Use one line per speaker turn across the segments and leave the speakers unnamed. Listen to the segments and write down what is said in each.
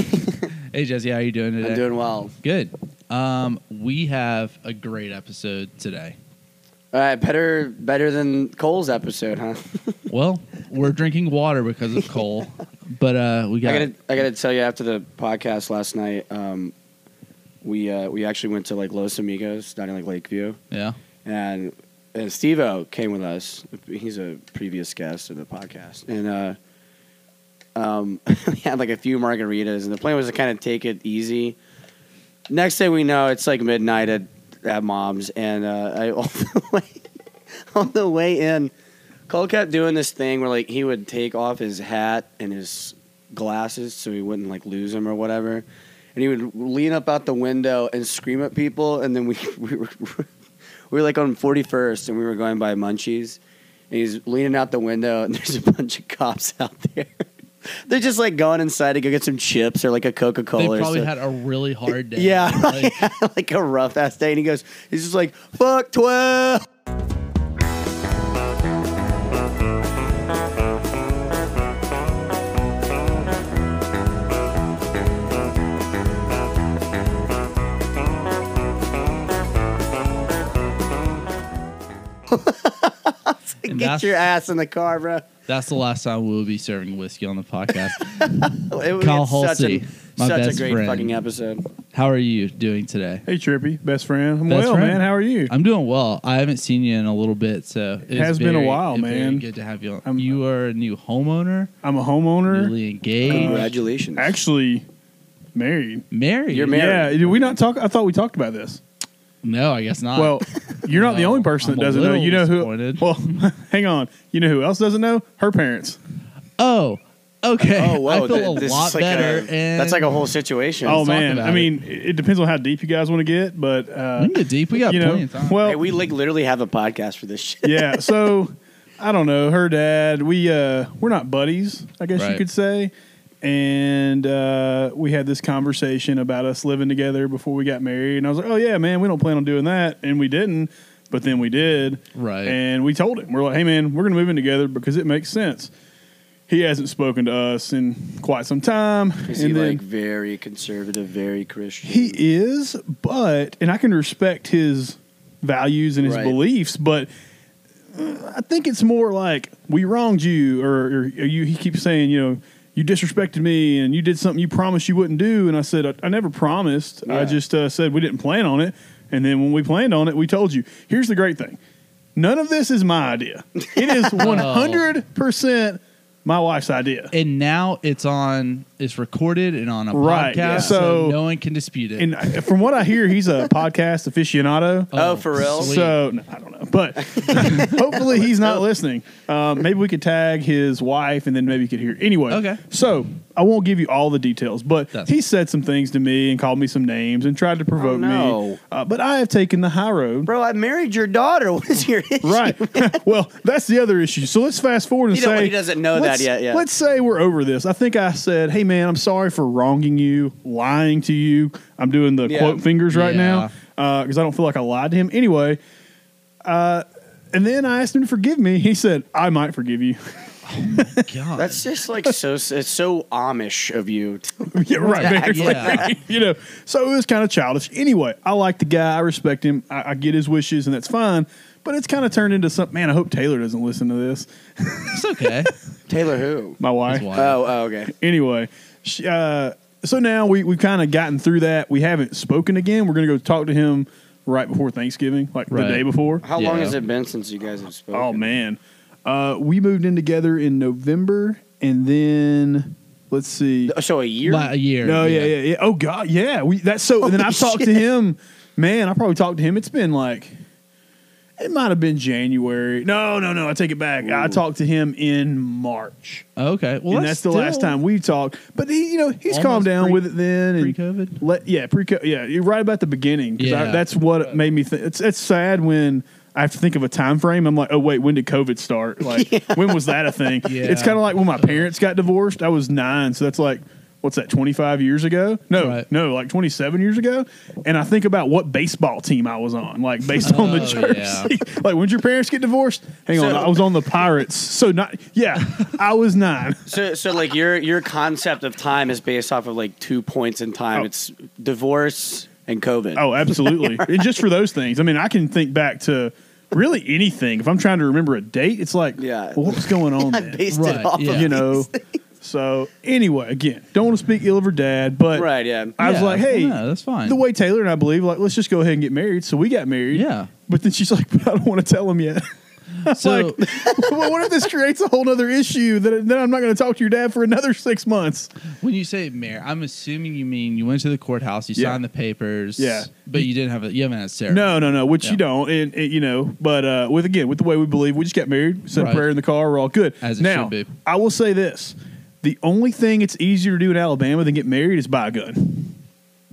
hey Jesse, how you doing today?
I'm doing well.
good. Um, we have a great episode today.
All right, better better than Cole's episode, huh?
Well, we're drinking water because of Cole, but uh, we got
I gotta I gotta tell you after the podcast last night, um, we uh, we actually went to like Los Amigos down in like Lakeview,
yeah.
and and Stevo came with us. He's a previous guest of the podcast, and uh, um, we had like a few margaritas, and the plan was to kind of take it easy. Next thing we know, it's like midnight at at mom's, and uh, I on the way on the way in, Cole kept doing this thing where like he would take off his hat and his glasses so he wouldn't like lose them or whatever. And he would lean up out the window and scream at people, and then we we were, we were like on 41st, and we were going by Munchies, and he's leaning out the window, and there's a bunch of cops out there. They're just like going inside to go get some chips or like a Coca
They
Cola.
probably had a really hard day.
Yeah,
Like,
like a rough ass day. And he goes, he's just like, fuck 12.
And
Get
that's-
your ass in the car, bro.
that's the last time we'll be serving whiskey on the podcast.
It was
Kyle
such,
Halsey,
an-
my
such a
best
great
friend.
fucking episode.
How are you doing today?
Hey, Trippy, best friend. I'm
Best
well,
friend.
man. How are you?
I'm doing well. I haven't seen you in a little bit, so it is
has been a
very-
while,
very
man.
good to have you. on.
I'm- Uh,
you are a new homeowner,
I'm a homeowner,
newly engaged,
Congratulations.
actually married.
married.
You're married.
Yeah, did we not talk? I thought we talked about this.
No, I guess not.
Well, you're not the
Uh, Well,
only person
I'm
that
a
doesn't know.
little
You know who?
disappointed.
Well, hang on. You know who else doesn't know? Her parents.
oh, okay.
oh, whoa.
I feel
th-
a
this
lot
is like
better.
A, that's like a whole situation.
oh
talk
man.
about Mm-hmm.
I mean, it. it depends on how deep you guys want to get, but
we
uh,
can get deep. We got
you
plenty
know,
of time.
well,
Hey, we like literally have a podcast for this shit.
yeah. So I don't know. Her dad. We uh, we're not buddies. I guess
Right.
you could say. And uh, we had this conversation about us living together before we got married, and I was like, "Oh yeah, man, we don't plan on doing that," and we didn't, but then we did,
Right.
And we told him, we're like, "Hey, man, we're gonna move in together because it makes sense." He hasn't spoken to us in quite some time,
Is
and
he
then-
like very conservative, very Christian?
he is, but and I can respect his values and his
Right.
beliefs, but uh, I think it's more like we wronged you, or, or you. He keeps saying, you know, you disrespected me, and you did something you promised you wouldn't do, and I said I, I never promised.
Yeah.
I just uh, said we didn't plan on it, and then when we planned on it, we told you. Here's the great thing: none of this is my idea. It is one hundred
Oh.
percent my wife's idea.
and now it's on. It's recorded and on a
Right,
podcast,
yeah.
so,
So-
no one can dispute it.
And I- from what I hear, he's a podcast aficionado.
Oh, for real?
sweet.
So no, I don't know, but hopefully he's not listening. Um, maybe we could tag his wife, and then maybe you could hear. Anyway,
Okay.
So I won't give you all the details, but
That's-
he said some things to me and called me some names and tried to provoke
no.
me. Uh, but I have taken the high road.
Bro, I married your daughter. What is your issue?
Right. well, that's the other issue. So let's fast forward and
He don't-
say
he doesn't know that
let's-
yet, yeah.
Let's say we're over this. I think I said, "Hey, man, I'm sorry for wronging you, lying to you." I'm doing the
Yeah.
quote fingers right
Yeah.
now because I don't feel like I lied to him anyway. Uh, and then I asked him to forgive me. He said, "I might forgive you."
God.
That's just like so. It's so Amish of you.
yeah, right.
Yeah.
basically. you know, so it was kind of childish. Anyway, I like the guy. I respect him. I, I get his wishes, and that's fine. But it's kind of turned into something. Man, I hope Taylor doesn't listen to this.
it's okay.
Taylor who?
My wife.
His wife.
Oh, oh, okay.
anyway, sh- uh, so now we, we've kind of gotten through that. We haven't spoken again. We're going to go talk to him right before Thanksgiving, like
Right.
the day before.
How long
Yeah.
has it been since you guys have spoken?
Oh, man. Uh, we moved in together in November, and then let's see.
So a year.
About a year.
No, yeah, yeah, yeah. Oh, God, yeah. We that's so. and then I've talked to him. Man, I probably talked to him. It's been like, it might have been January. No, no, no. I take it back. I
Ooh.
talked to him in March.
Okay. Well,
and that's the last
still
time we talked. But he, you know, he's
Almost
calmed down
pre-
with it then. And
Pre-COVID.
Let, yeah, pre. Yeah, you're right about the beginning. 'cause I-
Yeah.
that's what made me think. It's it's sad when I have to think of a time frame. I'm like, oh wait, when did COVID start? Like, when was that a thing?
Yeah.
It's kind of like when my parents got divorced. I was nine, so that's like what's that 25 years ago no
Right.
no like 27 years ago and i think about what baseball team i was on like based on the
Oh,
jersey
yeah.
like when did your parents get divorced hang on
So-
i was on the pirates so not yeah i was nine
So, so like your your concept of time is based off of like two points in time.
Oh.
It's divorce and COVID.
Oh, absolutely. and just for those things. I mean, I can think back to really anything. If I'm trying to remember a date, it's like,
Yeah.
well, what's going on?
I
then?
based
Right,
it off
yeah.
of
You know. So anyway, again, don't want to speak ill of her dad, but
right. Yeah.
I was
Yeah,
like, hey,
no, that's fine.
The way Taylor and I believe, like, let's just go ahead and get married. So we got married.
Yeah.
But then she's like, but I don't want to tell him yet.
So
well, what if this creates a whole other issue that then I'm not going to talk to your dad for another six months?
when you say mayor, I'm assuming you mean you went to the courthouse, you
Yeah.
signed the papers,
Yeah.
but you didn't have a you haven't had a ceremony.
No, no, no. Which
Yeah.
you don't, and, and, you know. But uh, with again, with the way we believe, we just got married, said
Right.
a prayer in the car, we're all good.
As it
now,
should be.
I will say this: the only thing it's easier to do in Alabama than get married is buy a gun.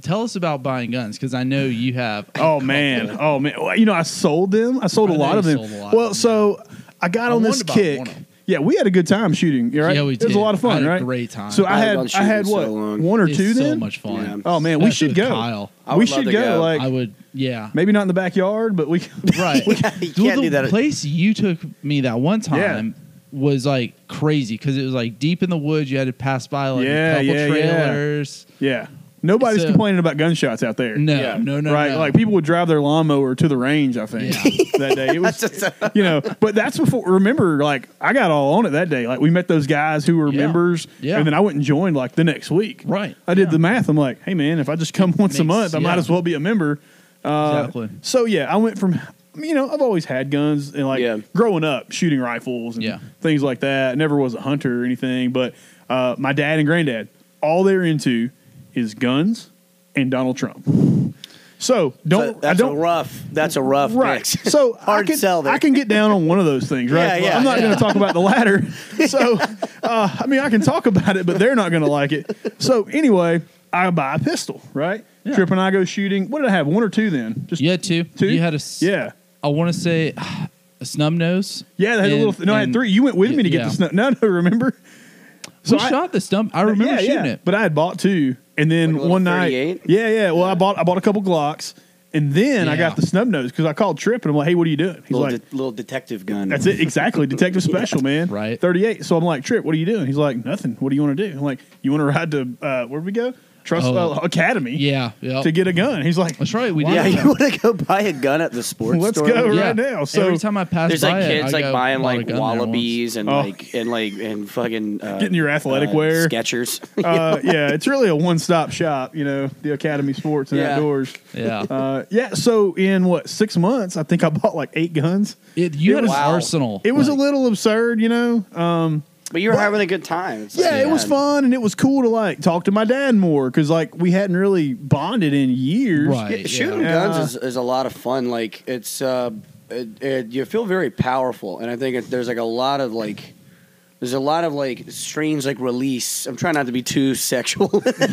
Tell us about buying guns because I know you have. a
Oh
couple.
man, oh man. Well, you know, I sold them. I sold
I
a
know
lot
you
of them.
sold a lot of
well,
them,
so I got
I
on
wanted
this
to buy
kick.
one of 'em.
Yeah, we had a good time shooting. Right?
Yeah, we
It was
did.
a lot of
I
fun.
had a
right?
great time.
So I
I
had
haven't
I
gone
had
shooting
what
so long.
one or
It's
two
so
then.
much fun.
Yeah.
Oh man, we
Especially
should
with
go.
Kyle.
I
we
would love
should
to
go.
go.
Like
I would, yeah,
maybe not in the backyard, but we.
right.
you
Well,
can't
the
do that.
place you took me that one time was like crazy because it was like deep in the woods. You had to pass by like a
Yeah,
couple
yeah, yeah.
trailers.
Yeah. Nobody's
So-
complaining about gunshots out there.
No,
Yeah.
no, no,
right?
no.
Like people would drive their lawnmower to the range. I think that day it was, you know. But that's before. Remember, like I got all on it that day. Like we met those guys who were
Yeah.
members,
Yeah.
and then I went and joined like the next week.
Right.
I did
Yeah.
the math. I'm like, hey man, if I just come once a
makes-
month, I might
yeah.
as well be a member. Uh,
Exactly.
So yeah, I went from. You know, I've always had guns and like
Yeah.
growing up shooting rifles and
Yeah.
things like that. Never was a hunter or anything, but uh, my dad and granddad, all they're into is guns and Donald Trump. So don't
So
I
that's
don't
a rough. That's a rough.
right.
mix.
So
Hard
I can
sell there.
I can get down on one of those things, right?
Yeah, yeah,
I'm not
yeah.
going to talk about the latter. So uh, I mean, I can talk about it, but they're not going to like it. So anyway, I buy a pistol, right?
Yeah.
Trip and I go shooting. What did I have? One or two then? Just
you had two.
two.
You had a. s-
yeah.
I want to say a snub nose.
Yeah, they had a
and-
little. no, I had
and-
three. You went with me to get
yeah.
the snow. No, no, remember?
we
I-
shot the stump. I remember
yeah,
shooting
yeah.
it.
But I had bought two, and then
Like a little
one night,
38?
yeah, yeah. Well, I bought I bought a couple Glocks, and then I
Yeah.
got the snub nose because I called Trip and I'm like, "Hey, what are you doing?" He's
little,
like,
de- little detective gun.
"That's it, exactly, Detective Special, man."
Right.
thirty eight. So I'm like, "Trip, what are you doing?" He's like, "Nothing. What do you want to do?" I'm like, "You want to ride to uh, where we go? Trust
Oh.
uh, Academy,
Yeah, yeah.
to get a gun." He's like,
That's right. We
Yeah,
did.
you want to go buy a gun at the sports
Let's
store?
go. right now, so-
every time I pass
There's
by
like
it, I
kids like
go,
buying
"Bought a
like
gun there once."
wallabies and
Oh.
like and like and fucking uh,
Getting your athletic
uh,
wear.
Skechers.
uh, "Yeah, it's really a one stop shop, you know, the Academy Sports and
Yeah.
outdoors."
Yeah,
Uh, yeah. So in what six months, I think I bought like eight guns.
it, you
it
had
was-
an
Wow.
arsenal.
It was
Like,
a little absurd, you know. Um,
but you were having a good time. It's
yeah,
like,
it was
man.
fun and it was cool to like talk to my dad more because like we hadn't really bonded in years.
Right.
Yeah, shooting
Yeah.
guns is, is a lot of fun. Like it's, uh, it, it, you feel very powerful, and I think it, there's like a lot of like, there's a lot of like strange like release. I'm trying not to be too sexual.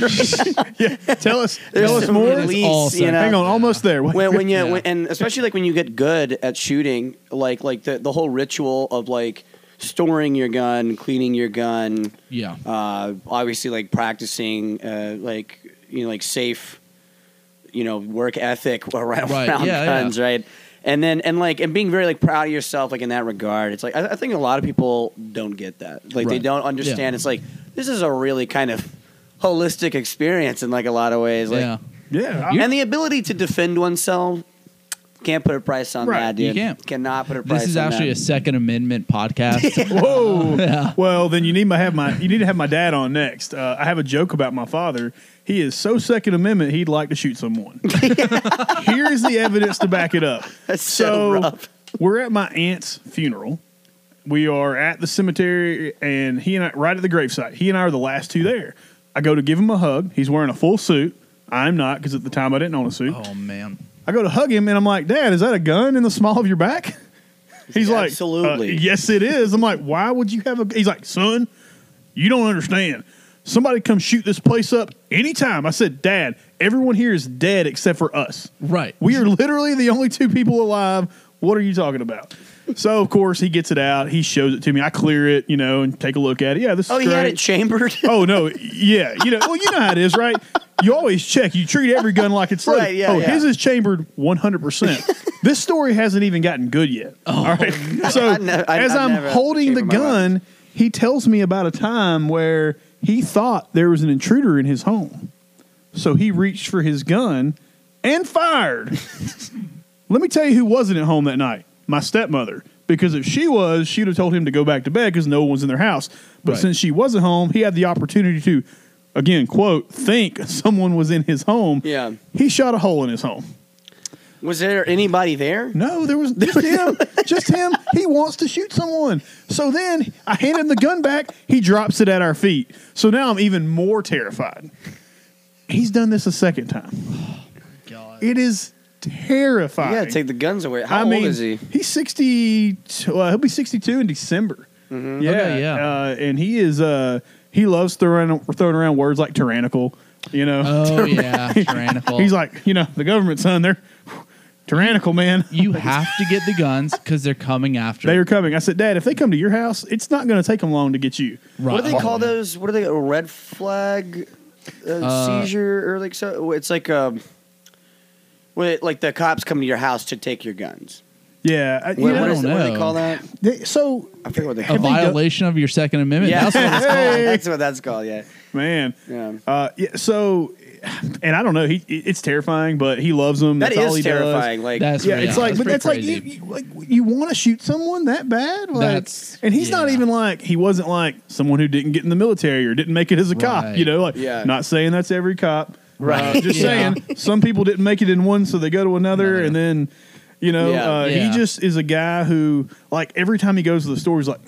Yeah. Tell us,
There's
tell us
some
more.
release,
all
you know?
Hang on, almost there.
when, when you
Yeah.
when, and especially like when you get good at shooting, like like the the whole ritual of like storing your gun, cleaning your gun,
yeah,
uh, obviously like practicing uh, like you know like safe you know work ethic around,
Right,
around
yeah,
guns
yeah.
right and then and like and being very like proud of yourself like in that regard it's like i, I think a lot of people don't get that like they
Right.
don't understand
Yeah.
it's like this is a really kind of holistic experience in like a lot of ways like
yeah.
yeah, I-
and the ability to defend oneself can't put a price on
Right,
that
you
dude
can't.
cannot put a price
This is
on
actually a
that.
Second Amendment podcast.
Whoa. Well, then you need my have my you need to have my dad on next. Uh, I have a joke about my father. He is so Second Amendment he'd like to shoot someone. Here is the evidence to back it up.
That's so rough.
we're at my aunt's funeral. We are at the cemetery, and he and I right at the gravesite. He and I are the last two there. I go to give him a hug. He's wearing a full suit. I'm not because at the time I didn't own a suit.
Oh man,
I go to hug him and I'm like, Dad, is that a gun in the small of your back? He's like,
Absolutely.
"Uh, yes, it is. I'm like, Why would you have a? He's like, Son, you don't understand. Somebody come shoot this place up anytime. I said, Dad, everyone here is dead except for us.
right?
We are literally the only two people alive. What are you talking about? So of course he gets it out. He shows it to me. I clear it, you know, and take a look at it. Yeah, this
Oh,
is
he
great.
had it chambered.
Oh no, yeah, you know, well, you know how it is, right? You always check. You treat every gun like it's
Right,
loaded.
yeah,
oh,
yeah.
his is chambered one hundred percent. This story hasn't even gotten good yet. Oh, All right, so
I ne- I-
as
I
I'm
never
holding the
chambered my
gun, he tells me about a time where he thought there was an intruder in his home, so he reached for his gun and fired. Let me tell you who wasn't at home that night. My stepmother. Because if she was, she'd have told him to go back to bed because no one was in their house. But
Right.
since she wasn't home, he had the opportunity to, again, quote, think someone was in his home.
Yeah.
He shot a hole in his home.
Was there anybody there?
No, there was just him. just him. He wants to shoot someone. So then I hand him the gun back. He drops it at our feet. So now I'm even more terrified. He's done this a second time.
God.
It is terrifying.
Yeah, take the guns away. How
I
old
mean,
is he?
He's sixty. Well, he'll be sixty-two in December.
Mm-hmm.
Yeah,
Okay, yeah.
Uh, and he is. Uh, he loves throwing throwing around words like tyrannical. You know,
Oh yeah, tyrannical.
he's like, you know, the government son. They're tyrannical, man.
you have to get the guns because they're coming after.
They
you.
are coming. I said, Dad, if they come to your house, it's not going to take them long to get you.
Right.
What do they call
Oh,
those? What are they? A red flag uh,
Uh,
seizure or like so? It's like um, when it, like the cops come to your house to take your guns.
Yeah. I- you
What,
Yeah,
what
I
is
don't
what do they
know.
call that?
they- so,
I forget what they
A
call.
Have they done-
violation of your Second Amendment.
Yeah,
That's what it's called.
Hey.
that's what that's called. Yeah,
man.
yeah.
Uh, yeah. So, and I don't know. He, it's terrifying, but he loves them.
That
That's all he
is
does.
terrifying. Like
That's
yeah,
yeah,
it's like,
that's
but
pretty
that's like,
crazy.
you, you, like you want to shoot someone that bad, like,
That's-
and he's not
yeah.
even like he wasn't like someone who didn't get in the military or didn't make it as a cop,
Right.
you know, like
Yeah.
not saying that's every cop,
Right.
Uh, just
Yeah.
saying some people didn't make it in one, so they go to another,
Another.
and then you know,
Yeah.
uh,
Yeah.
he just is a guy who like every time he goes to the store, he's like,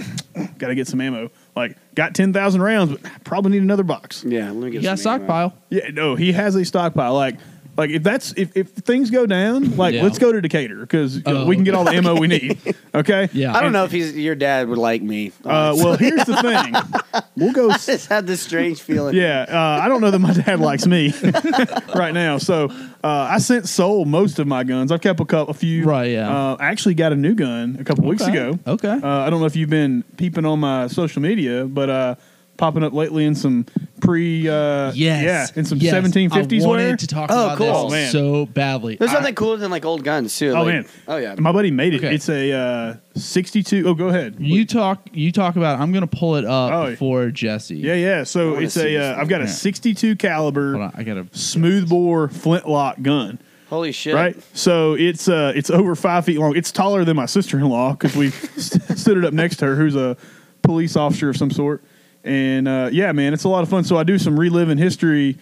got to get some ammo, like got ten thousand rounds, but probably need another box.
yeah. Let me get
You got a
some ammo.
stockpile.
Yeah, no, he has a stockpile. Like, like if that's if, if things go down, like
Yeah.
let's go to Decatur because
Oh,
we can get all the ammo we need. Okay.
Yeah.
I don't know if he's your dad would like me.
Uh, well, here's the thing. We'll go.
I just had this strange feeling.
Yeah, uh, I don't know that my dad likes me right now. So uh, I sent sold most of my guns. I've kept a couple, a few.
Right, yeah.
Uh, I actually got a new gun a couple weeks
Okay.
ago.
Okay.
Uh, I don't know if you've been peeping on my social media, but uh, popping up lately in some pre. Uh,
Yes.
Yeah, in some
yes.
1750s
I wanted
wear.
to talk
Oh,
about
cool.
this
Man.
so badly.
There's
I-
nothing cooler than like old guns too.
Oh,
like-
man.
Oh yeah.
My buddy made it.
Okay.
It's a uh, 62. Oh, go ahead.
you talk. You talk about. it. I'm gonna pull it up
Oh.
for Jesse.
yeah, yeah. So
wanna
it's
Oh, see this
a. Uh, I've got a
thing.
62
Hold
caliber
on. I gotta.
smoothbore flintlock gun.
Holy shit.
Right. So it's uh it's over five feet long. It's taller than my sister in law because we st- stood it up next to her, who's a police officer of some sort. And uh, yeah, man, it's a lot of fun. So I do some reliving history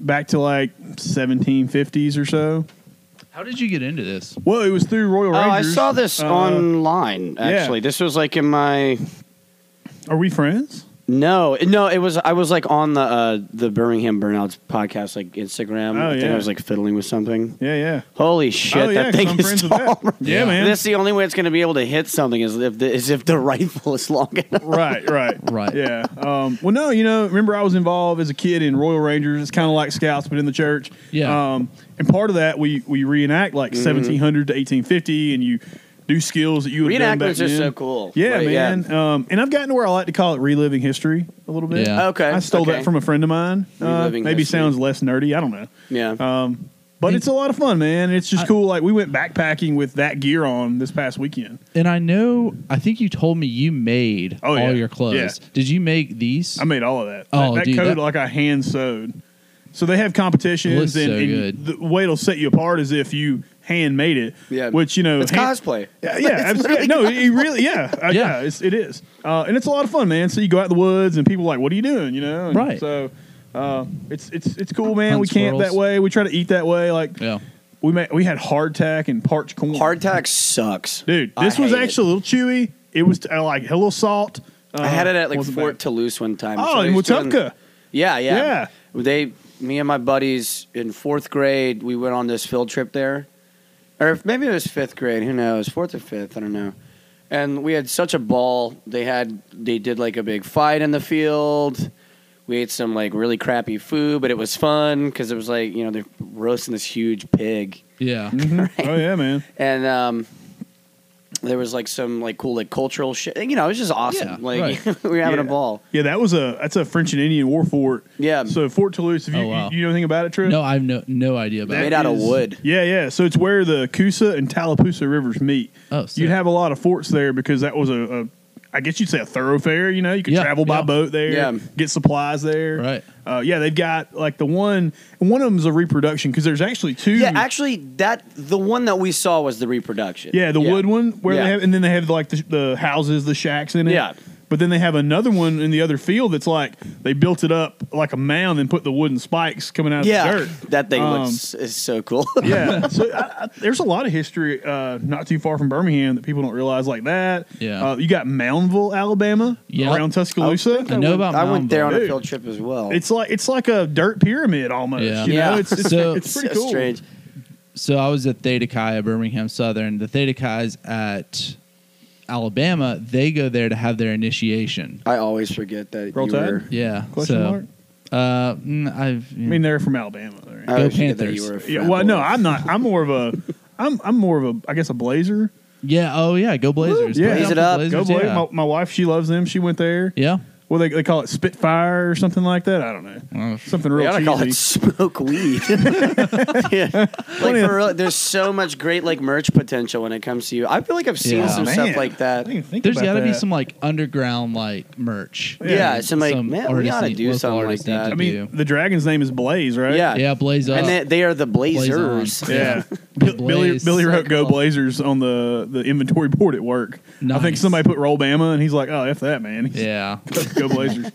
back to like 1750s or so.
How did you get into this?
Well, it was through Royal
Oh, I
Rangers.
saw this
Uh,
online. Actually, this was like in my
Are we friends?
No, no, it was I was like on the uh, the Birmingham Burnouts podcast like Instagram.
Oh,
I think
yeah.
I was like fiddling with something.
Yeah, yeah.
Holy shit,
oh, yeah, 'cause
that thing
I'm
is
friends with
tall.
that. Yeah,
Yeah.
man.
That's the only way it's going to be able to hit something is if the, is if the rifle is long enough.
right, right,
Right.
Yeah. Um, well, no, you know, remember I was involved as a kid in Royal Rangers. It's kind of like Scouts, but in the church.
Yeah.
Um, and part of that, we we reenact like
Mm-hmm.
1700 to 1850, and you do skills that you would have done back
Reenactments are
then.
so cool.
Yeah,
Like,
man. Um, and I've gotten to where I like to call it reliving history a little bit.
Yeah.
Okay,
I stole
okay.
that from a friend of mine. Uh,
Reliving
maybe
history.
sounds less nerdy. I don't know.
Yeah.
Um, but
And-
it's a lot of fun, man. It's just
I-
cool. Like we went backpacking with that gear on this past weekend.
And I know. I think you told me you made
Oh,
all
yeah.
your clothes.
Yeah.
Did you make these?
I made all of that.
Oh,
that, that
dude,
code
that-
like I hand sewed. So they have competitions,
Looks
and,
so
and
good.
the way it'll set you apart is if you hand made it.
Yeah.
which you know,
it's
hand-
cosplay.
Yeah, yeah, absolutely. no, it really, yeah, uh,
Yeah.
yeah. it's, it is, uh, and it's a lot of fun, man. So you go out in the woods, and people are like, "What are you doing?" You know, and
Right.
So uh, it's it's it's cool, man.
Hunt
we camp
squirrels.
that way. We try to eat that way. Like
Yeah.
we made, we had hardtack and parched corn.
Hardtack sucks.
dude.
I
This was
hate it.
actually a little chewy. It was uh, like a little salt. Uh,
I had it at like
wasn't
Fort
bad.
Toulouse one time.
Oh, in
Somebody was doing-
Wetumpka.
Yeah, yeah.
Yeah.
They, me and my buddies in fourth grade, we went on this field trip there, or if maybe it was fifth grade. Who knows? Fourth or fifth, I don't know. And we had such a ball. They had, they did like a big fight in the field. We ate some like really crappy food, but it was fun because it was like you know they're roasting this huge pig,
Yeah.
Oh yeah, man.
and um, there was like some like cool like cultural shit. You know, it was just awesome.
Yeah,
like
right.
we were having a
Yeah.
ball.
Yeah, that was a that's a French and Indian war fort.
Yeah.
So Fort Toulouse, if you
Oh, wow.
you, you know anything about it, Trip?
No, I have no no idea about
Made
it.
out of
is-
wood.
Yeah, yeah. So it's where the Coosa and Tallapoosa rivers meet.
Oh, sick.
you'd have a lot of forts there because that was a, a I guess you'd say a thoroughfare. You know, you could
Yeah,
travel by
yeah.
boat there,
Yeah.
get supplies there.
Right.
Uh, yeah, they've got like the one. One of them's a reproduction because there's actually two.
Yeah, actually, that the one that we saw was the reproduction.
Yeah, the wood one where
Yeah.
they have, and then they have like the, the houses, the shacks in it.
Yeah.
But then they have another one in the other field that's like they built it up like a mound and put the wooden spikes coming out of
Yeah,
the dirt.
that thing
Um,
looks is so cool.
yeah. So I, I, there's a lot of history uh, not too far from Birmingham that people don't realize like that.
Yeah.
Uh, you got Moundville, Alabama,
Yep.
around Tuscaloosa.
I know about
I went there on a
Dude.
field trip as well.
It's like it's like a dirt pyramid almost.
Yeah.
You
Yeah.
know, it's, it's,
So-
it's
so
pretty cool.
strange.
so I was at Theta Chi at Birmingham Southern. The Theta Chi's at Alabama. They go there to have their initiation.
I always forget that.
Roll
you
Tide?
were-
Yeah.
Question
so,
mark?
Uh, mm, I've.
I mean, they're from Alabama. Right?
I always
Go
forget that
Panthers.
you were a
Yeah,
frat
well, no,
boy.
I'm not. I'm more of a. I'm I'm more of a. I guess a blazer.
yeah. Oh yeah. Go Blazers.
yeah.
Play
Blaze
down for
it up.
Blazers,
Go Blazers.
Yeah.
My, my wife, she loves them. She went there.
yeah.
Well, they, they call it Spitfire or something like that. I don't know.
Well,
Something
They
real
ought to call it
cheesy.
smoke weed. yeah. Like for real, there's so much great like merch potential when it comes to you. I feel like I've seen
Yeah.
some
Man,
stuff like
I
that.
didn't even think
There's
about
got to be
that.
some like underground like merch.
Yeah, some like man, we
artist
ought to
need-
do
local
something like
artist need
that.
to
I mean,
do.
the dragon's name is Blaze, right?
Yeah.
yeah, Blaze up.
and they, they are the Blazers.
on.
Yeah.
Yeah.
Billy
Blaze. Oh.
Billy wrote "Go
Cool.
Blazers" on the, the inventory board at work. I think
Nice.
somebody put "Roll Bama," and he's like, "Oh, f that, man." He's-
yeah,
Go Blazers.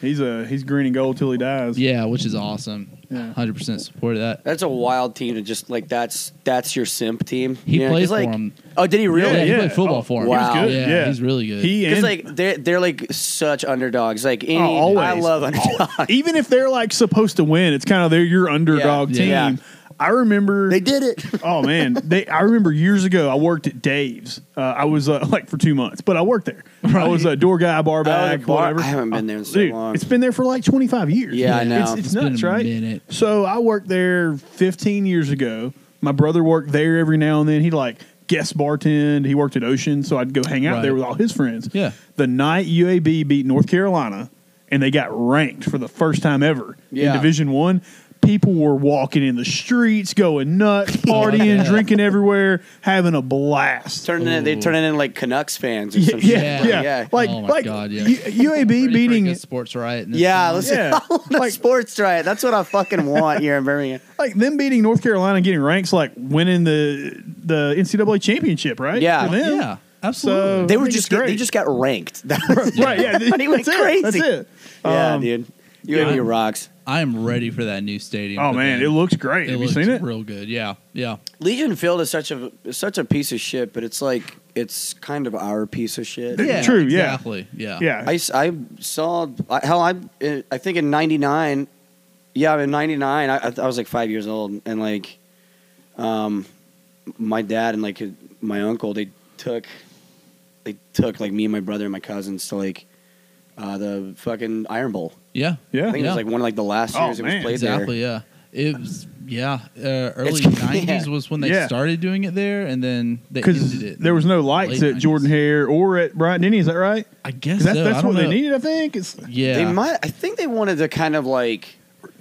He's uh, he's green and gold till he dies.
yeah, which is awesome.
Mm-hmm. Yeah.
Hundred percent support of that.
That's a wild team to just like that's that's your simp team.
He
You know, 'cause,
plays for
like,
'em.
Oh, did he
Yeah,
really?
he
yeah.
played football
Oh,
for him.
he was
Wow,
good.
yeah,
Yeah.
he's really good.
He
Because
and
like they're they're like such underdogs. Like any,
Oh, always.
I love underdogs.
even if they're like supposed to win, it's kind of they're your underdog
Yeah.
team.
Yeah.
I remember
They did it.
oh man, they. I remember years ago I worked at Dave's. Uh, I was uh, like for two months, but I worked there. I was a door guy, bar
the
back,
bar-
whatever.
I haven't been there in so
Dude,
long.
It's been there for like twenty five years.
Yeah, I know.
It's, it's,
It's been
nuts,
a
right?
minute.
So I worked there fifteen years ago. My brother worked there every now and then. He like guest bartend. He worked at Ocean, so I'd go hang out
Right.
there with all his friends.
Yeah.
The night UAB beat North Carolina, and they got ranked for the first time ever
Yeah.
in Division One. People were walking in the streets, going nuts, partying,
yeah.
drinking everywhere, having a blast.
Turning it, they
Ooh.
turn it into like Canucks fans or
Yeah,
something.
yeah, yeah.
yeah.
Like,
Oh my
like
God, yeah.
U- UAB
Pretty
beating
freaking sports right. in this
Yeah,
town.
let's
Yeah.
like, sports right. That's what I fucking want here in Birmingham.
like them beating North Carolina, and getting ranks, like winning the the NCAA championship, right?
Yeah.
For them.
yeah, absolutely.
They
I
were
think
just
it's
get- they
great.
just got ranked.
right. Yeah,
He went
that's
crazy.
It, that's it.
yeah,
Um,
dude. You and
yeah.
me rocks.
I am ready for that new stadium.
Oh
but
man,
then
it looks great.
it
Have you
looks
seen it?
Real good. Yeah, yeah.
Legion Field is such a is such a piece of shit, but it's like it's kind of our piece of shit.
Yeah.
yeah
True, yeah.
Exactly. Yeah.
Yeah.
I, s- I saw I- hell I I think in '99, yeah, in '99 I, I was like five years old and like, um, my dad and like his- my uncle they took, they took like me and my brother and my cousins to like, uh, the fucking Iron Bowl.
Yeah.
yeah.
I think it
Yeah.
was like one of like the last
Oh,
years it was
man.
played
Exactly. Yeah. It was. Yeah. Uh, early
It's-
'90s
yeah.
was when they
Yeah.
started doing it there, and then they ended
Because
it.
there was no lights
Late
at Jordan
90s.
Hare or at Bryant Denny. Is that right?
I guess
'Cause That's,
so. I
that's
don't
what they
know.
needed. I think it's
Yeah.
They might. I think they wanted to kind of like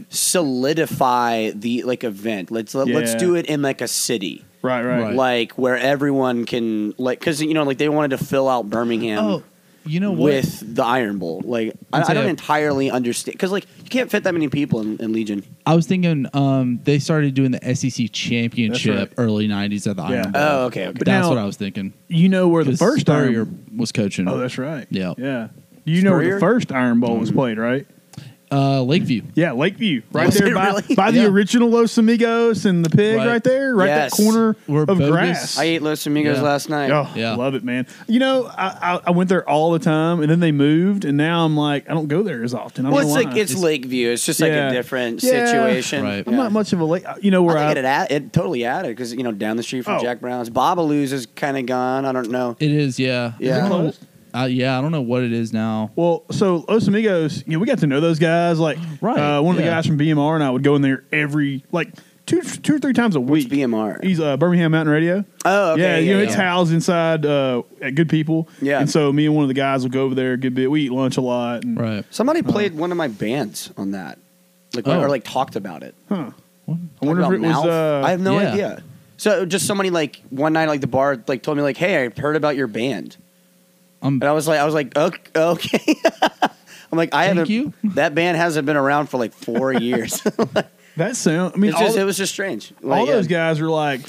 solidify the like event. Let's let, let's
Yeah.
do it in like a city,
right, right.
Right.
like where everyone can like because you know like they wanted to fill out Birmingham.
Oh, you know what?
with the Iron Bowl, like I,
I'll
I
tell
don't
you.
entirely understand because like you can't fit that many people in, in Legion.
I was thinking um, they started doing the SEC championship
right.
early '90s at the
Yeah. Uh,
Iron Bowl.
Oh, okay, okay.
That's
now-
what I was thinking.
You know where the
'Cause
first
Spurrier
Iron.
was coaching.
Oh, that's right.
Yeah. Mm-hmm.
yeah. You know where
Spurrier?
the first Iron Bowl was played, right?
uh, Lakeview.
Yeah, Lakeview, right
Was it
there by,
really?
by the
Yeah.
original Los Amigos and the pig,
Right.
right, there, right
Yes.
that corner
Where
of
Bogus-
grass.
I ate Los Amigos
Yeah.
last night.
Oh,
Yeah.
love it, man. You know, I, I, I went there all the time, and then they moved, and now I'm like, I don't go there as often. I don't
well, it's
know
like
why.
it's, Lakeview. It's just like
Yeah.
a different
Yeah.
situation.
Right.
I'm
Yeah.
not much of a late. You know where
I
I,
think it, ad- it totally added because you know down the street from
Oh.
Jack Brown's, Babaloo's is kind of gone. I don't know.
It is. Yeah.
Yeah.
I don't know-
Close?
uh, yeah. I don't know what it is now.
Well, so Los Amigos, you know, we got to know those guys. Like,
Right,
uh, one of the
yeah.
guys from BMR and I would go in there every like two, two or three times a
Which
week.
BMR?
He's uh, Birmingham Mountain Radio.
oh, okay.
yeah, you know, it's
yeah.
housed inside uh, at Good People.
Yeah.
And so me and one of the guys will go over there a good bit. We eat lunch a lot. And,
Right.
Somebody played one of my bands on that, like
Oh.
or like talked about it.
Huh.
What?
I wonder if
Talked
it
about Mouth.
was.
I
Uh,
have no
yeah.
idea. So just somebody like one night, like the bar, like told me like, "Hey, I heard about your band,"
Um,
and I was like, "I was like, okay." okay. I'm like, I
Thank
haven't.
you.
That band hasn't been around for like four years.
that sound. I mean,
It's just,
all-
it was just strange.
all
Like, yeah.
those guys are like,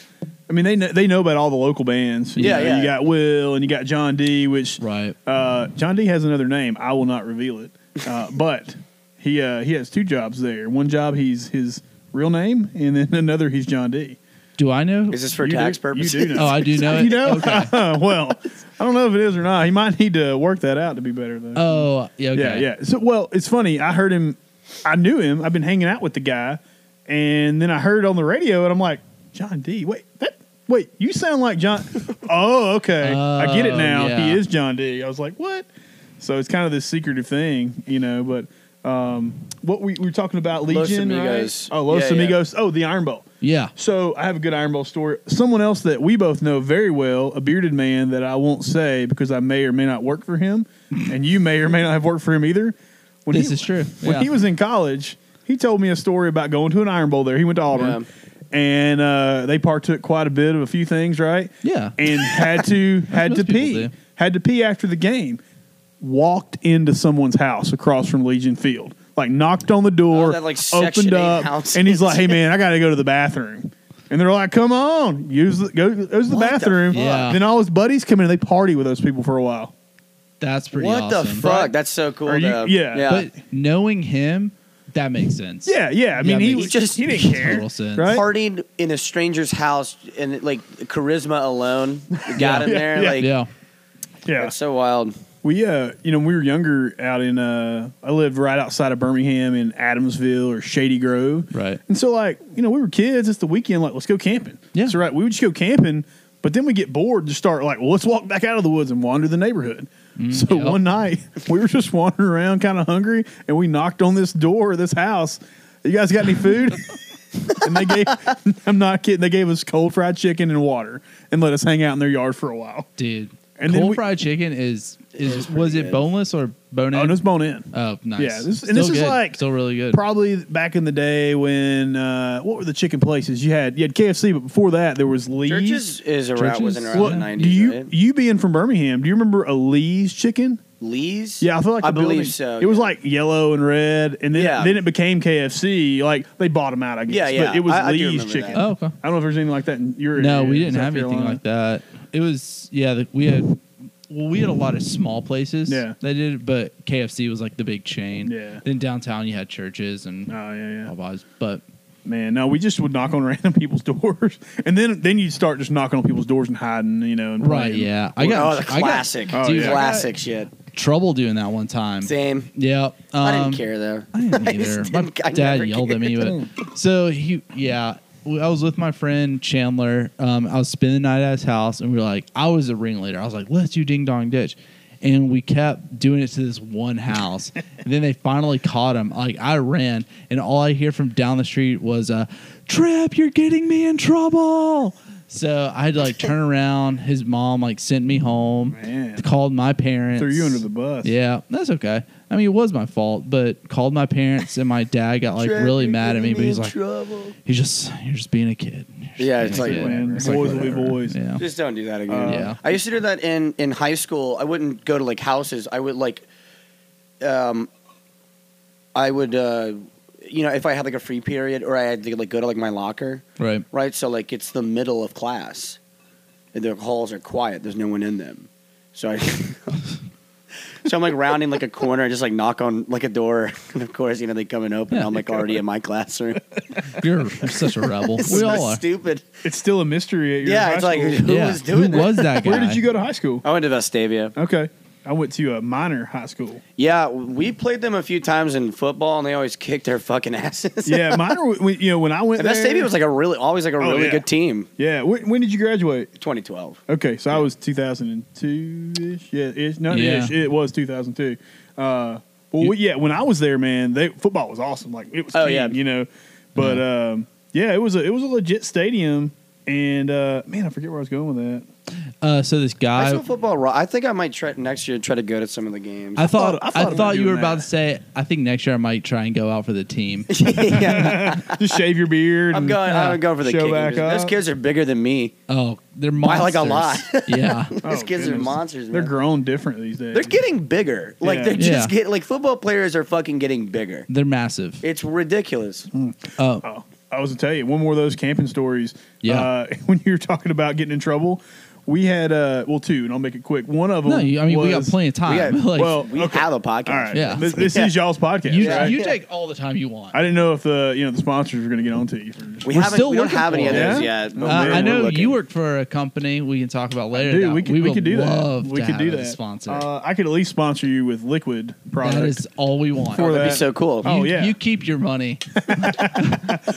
I mean, they know, they know about all the local bands. You
Yeah,
know,
yeah.
You got Will and you got John D, which
Right.
uh, John D has another name. I will not reveal it, uh, but he uh, he has two jobs there. One job he's his real name, and then another he's John D.
Do I know?
Is this for
You do-
tax
you do
purposes?
know.
Oh, I do know it.
you know,
Okay.
well, I don't know if it is or not. He might need to work that out to be better though.
Oh, yeah. Okay.
Yeah, yeah. So, well, it's funny. I heard him. I knew him. I've been hanging out with the guy, and then I heard on the radio, and I'm like, John D. Wait, that. Wait, you sound like John. oh, okay. I get it
Oh,
now.
yeah.
He is John D. I was like, what? So it's kind of this secretive thing, you know. But um, what we, we were talking about
Los
Legion, right?
Amigos.
Oh, Los
Yeah, yeah.
Amigos. Oh, the Iron Bowl.
Yeah.
So I have a good Iron Bowl story. Someone else that we both know very well, a bearded man that I won't say because I may or may not work for him, and you may or may not have worked for him either. When
This
he,
is true.
When
Yeah.
he was in college, he told me a story about going to an Iron Bowl there. He went to Auburn, and uh, they partook quite a bit of a few things, right?
Yeah.
And had to had
most
to
people
pee,
do.
had to pee after the game. Walked into someone's house across from Legion Field, like knocked on the door,
Oh, that, like, Section
opened
8
up,
house.
and he's like, "Hey man, I got to go to the bathroom." And they're like, "Come on, use the go, go to the
What the
bathroom."
fuck? Yeah.
Then all his buddies come in and they party with those people for a while.
That's pretty
What the
awesome.
fuck? That's so cool.
Are you-
though.
yeah.
But knowing him, that makes sense.
Yeah, yeah. I mean,
Yeah,
he
makes
was just he didn't care.
total sense.
Right?
partied in a stranger's house and like charisma alone got him
Yeah,
there.
yeah,
like
yeah.
Yeah,
that's so wild.
we uh, you know, when we were younger out in uh, I lived right outside of Birmingham in Adamsville or Shady Grove.
Right.
And so, like, you know, we were kids. It's the weekend. Like, let's go camping.
Yeah.
So, right, we would just go camping, but then we get bored and just start, like, well, let's walk back out of the woods and wander the neighborhood. so,
yeah.
one night, we were just wandering around, kind of hungry, and we knocked on this door, of this house. You guys got any food? and they gave, I'm not kidding, they gave us cold fried chicken and water and let us hang out in their yard for a while.
Dude.
And
And
then
cold
we-
fried chicken is is,
is
was
pretty
it
good.
boneless or bone in?
Oh, and it was bone in.
Oh, nice.
Yeah, this- and
Still
this is
good.
like
still really good.
probably back in the day when uh, what were the chicken places you had? You had KFC, but before that there was Lee's.
Churches is a route
Churches?
wasn't around
What-
the
do
nineties,
you
right?
you being from Birmingham? Do you remember a Lee's chicken?
Lee's?
Yeah, I feel like
I
the building-
believe so.
It was like yellow and red, and then
Yeah.
then it became KFC. Like they bought them out, I guess.
Yeah, yeah.
But it was
I- I do
Lee's
remember
chicken.
that.
oh, okay.
I don't know if there's anything like that in your.
No,
area,
we didn't
South
have anything
Carolina.
like that. It was yeah, the, we had well, we had a lot of small places.
Yeah.
They did, it, but KFC was like the big chain.
Yeah.
Then downtown you had churches and
Oh yeah, yeah.
Popeyes, but
Man, no, we just would knock on random people's doors, and then then you'd start just knocking on people's doors and hiding, you know. And
right,
playing.
yeah. I got
oh, the
I got
classic,
Oh,
Dude, yeah.
classic shit.
trouble doing that one time.
Same.
Yeah.
I didn't
um,
care though.
I didn't
just
either. My
didn't- I
dad
never
yelled at
cared.
me, but so he, yeah. w- I was with my friend Chandler. Um, I was spending the night at his house, and we were like, I was a ringleader. I was like, let's do Ding Dong Ditch. And we kept doing it to this one house. and then they finally caught him. Like, I ran, and all I hear from down the street was, uh, Trip, you're getting me in trouble. So I had to like turn around. His mom like sent me home,
Man.
called my parents.
Threw you under the bus.
Yeah, that's okay. I mean, it was my fault, but called my parents and my dad got like really mad at me. But he's like, "He's just you're just being a kid." You're just
Yeah,
being
it's
a
like,
kid."
man,
It's
boys will be
whatever.
boys.
Yeah,
Just don't do that again.
Uh,
"Oh." Yeah.
I used to do that in in high school. I wouldn't go to like houses. I would like, um, I would, uh, you know, if I had like a free period or I had to like go to like my locker,
right.
right? So like it's the middle of class, and the halls are quiet. There's no one in them. So I, so I'm like rounding like a corner and just like knock on like a door, and of course you know they come and open.
Yeah.
I'm like already in my classroom.
You're such a rebel.
It's
we
so
all are.
stupid.
It's still a mystery. At your
yeah,
high
it's like
school.
who
yeah.
was doing
Who
that?
was that guy?
Where did you go to high school?
I went to Vestavia.
Okay. I went to a minor high school.
Yeah, we played them a few times in football, and they always kicked their fucking asses.
Yeah, minor. we- You know, when I went
and that
there,
stadium was like a really always like a
Oh,
really
yeah.
good team.
yeah. When, when did you graduate?
2012.
Okay, so I was 2002 ish. Yeah, ish. No,
Yeah.
ish. It was 2002. Uh, well, we- yeah, when I was there, man, they, football was awesome. Like it was,
Oh,
king,
yeah.
you know. But um, Yeah, it was a it was a legit stadium, and uh, man, I forget where I was going with that.
Uh, so this
High
guy,
school football. ro- I think I might try next year try to go to some of the games.
I thought,
I
I
thought
thought,
about
you
doing
were about
that.
to say, I think next year I might try and go out for the team.
yeah,
Just shave your beard.
I'm
and- uh,
going. I'm going for the
Show
kickers.
back
Those
up.
kids are bigger than me.
Oh, they're
By,
monsters.
like, a
yeah.
Oh,
These kids are
goodness.
monsters.
They're
man.
grown different these days.
They're getting bigger. Like
Yeah.
they're just
Yeah.
get like football players are fucking getting bigger.
They're massive.
It's ridiculous.
Oh,
Oh, I was gonna tell you one more of those camping stories.
Yeah.
Uh, when you were talking about getting in trouble, we had uh, well two, and I'll make it quick. One of them.
no, you, I mean, we got
was-
plenty of time.
got-
like,
well,
We
okay.
have a podcast.
All right.
Yeah.
This, this is y'all's podcast.
you,
right?
you take all the time you want.
I didn't know if the you know the sponsors were going to get onto you. For,
We
We're
haven't.
still
we don't
looking
have any
for
of
it.
those
Yeah?
yet. but
No,
Uh,
we're-
I
we're
know
looking.
you work for a company we can talk about later.
Dude, we could, we,
would
could do
love
that. We
to
could
have
do
a
that.
Sponsor.
Uh, I could at least sponsor you with liquid product.
that is all we want.
for
That'd
that.
be so cool.
You,
Oh, yeah.
you keep your money.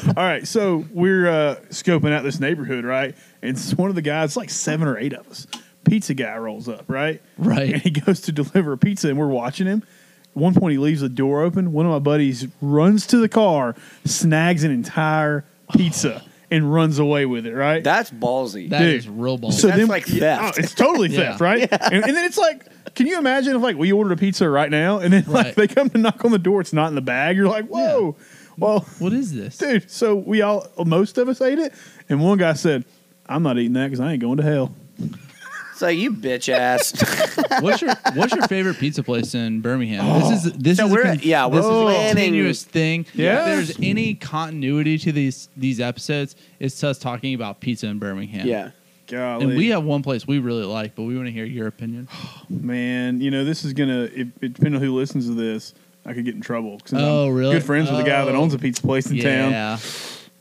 All right, so we're uh, scoping out this neighborhood, right? And it's one of the guys, it's like seven or eight of us, pizza guy rolls up, right?
Right.
And he goes to deliver a pizza, and we're watching him. At one point, he leaves the door open. One of my buddies runs to the car, snags an entire pizza, and runs away with it, right?
That's ballsy.
That
Dude.
is real ball.
So- That's like
yeah,
theft.
oh, it's totally
Yeah.
theft, right? And, and then it's like, can you imagine if like we ordered a pizza right now, and then like
Right.
they come to knock on the door, it's not in the bag. You're like, whoa, well
what is this?
dude. So we all, most of us ate it, and one guy said, "I'm not eating that because I ain't going to hell."
it's like you bitch ass.
What's your What's your favorite pizza place in Birmingham? this is this
So
is
we're-
con-
yeah,
this
we're
is a
planning-
continuous thing.
Oh. Yeah.
If there's any continuity to these these episodes, it's us talking about pizza in Birmingham.
yeah.
Golly,
And we have one place we really like, but we want to hear your opinion.
man, you know this is gonna. It, it depending on who listens to this, I could get in trouble. 'cause
Oh,
I'm
really?
Good friends with a guy that
Oh.
owns a pizza place in town.
Yeah.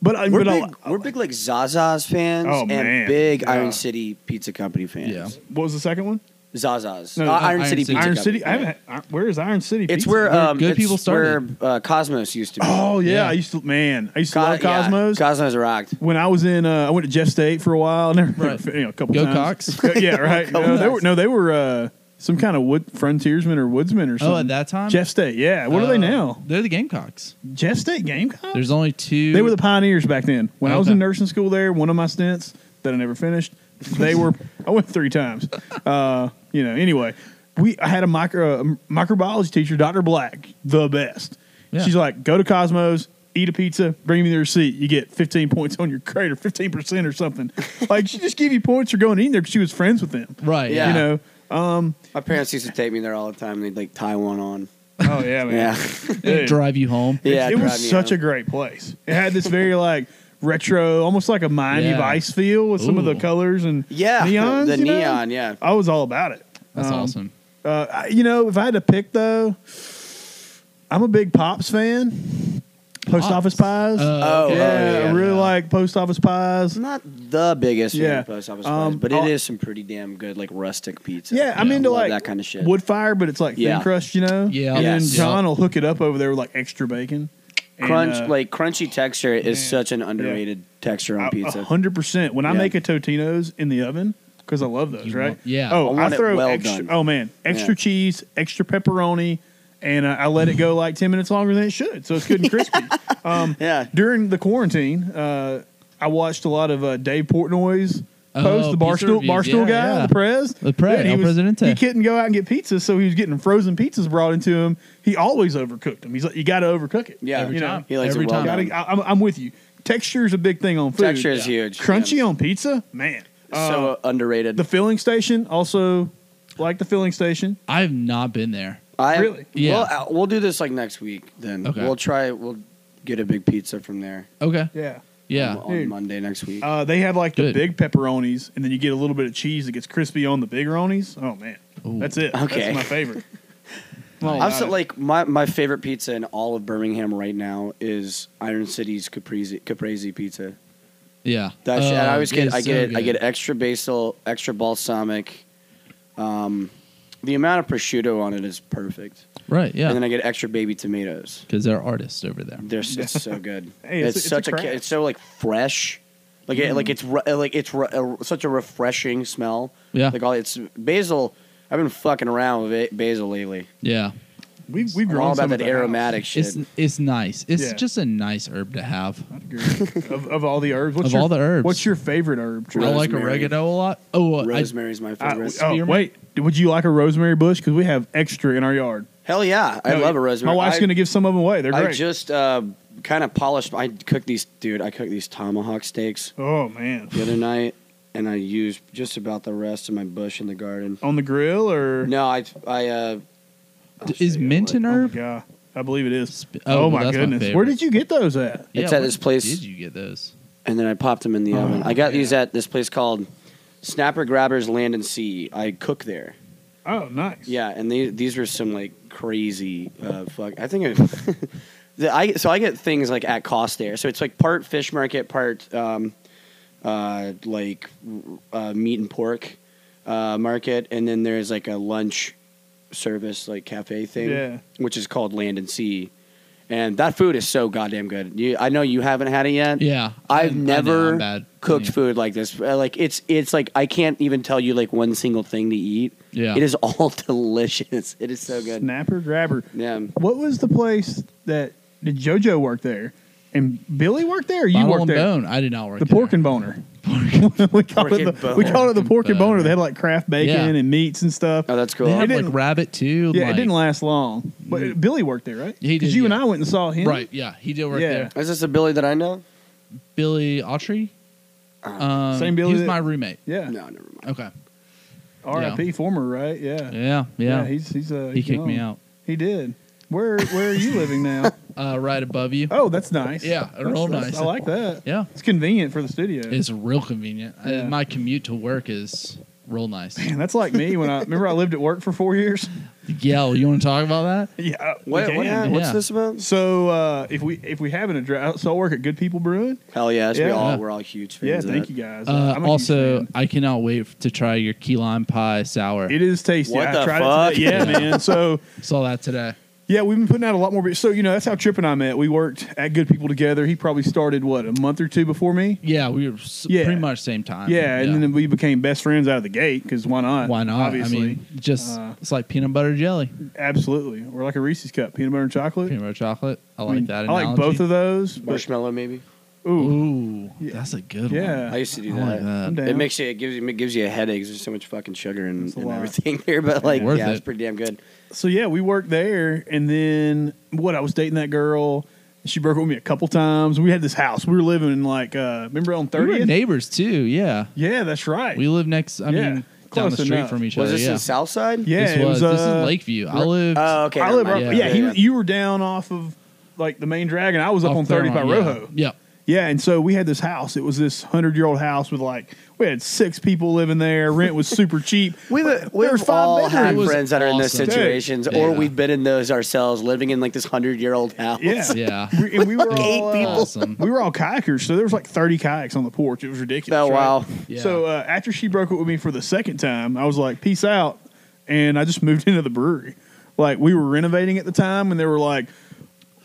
But I,
We're
but I,
big, we're big like Zaza's fans
Oh,
and
man.
big
Yeah.
Iron City Pizza Company fans.
Yeah.
what was the second one?
Zaza's.
No,
Uh,
no,
Iron,
Iron
City
City.
Pizza
Iron
Company.
City. I
Yeah.
haven't. I- Where is Iron City?
It's
Pizza?
where
Where
um,
good
it's
people started.
Where uh, Cosmos used to be.
Oh yeah,
Yeah.
I used to. Man, I used to
Co-
love
yeah,
Cosmos.
Cosmos rocked.
when I was in, uh, I went to Jeff State for a while. Never,
Right.
you know, a couple
Go
times. Cox. yeah, right. no, they were no, they were uh, some kind of wood frontiersman or woodsman or something.
Oh, at that time.
Jeff State. Yeah, what are they
Uh,
now?
They're the Gamecocks.
Jeff State Gamecocks.
There's only two.
they were the pioneers back then. When I was
Okay.
in nursing school, there one of my stints that I never finished. They were. I went three times. Uh, you know. Anyway, we I had a micro a microbiology teacher, Dr. Black, the best.
Yeah.
She's like, go to Cosmos, eat a pizza, bring me the receipt. You get 15 points on your grade or 15 percent or something. like she just gave you points for going in there because she was friends with them.
right.
Yeah.
You know.
My parents used to take me there all the time. They'd like tie one on.
Oh yeah, man.
Yeah.
They
Dude.
drive you home.
yeah.
it
drive
was
me
such a
home.
great place. It had this very like retro, almost like a Miami
Yeah.
Vice feel with some of the
Ooh.
colors and
Yeah.
neons,
The
you know?
neon. Yeah.
I was all about it.
That's
Um,
awesome.
Uh, I- you know, if I had to pick though, I'm a big Pops fan. Post
Pops.
office
Uh,
pies.
Oh,
yeah, I
yeah.
really like post office pies.
I'm not the biggest fan
Yeah.
of post office
Um,
pies, but it
I'll-
is some pretty damn good like rustic pizza.
Yeah, I'm into
love
like
that kind of shit.
Wood fire, but it's like
Yeah.
thin crust, you know.
Yeah.
and
Yes.
then John will hook it up over there with like extra bacon. And,
crunch
uh,
like crunchy texture is
man.
such an underrated texture on pizza.
hundred percent. When I
Yeah.
make a Totino's in the oven, because I love those,
You
right?
want- yeah.
I
Oh, I,
want it
throw
well
extra.
done.
Oh man, extra
Yeah.
cheese, extra pepperoni, and uh, I let it go like ten minutes longer than it should, so it's good and crispy. um,
yeah.
during the quarantine, uh, I watched a lot of uh, Dave Portnoy's. Post
Oh,
the
pizza
barstool
reviews.
barstool
Yeah,
guy,
yeah.
the prez,
The Prez,
Dude, he
El
was-
Presidente.
He couldn't go out and get pizzas, so he was getting frozen pizzas brought into him. He always overcooked them. He's like, you got to overcook it.
Yeah. Every
you
time.
know,
He likes
Every
it well
time.
done.
Gotta, I, I'm, I'm with you. Texture is a big thing on food.
Texture is huge.
Crunchy
yeah.
on pizza, man. Uh,
so underrated.
the filling station also like the filling station.
I've not been there.
I
really?
Yeah.
Well, uh, we'll do this like next week. Then
Okay.
we'll try. We'll get a big pizza from there.
Okay.
Yeah.
Yeah.
on, on
Dude.
Monday next week.
Uh, they have like the
Good.
big pepperonis, and then you get a little bit of cheese that gets crispy on the biggeronis. Oh man,
Ooh.
that's it.
Okay.
that's my favorite.
I'm so, like my, my favorite pizza in all of Birmingham right now is Iron City's caprese caprese pizza.
Yeah.
That shit, and
Oh,
I always get
it's
I
so
get I
good.
get extra basil, extra balsamic. Um, the amount of prosciutto on it is perfect,
Right.
and
Yeah.
then I get extra baby tomatoes.
Because they're artists over there.
They're s- it's so good.
Hey,
it's,
it's a- it's a
such a, ca-
craft.
it's so like fresh, like it, like it's re- like it's re- a, such a refreshing smell.
Yeah.
like all it's basil. I've been fucking around with ba- basil lately.
Yeah.
We've we've
I'm
grown
all about
some
that
of the house.
aromatic shit.
It's it's nice. It's
Yeah.
just a nice herb to have.
I'd agree. of, of all the herbs, what's
Of
your,
all the herbs.
what's your favorite herb? Drew?
I like
Rosemary.
oregano a lot. Oh, I,
Rosemary's my
I-
favorite.
oh
spearmint?
wait, would you like a rosemary bush? Because we have extra in our yard.
Hell yeah, I
No,
love a rosemary.
My wife's
I,
gonna give some of them away. They're
I
great.
just uh, kind of polished. I cooked these, dude. I cooked these tomahawk steaks
oh man,
the other night, and I used just about the rest of my bush in the garden.
on the grill or
No, I, I. Uh, I'll show
is
you
mint
what.
an
Oh my
herb?
god, I believe it is.
Sp-
Oh,
well,
my
that's
goodness,
favorite.
where did you get those at?
Yeah,
It's at
where
this place-
Did you get those?
and then I popped them in the
Oh,
oven. I got
yeah.
these at this place called Snapper Grabbers Land and Sea. I cook there.
Oh, nice.
Yeah, and these these were some like crazy uh, fuck. I think I, the, I so I get things like at cost there. So it's like part fish market, part um, uh, like uh, meat and pork uh, market, and then there's like a lunch service like cafe thing,
Yeah.
which is called Land and Sea. And that food is so goddamn good. You, I know you haven't had it yet.
Yeah,
I've
I- I know, I'm
never
bad.
cooked
Yeah.
food like this. Uh, Like it's it's like I can't even tell you like one single thing to eat.
Yeah.
It is all delicious. It is so good.
Snapper grabber.
Yeah.
What was the place that did JoJo work there? And Billy worked there. Or you
Bottle
worked
and
there.
bone. I did not work
The
there.
pork and boner. we called
Pork
it
and
the, we
boner.
called it the pork and boner. They had like craft bacon
Yeah.
and meats and stuff.
Oh, that's cool.
They have
didn't-
like rabbit too.
yeah,
like,
it didn't last long. But Billy worked there, right?
Mm-hmm. He did,
you and
yeah.
I went and saw him.
Right. Yeah, he did work
Yeah.
there.
Is this a Billy that I know?
Billy Autry. Um,
Uh, Same Billy
He was
that-
my roommate.
Yeah.
No, never mind.
Okay.
R.I.P. Former, right? Yeah.
Yeah. Yeah.
he's he's uh,
he kicked me
gone.
out.
He did. Where where are you living now?
Uh, right above you.
Oh, that's nice.
Yeah,
That's-
real
that's-
nice.
I like that.
Yeah.
It's convenient for the studio.
It's real convenient. I-
Yeah.
my commute to work is real nice.
Man, that's like me when I remember I lived at work for four years.
Yeah, well, you want to talk about that?
Yeah. we
What,
can.
what, hap- what's
Yeah.
this about?
So uh, if we if we have an address, so I work at Good People Brewing.
Hell yes, we
Yeah.
all we're all huge
Yeah,
fans. of
thank
that.
you guys.
Uh,
I'm a huge
also,
fan.
I cannot wait f- to try your key lime pie sour.
it is tasty.
What
I
the
tried
fuck?
It today. Yeah, man. So
Saw that today.
yeah, we've been putting out a lot more. beer. So you know that's how Trip and I met. We worked at Good People together. He probably started what a month or two before me.
Yeah, we were s-
Yeah.
pretty much same time.
Yeah, and then we became best friends out of the gate because why not?
why not?
Obviously,
I mean, just
Uh,
it's like peanut butter jelly,
absolutely. We're like a Reese's cup, peanut butter and chocolate.
peanut butter chocolate. I
I
like
mean,
that.
I like
analogy.
both of those. but-
Marshmallow, maybe.
ooh,
Ooh,
Yeah.
that's a good
Yeah.
I used to do
one. I like
that.
that.
I'm down.
It makes you, it gives you, it gives you a headache. 'cause There's so much fucking sugar and,
That's a
and
lot.
everything there, but like,
Worth
yeah, it's
it.
pretty damn good.
So yeah, we worked there, and then what? I was dating that girl. She broke up with me a couple times. We had this house. We were living in like uh, remember on
We were
thirtieth.
neighbors too. Yeah,
yeah, that's right.
we live next. I
Yeah,
mean, down
close
the street
enough.
from each
Was
other.
this
yeah.
in Southside?
yeah,
this
it was.
was. this
uh,
is Lakeview. I live.
Oh, okay.
I
never
live.
mind.
off-
yeah.
yeah, he, you were down off of like the main drag, and I was up
off
on thirty by
Claremont,
Rojo.
Yeah.
Yeah, and so we had this house. It was this hundred year old house with like we had six people living there. Rent was super cheap.
We've,
There were
we've
five
all
bedrooms.
had
It was
friends that are in those
awesome.
situations,
Dude.
or
Yeah.
we've been in those ourselves, living in like this hundred year old house.
Yeah,
Yeah.
We, and we were
Like eight
all, uh,
people.
Awesome.
we were all kayakers, so there was like thirty kayaks on the porch. It was ridiculous.
Oh,
right?
wow.
Yeah.
So uh, after she broke up with me for the second time, I was like, "Peace out," and I just moved into the brewery. Like we were renovating at the time, and there were like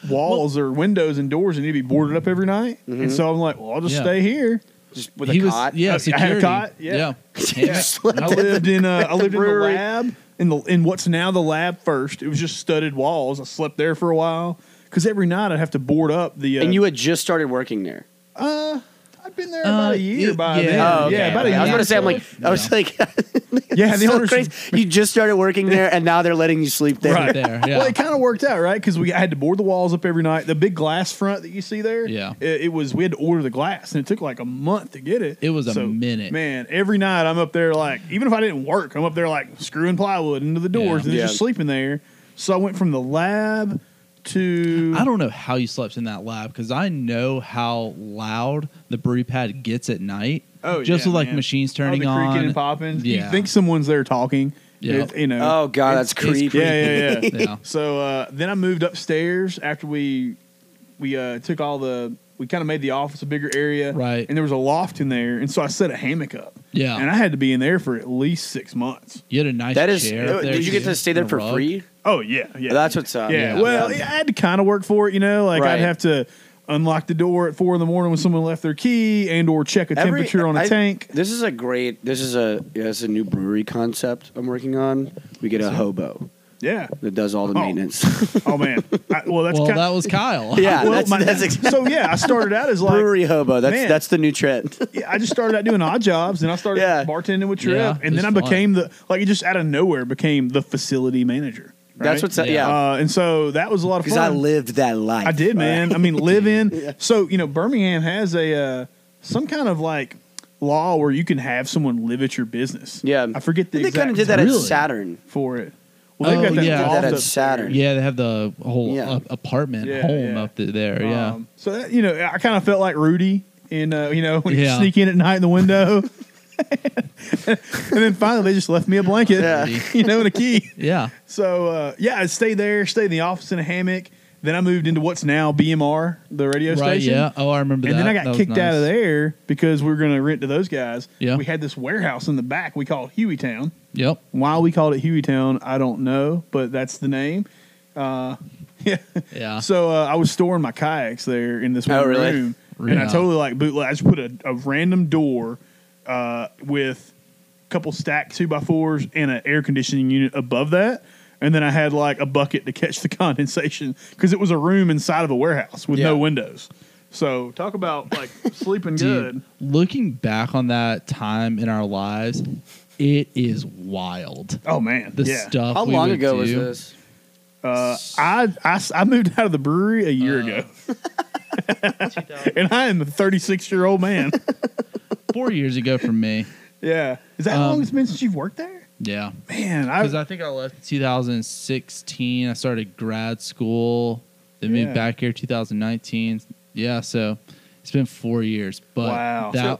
walls or windows and doors, and it'd be boarded up every night.
Mm-hmm.
And so I'm like, "Well, I'll just
Yeah.
stay here."
Just with a
was,
cot.
Yeah,
Uh, I
security.
had a cot, yeah.
Yeah.
I lived in uh, I lived in the
brewery.
lab in the in what's now the lab first. It was just studded walls. I slept there for a while because every night I'd have to board up the. Uh,
And you had just started working there.
uh, I'd been there
Uh,
about a year
y-
by
yeah.
then.
Oh, okay.
yeah, about a
I
year.
was going to say, I'm like, I was
Yeah.
like,
yeah, the
so
owners
crazy. You just started working there, and now they're letting you sleep there.
Right.
there. Yeah.
Well, it kind of worked out, right? Because we I had to board the walls up every night. The big glass front that you see there,
Yeah.
it, it was. We had to order the glass, and it took like a month to get it.
It was a minute.
man. Every night I'm up there, like even if I didn't work, I'm up there like screwing plywood into the doors
Yeah.
and they're
Yeah.
just sleeping there. So I went from the lab to
I don't know how you slept in that lab because I know how loud the brew pad gets at night.
Oh,
just
yeah,
with like
man.
machines
Oh, the
turning
creaking
on.
and popping.
Yeah.
You think someone's there talking?
Yeah.
It- you know.
Oh, God, that's
It's- it's
creepy.
creepy.
yeah, yeah, yeah.
yeah.
So uh, then I moved upstairs after we we uh, took all the we kind of made the office a bigger area,
Right.
And there was a loft in there, and so I set a hammock up,
Yeah.
And I had to be in there for at least six months.
You had a nice
That is,
chair. up there,
did you get
too,
to stay
and
there
a
for
rug.
free?
Oh yeah, yeah.
That's what's up.
yeah.
yeah.
Well, I had to kind of work for it, you know. Like
Right.
I'd have to unlock the door at four in the morning when someone left their key, and or check a
Every-
temperature on a
I-
tank.
This is a great. This is a yeah, this is a new brewery concept I'm working on. We get a hobo.
Yeah.
that does all the
Oh.
maintenance.
Oh man. I, well, that's
well,
kind
that was Kyle.
yeah,
well,
that's,
my-
that's ex-
so yeah. I started out as like
brewery hobo. That's
Man.
that's the new trend.
yeah, I just started out doing odd jobs, and I started
Yeah.
bartending with Trip,
Yeah,
and then I
it's fun.
became the like it just out of nowhere became the facility manager.
That's
right?
what's
Yeah.
yeah.
uh, and so that was a lot of
Because
fun.
I lived that life.
I did, man. I mean, live in. So you know, Birmingham has a uh, some kind of like law where you can have someone live at your business.
Yeah,
I forget the
And they
exact
kind of did that
Really?
at Saturn.
for it. Well, they've
Oh,
got that
yeah. Did that
loft
at
upstairs.
Saturn.
Yeah, they have the whole
Yeah.
a- apartment
Yeah,
home
yeah.
up th- there. Yeah.
Um, so that, you know, I kind of felt like Rudy in uh, you know when you
Yeah.
sneak in at night in the window. and then finally, they just left me a blanket,
Yeah.
you know, and a key.
yeah.
So uh, yeah, I stayed there, stayed in the office in a hammock. Then I moved into what's now BMR, the radio
Right.
station.
Yeah. Oh, I remember
And
that.
then I got
That was
kicked out of
nice.
there because we were going to rent to those guys.
Yeah.
We had this warehouse in the back we called Hueytown.
Yep.
Why we called it Hueytown, I don't know, but that's the name. Uh, yeah.
Yeah.
So uh, I was storing my kayaks there in this
Oh,
one
really?
room, and I
Yeah.
totally like bootleg. I just put a, a random door uh, with a couple stacked two by fours and an air conditioning unit above that, and then I had like a bucket to catch the condensation because it was a room inside of a warehouse with no
Yeah.
windows. So talk about like sleeping
Dude,
good.
looking back on that time in our lives, it is wild.
Oh man,
The
yeah.
stuff.
How
we
long
would
ago was
do.
this?
Uh, I, I s- I moved out of the brewery a year
Uh,
ago, and I am a 36 year old man.
Four years ago for me.
yeah, is that how long
Um,
it's been since you've worked there?
Yeah.
Man,
Because
I,
I think I left in 2016. I started grad school. Then
Yeah.
moved back here 2019. Yeah, so it's been four years. But
Wow.
that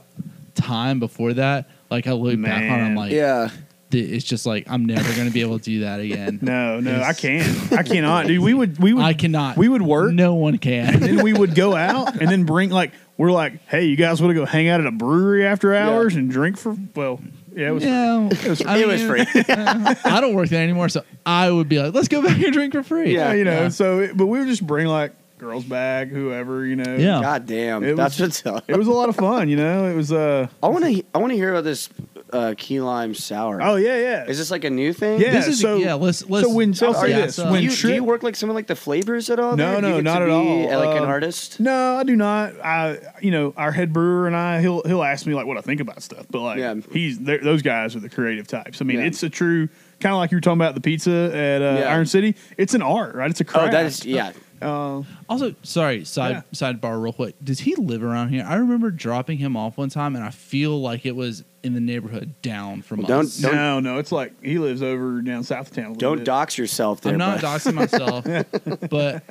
time before that, like I look back on, it,
Man.
I'm like,
yeah,
th- it's just like I'm never gonna be able to do that again.
no, no, I
It's-
can't. I cannot, dude. We would, we would,
I cannot.
we would work,
No one
and
can.
then we would go out, and then bring like we're like, hey, you guys want to go hang out at a brewery after hours and drink for? Well, yeah, it was.
Yeah, I
it was
mean,
free.
I don't work there anymore, so I would be like, let's go back and drink for free.
Yeah,
Yeah.
you know.
Yeah.
So, it, but we would just bring like girls' bag, whoever, you know.
Yeah.
God damn,
Oh. It
that's
was-
what's up.
it was a lot of fun, you know. It was uh
I want to. I want to hear about this uh, key lime sour.
oh yeah yeah.
is this like a new thing?
Yeah,
This is
so-
yeah. Let's let's.
so when
So
I'll
are
say
you,
this
so-
do,
when
you, do
Trip-
you work like someone like the flavors at all?
No,
there? Do you get
no,
to
not at
be,
all.
uh, Like an
Um,
artist.
No, I do not. I, you know, our head brewer and I, he'll he'll ask me like what I think about stuff, but like
Yeah.
he's they're- those guys are the creative types. I mean,
Yeah.
it's a true kind of like you were talking about the pizza at uh,
Yeah.
Iron City. It's an art, right? It's a
Oh,
craft.
that is yeah.
Uh,
Also, sorry, side sidebar real quick. Does he live around here? I remember dropping him off one time, and I feel like it was in the neighborhood down from
Well,
us.
Don't-
no, no, it's like he lives over down south of town. a little
Don't
bit.
dox yourself. There,
I'm not
bud.
doxing myself, but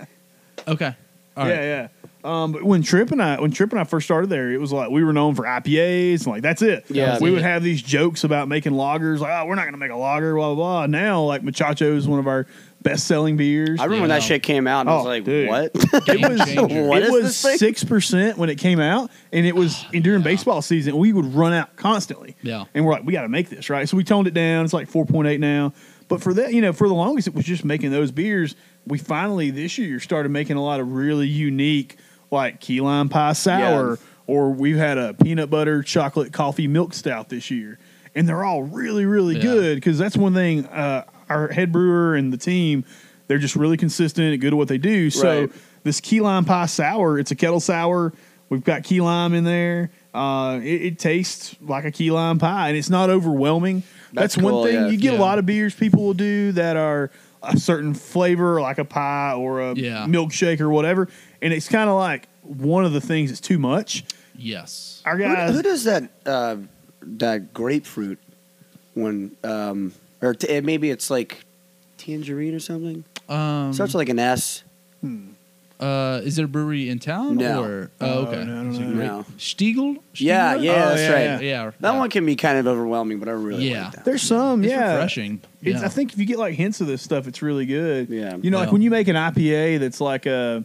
okay, all right,
yeah, yeah. Um, but when Trip and I when Trip and I first started there, it was like we were known for IPAs and like that's it.
Yeah.
we would have these jokes about making lagers, like oh, we're not gonna make a lager, blah blah blah. Now, like Machacho is one of our best selling beers.
I remember when that
Yeah.
shit came out, and I was
Oh,
like,
dude.
"What?"
Game
was-
changer.
What
it
is
was
this thing?
six percent when it came out, and it was and during baseball season. We would run out constantly,
Yeah.
and we're like, we got to make this right. So we toned it down. It's like four point eight now. But for that, you know, for the longest, it was just making those beers. We finally this year started making a lot of really unique, like key lime pie sour, or we've had a peanut butter chocolate coffee milk stout this year, and they're all really really
Yeah.
good because that's one thing uh, our head brewer and the team. They're just really consistent and good at what they do. So
Right.
this key lime pie sour. It's a kettle sour. We've got key lime in there. Uh, it, it tastes like a key lime pie, and it's not overwhelming. That's,
That's
one
cool,
thing
yeah.
you get
Yeah.
a lot of beers people will do that are a certain flavor, like a pie or a
Yeah.
milkshake or whatever, and it's kind of like one of the things that's too much.
yes,
Our
Who,
guys,
who does that? Uh, that grapefruit one, um, or t- eh, maybe it's like tangerine or something.
um,
Starts with like an S.
uh, is there a brewery in town?
No.
or, oh,
Oh,
okay,
no, no,
Is it
no.
great?
No.
Stiegel,
Yeah,
Stiegler?
yeah,
Oh,
that's
yeah,
right.
yeah, yeah.
That one can be kind of overwhelming, but I really
Yeah.
like that.
there's some,
it's
yeah.
refreshing.
It's,
yeah.
I think if you get like hints of this stuff, it's really good.
Yeah.
You know, like
Yeah.
when you make an IPA that's like a,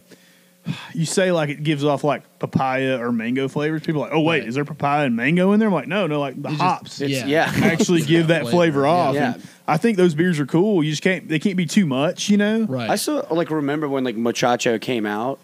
you say like it gives off like papaya or mango flavors. People are like, oh wait,
Right.
is there papaya and mango in there? I'm like, no, no, like the
just-
hops
It's,
Yeah.
yeah.
actually give that
Flavor,
flavor
yeah.
off.
Yeah.
And I think those beers are cool. You just can't, they can't be too much, you know?
right.
I still like remember when like Muchacho came out,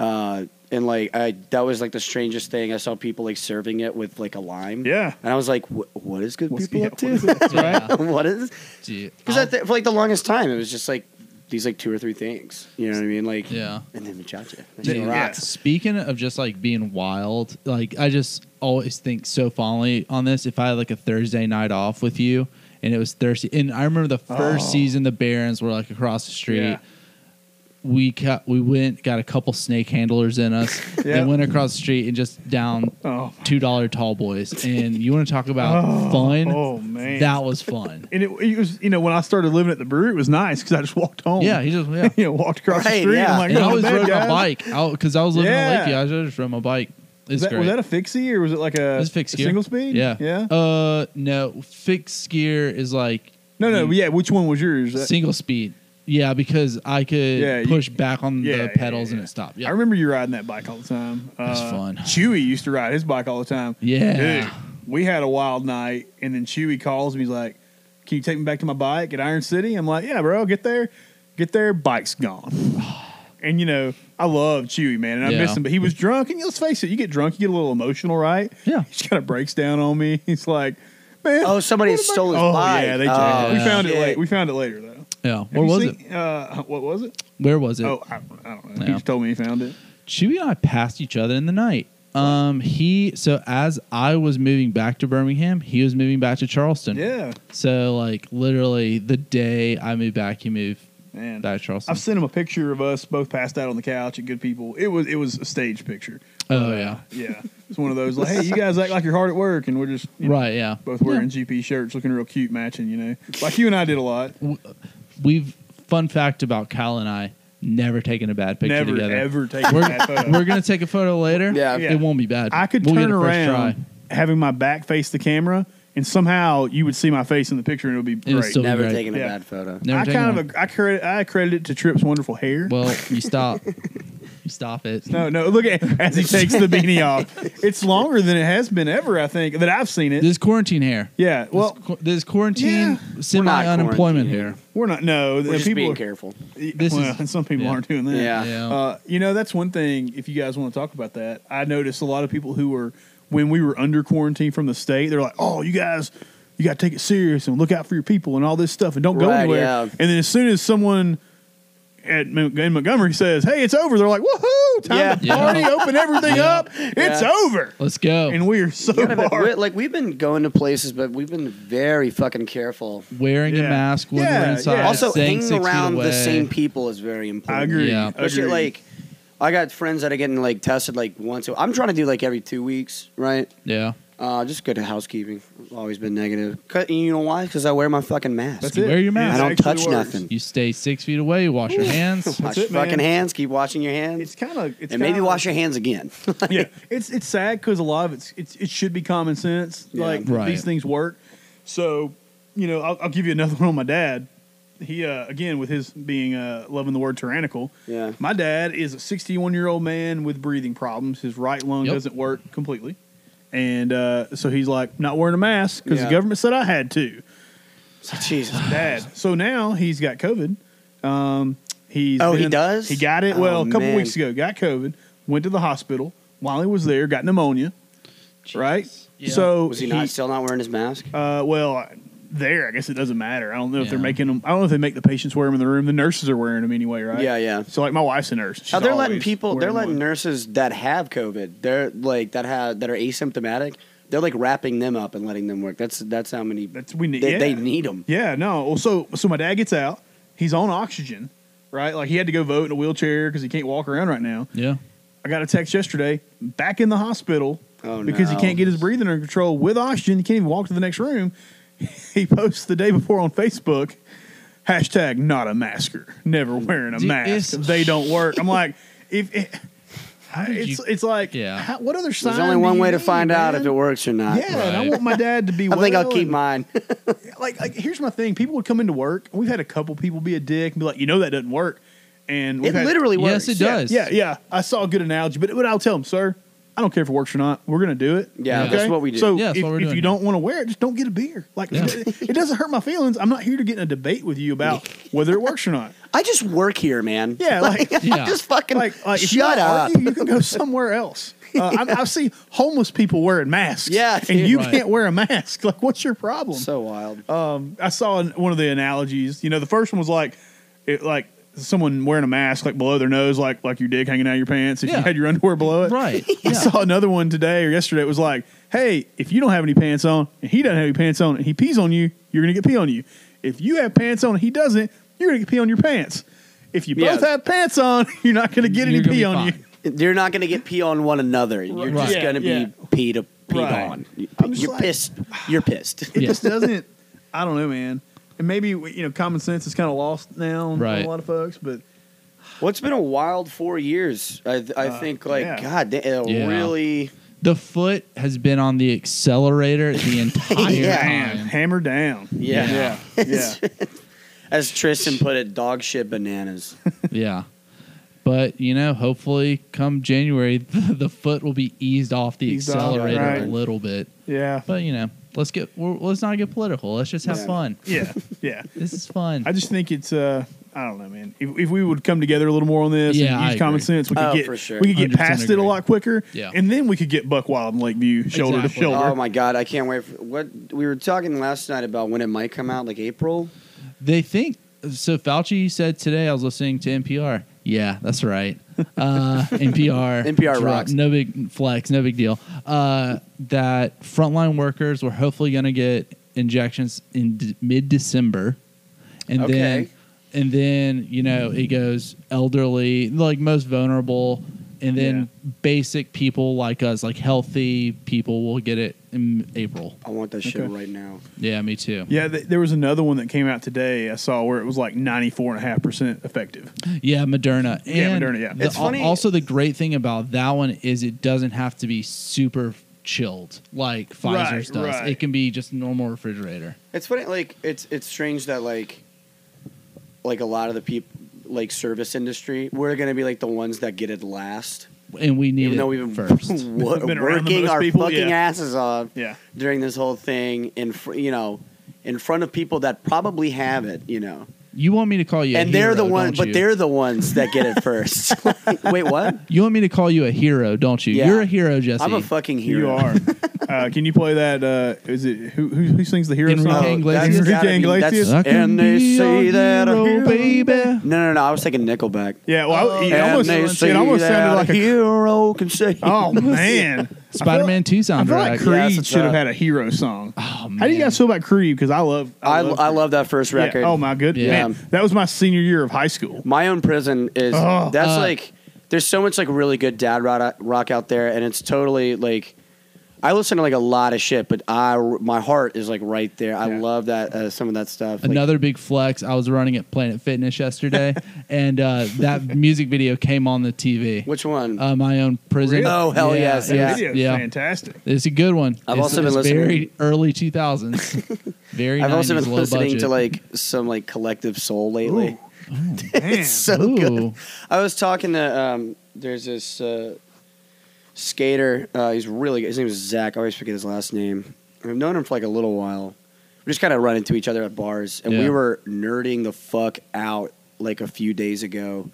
uh, and like I that was like the strangest thing. I saw people like serving it with like a lime.
Yeah.
and I was like, "Wh- "What is good
What's-
people
yeah,
up
what is
to?
Yeah.
what is?"
Dude,
Because
I'll-
for like the longest time, it was just like these like two or three things. You know what I mean? Like
Yeah.
and then machacha, That
Dude,
shit
yeah.
rocks.
Speaking of just like being wild, like I just always think so fondly on this. If I had like a Thursday night off with you and it was thirsty, and I remember the first
Oh.
season the Barons were like across the street.
Yeah.
We cut, we went, got a couple snake handlers in us,
Yeah.
and went across the street and just down
Oh,
two dollar tall boys. And you want to talk about
Oh,
fun?
oh, man.
that was fun.
and it, it was you know when I started living at the brewery, it was nice because I just walked home.
yeah, he just yeah.
you know, walked across the
Right,
street.
yeah.
I'm like,
And I
"Going to
always
bed,
rode my
guys."
bike. I because I was living
Yeah.
in Lakeview, I just rode my bike. It's
Is that,
great.
was that a fixie or was it like a,
It's fixed
a
gear.
single speed?
Yeah.
yeah.
Uh, no, fixed gear is like
no, no,
you-
yeah. Which one was yours? Uh, That-
single speed. Yeah, because I could
Yeah, you-
push back on
yeah,
the
yeah,
pedals
yeah,
and it stopped. Yeah.
I remember you riding that bike all the time.
That's
Uh,
fun.
Chewy used to ride his bike all the time.
Yeah.
Dude, we had a wild night, and then Chewy calls me. He's like, "Can you take me back to my bike at Iron City?" I'm like, "Yeah, bro. Get there, get there. Bike's gone." and you know, I love Chewy, man, and I
Yeah.
miss him. But he was drunk, and let's face it, you get drunk, you get a little emotional, right?
Yeah.
He's kind of breaks down on me. He's like, "Man,
Oh, somebody stole his
oh
bike.
yeah, they did.
Oh,
we found
shit.
it late. We found it later though.
Yeah. Where was it?
Uh, what was it?
Where was it?
Oh, I, I don't know. He
Yeah.
just told me he found it.
Chewy and I passed each other in the night. Um, he so as I was moving back to Birmingham, he was moving back to Charleston.
Yeah,
So like literally the day I moved back, he moved
man.
back to Charleston.
I've sent him a picture of us both passed out on the couch at Good People. It was it was a stage picture.
oh yeah.
Yeah, it's one of those like, hey, you guys act like you're hard at work, and we're just you know,
Right. Yeah.
both
Yeah.
wearing GP shirts, looking real cute, matching. You know, like you and I did a lot.
We've fun fact about Kyle and I never taken a bad picture
Never
together.
ever taken
We're-
that photo.
We're gonna take a photo later.
Yeah.
Yeah.
it won't be bad.
I could
We'll get
turn
a first
around having my back face the camera, and somehow you would see my face in the picture, and it would be
would
great.
still-
Never
Right.
taking a
Yeah.
bad photo.
Never
I
taken
kind
one.
of I credit I credit it to Tripp's wonderful hair.
Well, you stop. you stop it.
No, no. Look at as he takes the beanie off. It's longer than it has been ever. I think that I've seen it.
This quarantine hair.
yeah. Well,
this, qu- this quarantine
yeah.
semi unemployment
quarantined.
hair.
we're not. No, the
We're just
people
being
are-
careful.
This
well,
is-
and some people
yeah.
aren't doing that.
Yeah.
Uh, you know, that's one thing. If you guys want to talk about that, I noticed a lot of people who were when we were under quarantine from the state. They're like, "Oh, you guys, you got to take it serious and look out for your people and all this stuff and don't go
Right,
anywhere."
yeah.
And then as soon as someone at Mon- in Montgomery says, "Hey, it's over," they're like, "Woohoo! Time
Yeah.
to
Yeah.
party, open everything
Yeah.
up. It's over."
Let's go.
And we are so
Kind of,
far.
we- like we've been going to places, but we've been very fucking careful.
Wearing a
Yeah.
mask when
Yeah,
we're
yeah.
inside.
Uh,
also,
staying
hanging
six feet
around
away.
the same people is very important.
I agree.
Yeah.
Especially
Agree.
like, I got friends that are getting like tested like once. a- I'm trying to do like every two weeks, right?
Yeah.
Uh, just good housekeeping. I've always been negative. 'Cause- you know why? Because I wear my fucking mask.
That's
You
it.
wear your mask.
It
I don't
actually
touch
works.
nothing.
You stay six feet away. You wash your hands.
Wash
That's
your
it, man.
fucking hands. Keep washing your hands.
It's kind of it's
and maybe
kinda-
wash your hands again.
yeah, it's it's sad because a lot of it's, it's it should be common sense.
Yeah.
Like
Right.
these things work. So, you know, I'll, I'll give you another one on my dad. He uh, again with his being uh, loving the word tyrannical.
yeah.
My dad is a 61 year old man with breathing problems. His right lung
Yep.
doesn't work completely, and uh, so he's like not wearing a mask because
Yeah.
the government said I had to.
So, Jesus.
Dad. So now he's got COVID. Um, he's
Oh, he
been-
does?
He got it.
Oh,
well, a couple
man.
weeks ago, got COVID. Went to the hospital. While he was there, got pneumonia. Right.
Yeah.
So
Was he, not still not wearing his mask?
Uh, well, I- there. I guess it doesn't matter. I don't know if they're
Yeah.
making them. I don't know if they make the patients wear them in the room. The nurses are wearing them anyway, right?
Yeah, yeah.
So like, my wife's a nurse. She's
Oh, they're letting
always
people. They're
wearing
letting
one.
nurses that have COVID. They're like that have that are asymptomatic. They're like wrapping them up and letting them work. That's that's how many.
That's we need.
they,
yeah.
they need them.
Yeah, no. Well, so so my dad gets out. He's on oxygen, right? Like he had to go vote in a wheelchair because he can't walk around right now.
Yeah.
I got a text yesterday. Back in the hospital
Oh,
because
no.
he can't get his breathing under control with oxygen. He can't even walk to the next room. He posts the day before on Facebook. Hashtag not a masker. Never wearing a
Dude,
mask.
it's-
They don't work. I'm like, if it,
did
it's
you-
it's like,
Yeah.
how- what other sign?
There's only
do
one
you
way to
need,
find out
man?
if it works or not.
Yeah, and I
Right.
want my dad to be.
I think I'll
well
keep
and-
mine.
like, like here's my thing. People would come into work. and We've had a couple people be a dick and be like, you know, that doesn't work. And we've
it
had-
literally works.
Yes, it does.
yeah, yeah. I saw a good analogy, but but I'll tell him, sir, I don't care if it works or not. We're gonna do it.
Yeah,
Yeah.
that's what we do.
So
Yeah, that's
if,
what we're
if
doing
you don't want to wear it, just don't get a beer. Like
Yeah.
it, it doesn't hurt my feelings. I'm not here to get in a debate with you about whether it works or not.
I just work here, man.
Yeah, like-
Yeah.
just fucking
Like, like if you
shut
wanna
up.
Argue, you can go somewhere else. Uh, I'm, I see homeless people wearing masks.
Yeah,
and
dude.
you
Right.
can't wear a mask. Like, what's your problem?
So wild.
um, I saw an- one of the analogies. You know, the first one was like, it like someone wearing a mask like below their nose, like like your dick hanging out of your pants. If
Yeah.
you had your underwear below it,
Right.
I
Yeah.
saw another one today or yesterday. It was like, hey, if you don't have any pants on and he doesn't have any pants on and he pees on you, you're gonna get pee on you. If you have pants on and he doesn't, you're gonna get pee on your pants. If you
Yeah.
both have pants on, you're not gonna get
You're
any
gonna
pee
be
on
fine.
you.
You're not gonna get pee on one another. You're
Right.
just
Yeah,
gonna be
yeah.
pee to pee
Right.
on.
I'm just
You're
like-
pissed. You're pissed.
It
Yeah.
just doesn't. I don't know, man. And maybe you know, common sense is kind of lost now on
Right.
a lot of folks, but.
Well, it's been a wild four years. I, I
Uh,
think like
yeah.
God, da- it
Yeah.
really.
The foot has been on the accelerator the entire
Yeah.
time.
hammer down.
Yeah.
yeah, yeah.
As Tristan put it, dog shit bananas.
Yeah. But you know, hopefully, come January, the, the foot will be eased off the
Eased off,
accelerator a
right.
little bit.
yeah.
But you know, let's get we're, let's not get political. Let's just have
Yeah.
fun.
yeah, yeah.
This is fun.
I just think it's uh, I don't know, man. If, if we would come together a little more on this
Yeah,
and
I
use common
agree.
sense, we could
Oh,
get
for sure.
we could get
100%
past it a
agree.
lot quicker.
Yeah.
and then we could get Buck Wild and Lakeview shoulder to
Exactly.
shoulder.
Oh my God, I can't wait. For, what we were talking last night about when it might come out, like April.
They think so. Fauci said today. I was listening to NPR. Yeah, that's right. Uh, NPR.
NPR
Dro-
rocks.
No big flex. No big deal. Uh, that frontline workers were hopefully going to get injections in d- mid December, and
Okay.
then and then you know it goes elderly, like most vulnerable, and then basic people like us, like healthy people, will get it in April.
I want that shit
Okay.
right now.
Yeah, me too.
Yeah, th- there was another one that came out today. I saw where it was like ninety four and a half percent effective.
Yeah, Moderna. And
Yeah, Moderna, yeah.
the-
It's
al-
funny-
Also, the great thing about that one is it doesn't have to be super chilled like
Right,
Pfizer's does.
right.
It can be just normal refrigerator.
It's funny, like it's it's strange that like like a lot of the people like service industry, we're gonna be like the ones that get it last,
And we need
even
it
though we've been,
first.
wo-
Been around the
working
most
our
people,
fucking
yeah.
asses off
Yeah,
during this whole thing, in fr- you know, in front of people that probably have it, you know,
You want me to call you a
and they're the
hero,
ones,
don't
but
you?
they're the ones that get it first. Wait, what?
You want me to call you a hero, don't you?
Yeah.
You're a hero, Jesse.
I'm a fucking hero.
you are. uh, can you play that? Uh, is it who who, who sings the hero
Enrique
song?
Iglesias.
That's gotta
Enrique
be-
Iglesias.
that's-
I can
And they
be
say
your
that I'm
hero,
hero.
baby.
No, no, no. I was thinking Nickelback.
yeah, well, I- it
And
almost,
they say
it almost sounded
that
like
a
a.
hero can say.
Oh man,
Spider Man 2
I
soundtrack. uh,
feel like
Yeah,
Creed
that's what's
should have
up.
had a hero song.
oh, man.
How do you guys feel about Creed? Because I love,
I,
love
I love that first
Yeah.
record.
Oh my goodness,
Yeah.
man, that was my senior year of high school.
My own prison is
Oh.
that's
Uh,
like there's so much like really good dad rock, rock out there, and it's totally like I listen to like a lot of shit, but I my heart is like right there. I
Yeah.
love that uh, some of that stuff. Like,
Another big flex. I was running at Planet Fitness yesterday, and uh, that music video came on the TV.
which one?
uh, my own prison.
Really?
Oh, hell yes,
it
yeah.
was-
Video's
yeah.
fantastic.
It's a good one.
I've
It's-
also been
it's
listening-
Very early two thousands. Very.
I've also
90s,
been
low
listening
budget.
to like some like collective soul lately.
Ooh, man.
It's so
Ooh.
good. I was talking to um, there's this uh, skater. Uh, he's really good. His name is Zach. I always forget his last name. I've known him for like a little while. We just kind of run into each other at bars, and
Yeah.
we were nerding the fuck out like a few days ago,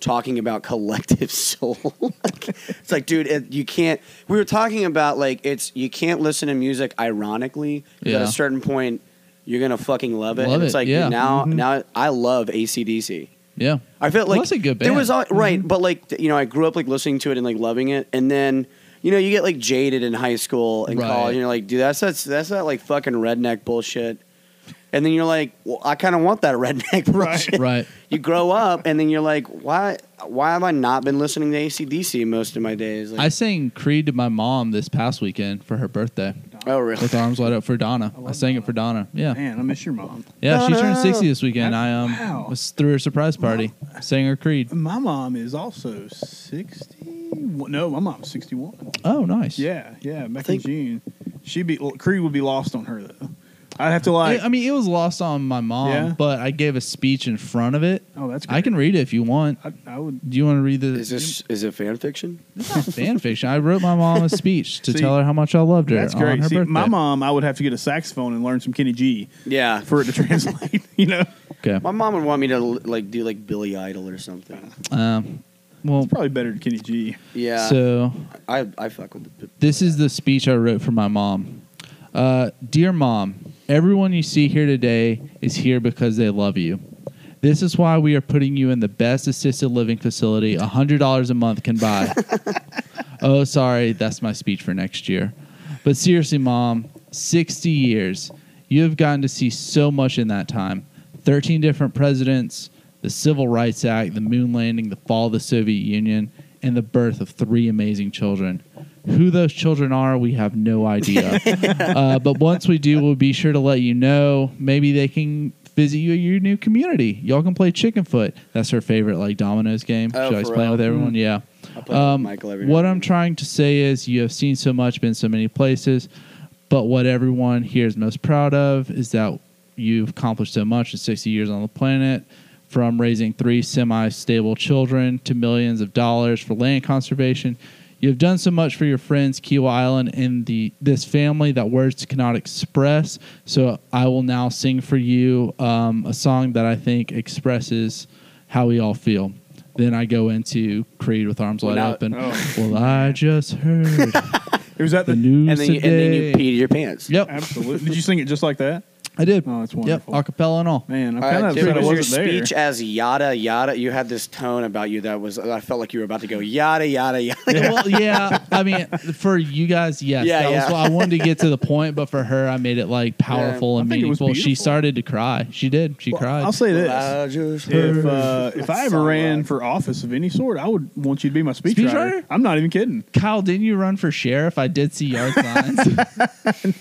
talking about collective soul. Like, it's like, dude, it, you can't. We were talking about like it's you can't listen to music ironically. 'cause At
Yeah.
a certain point, you're gonna fucking love it.
Love
and it's
it,
like dude,
yeah. Mm-hmm.
now, now
Mhm.
I love ACDC.
Yeah.
I felt like
Well, that's a good
There
band. Mm-hmm.
was all, right, but like th- you know, I grew up like listening to it and like loving it, and then you know, you get like jaded in high school and
Right.
college, and you're like, dude, that's that's that's that like fucking redneck bullshit. And then you're like, well, I kind of want that redneck bullshit.
Right.
You grow up, and then you're like, why? Why have I not been listening to ACDC most of my days?
I
Like,
sang Creed to my mom this past weekend for her birthday
oh, really?
with arms wide up for Donna.
I
I,
love
sang
Donna.
it for Donna. Yeah.
Man, I miss your mom.
Yeah. She turned
Donna.
sixty this weekend.
That's-
I um
wow.
was through her surprise party. Sang her Creed.
My mom is also sixty. No, my mom's sixty-one.
Oh, nice.
Yeah, yeah, back
think-
in June. She'd be well, Creed would be lost on her though. I'd have to like.
I I mean, it was lost on my mom,
Yeah.
but I gave a speech in front of it.
oh, that's. Great.
I can read it if you want.
I, I would.
Do uh, you want to read the?
Is this is it fan fiction?
It's not fan fiction. I wrote my mom a speech to
See,
tell her how much I loved her.
That's
on
great.
her
See, my
birthday.
mom, I would have to get a saxophone and learn some Kenny G
Yeah.
for it to translate. you know,
Okay.
My mom would want me to like do like Billy Idol or something.
Um, well,
probably better than Kenny G.
Yeah.
so
I I fuck with the
This is the speech I wrote for my mom. Uh, Dear mom, everyone you see here today is here because they love you. This is why we are putting you in the best assisted living facility $100 a month can buy. oh, sorry, that's my speech for next year. But seriously, mom, 60 years. You have gotten to see so much in that time 13 different presidents, the Civil Rights Act, the moon landing, the fall of the Soviet Union, and the birth of three amazing children. Who those children are, we have no idea. uh, but once we do, we'll be sure to let you know. Maybe they can visit you at your new community. Y'all can play Chicken Foot. That's her favorite, like Domino's game.
Oh,
she always
for
playing
real?
with everyone. Yeah.
I play with
Um,
Michael every
what
night.
I'm trying to say is you have seen so much, been so many places, but what everyone here is most proud of is that you've accomplished so much in 60 years on the planet, from raising three semi stable children to millions of dollars for land conservation. You have done so much for your friends, Kiwa Island, and the this family that words cannot express. So I will now sing for you um, a song that I think expresses how we all feel. Then I go into Creed with arms wide
now-
open.
oh.
Well, I just heard
It was at
the
the.
news
and then you, and then you
today.
peed your pants.
Yep,
Absolutely. Did you sing it just like that?
I did.
Oh, that's
Yep,
wonderful.
acapella and all.
Man, I'm
All
kind
right,
of
Uh, Tim,
upset I
was your
wasn't there.
speech as yada yada? You had this tone about you that was I felt like you were about to go yada yada yada.
Yeah, well, yeah. I mean, for you guys, yes.
Yeah,
that
yeah.
Was, I wanted to get to the point, but for her, I made it like powerful
I
and
think it was
meaningful. She
beautiful.
started to cry. She did. She
Well,
cried.
I'll say this. if uh, if I ever
so
ran
loud.
for office of any sort, I would want you to be my speechwriter.
Speechwriter?
I'm not even kidding.
Kyle, didn't you run for sheriff? I did see yard signs.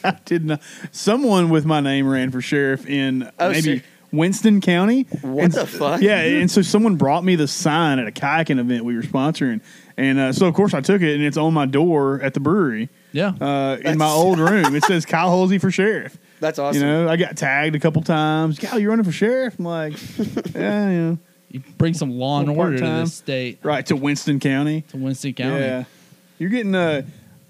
I did not. Someone with my name ran for sheriff in
Oh,
maybe
ser-
Winston County.
What
And-
the fuck?
Yeah, and so someone brought me the sign at a kayaking event we were sponsoring, and uh, so of course I took it, and it's on my door at the brewery
yeah.
uh, in my old room. It says Kyle Holsey for sheriff.
That's awesome.
You know, I got tagged a couple times. Kyle, you running for sheriff? I'm like, yeah, you know.
you bring some law and
Well,
order to
part-time.
this state,
right to Winston County.
to Winston County.
Yeah, you're getting. Uh,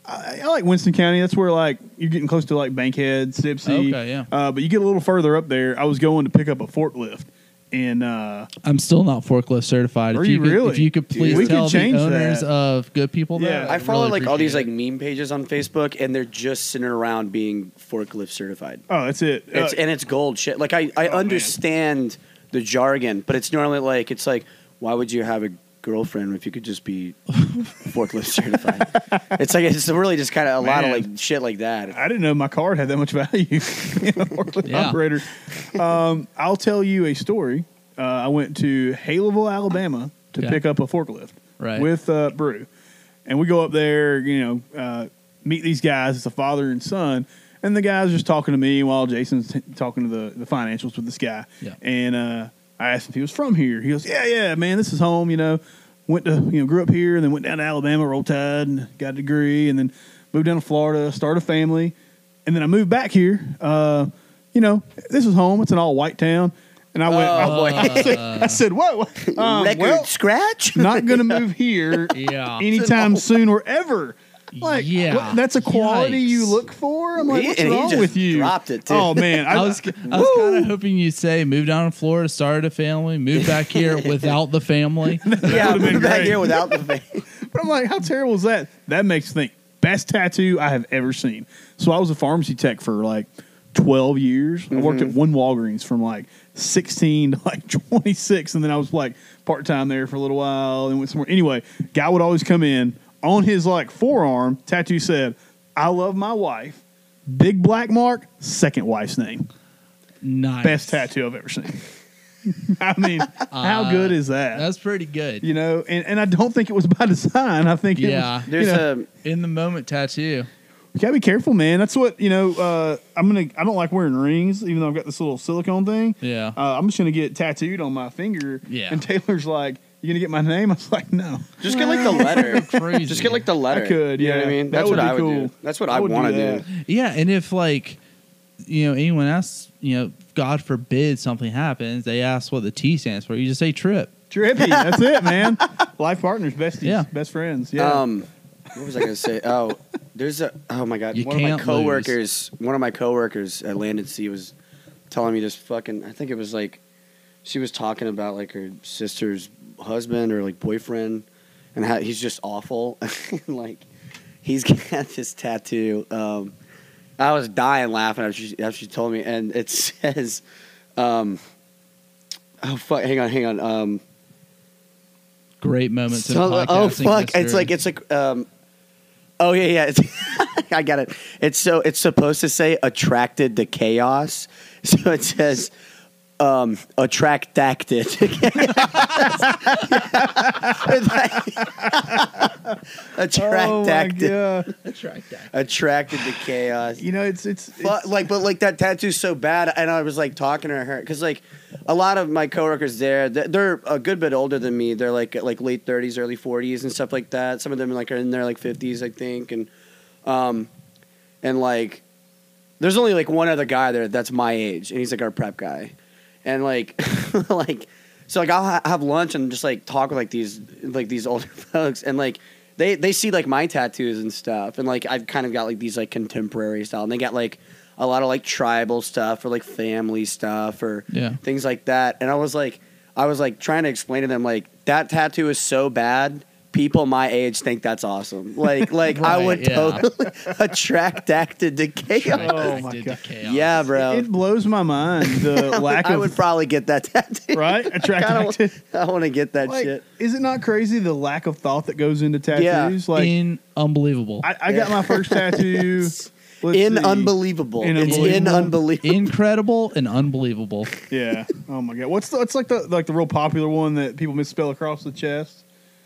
I, I like Winston County. That's where like you're getting close to like Bankhead, Sipsey.
Okay, yeah.
Uh, but you get a little further up there. I was going to pick up a forklift, and uh,
I'm still not forklift certified.
Are
if
you
could,
really?
If you could
Dude,
please
we could
tell the
change that.
owners of good people
Yeah.
that
I
I'd
follow
really
like all these like
appreciate
meme pages on Facebook, and they're just sitting around being forklift certified.
oh, that's it. Uh,
It's and it's gold shit. Like I, I
oh, man.
understand the jargon, but it's normally like it's like why would you have a girlfriend if you could just be forklift certified? It's like it's really just kind of a lot of
Man.
like shit like that.
I didn't know my card had that much value. you know, forklift
Yeah.
Operator. Um, I'll tell you a story. Uh, I went to Haleville, Alabama, to
Okay.
pick up a forklift
Right.
with uh, Brew, and we go up there. You know, uh, meet these guys. It's a father and son, and the guys just talking to me while Jason's t- talking to the the financials with this guy.
Yeah.
And uh, I asked if he was from here. He goes, "Yeah, yeah, man, this is home." You know, went to you know grew up here, and then went down to Alabama, roll tide, and got a degree, and then moved down to Florida, started a family, and then I moved back here. Uh, you know, this is home. It's an all white town, and I went.
Oh, boy.
I, said, I said, "Whoa, um,
Record
well,
scratch.
not going to move here
Yeah.
anytime soon or ever." Like,
Yeah.
what- that's a quality you
Yikes.
look for. I'm like,
He-
what's
and he
wrong
just
with you?
dropped it, too.
Oh man,
I was, I was kind of hoping you'd say moved down to Florida, started a family, moved back here without the family.
yeah,
would've been
I'm back
great.
here without the face.
But I'm like, how terrible is that? That makes me think best tattoo I have ever seen. So I was a pharmacy tech for like 12 years. I worked at one Walgreens from like 16 to like 26, and then I was like part time there for a little while and went somewhere. Anyway, guy would always come in on his like forearm tattoo said, "I love my wife." Big black mark, second wife's name.
Nice. Uh,
Best tattoo I've ever seen. I mean, how good is that?
That's pretty good.
you know, and, and I don't think it was by design. I think it
Yeah.
was, you
There's
know,
a
In the moment tattoo.
you gotta be careful, man. That's what you know. Uh, I'm gonna. I don't like wearing rings, even though I've got this little silicone thing.
Yeah.
Uh, I'm just gonna get tattooed on my finger.
Yeah.
And Taylor's like, "You gonna get my name?" I was like, "No."
just get like the letter.
Crazy.
Just get like the letter.
I could,
You know
yeah.
what I mean,
That
that's
would
what
be
I would
cool.
do. That's what
I
I
would do
want to
that.
do.
yeah, and if like you know anyone asks, you know, God forbid something happens, they ask what the T stands for. You just say trip.
Trippy. That's it, man. Life partners, besties,
Yeah.
best friends. Yeah.
Um, what was I going to say? Oh, there's a. Oh my god,
You
one of my
can't lose.
coworkers. One of my coworkers at Land and Sea was telling me this fucking. I think it was like, she was talking about like her sister's husband or like boyfriend, and how he's just awful. like, he's got this tattoo. Um, I was dying laughing after she, after she told me, and it says, um, oh fuck, hang on, hang on. Um,
Great moments
so-
in podcasting.
oh fuck!
history.
It's like it's like um. Oh yeah, yeah. It's, I got it. It's so it's supposed to say attracted to chaos, so it says um attractacted.
Oh,
attractacted. attracted to chaos.
You know, it's it's,
But like, but like that tattoo's so bad, and I was like talking to her because like a lot of my coworkers there, th- they're a good bit older than me. They're like like late thirties, early forties, and stuff like that. Some of them like are in their like fifties, I think, and um, and like there's only like one other guy there that's my age, and he's like our prep guy, and like like so like I'll ha- have lunch and just like talk with like these like these older folks, and like they they see like my tattoos and stuff, and like I've kind of got like these like contemporary style, and they got like a lot of like tribal stuff or like family stuff or
Yeah.
things like that, and I was like I was like trying to explain to them like that tattoo is so bad. People my age think that's awesome. Like, like I
Right,
would
yeah.
totally attract acted to chaos.
Attracted
Oh, my
to
God.
chaos.
Yeah, bro.
it blows my mind the lack
uh, I
of
would probably get that tattoo.
right attractive.
I want to get that
Like,
shit.
is it not crazy the lack of thought that goes into tattoos? Like,
In unbelievable.
I, I got my first tattoo. let's
in
see.
unbelievable.
In
it's in
unbelievable.
unbelievable.
Incredible and unbelievable.
Yeah. Oh my god. What's the, what's like the like the real popular one that people misspell across the chest?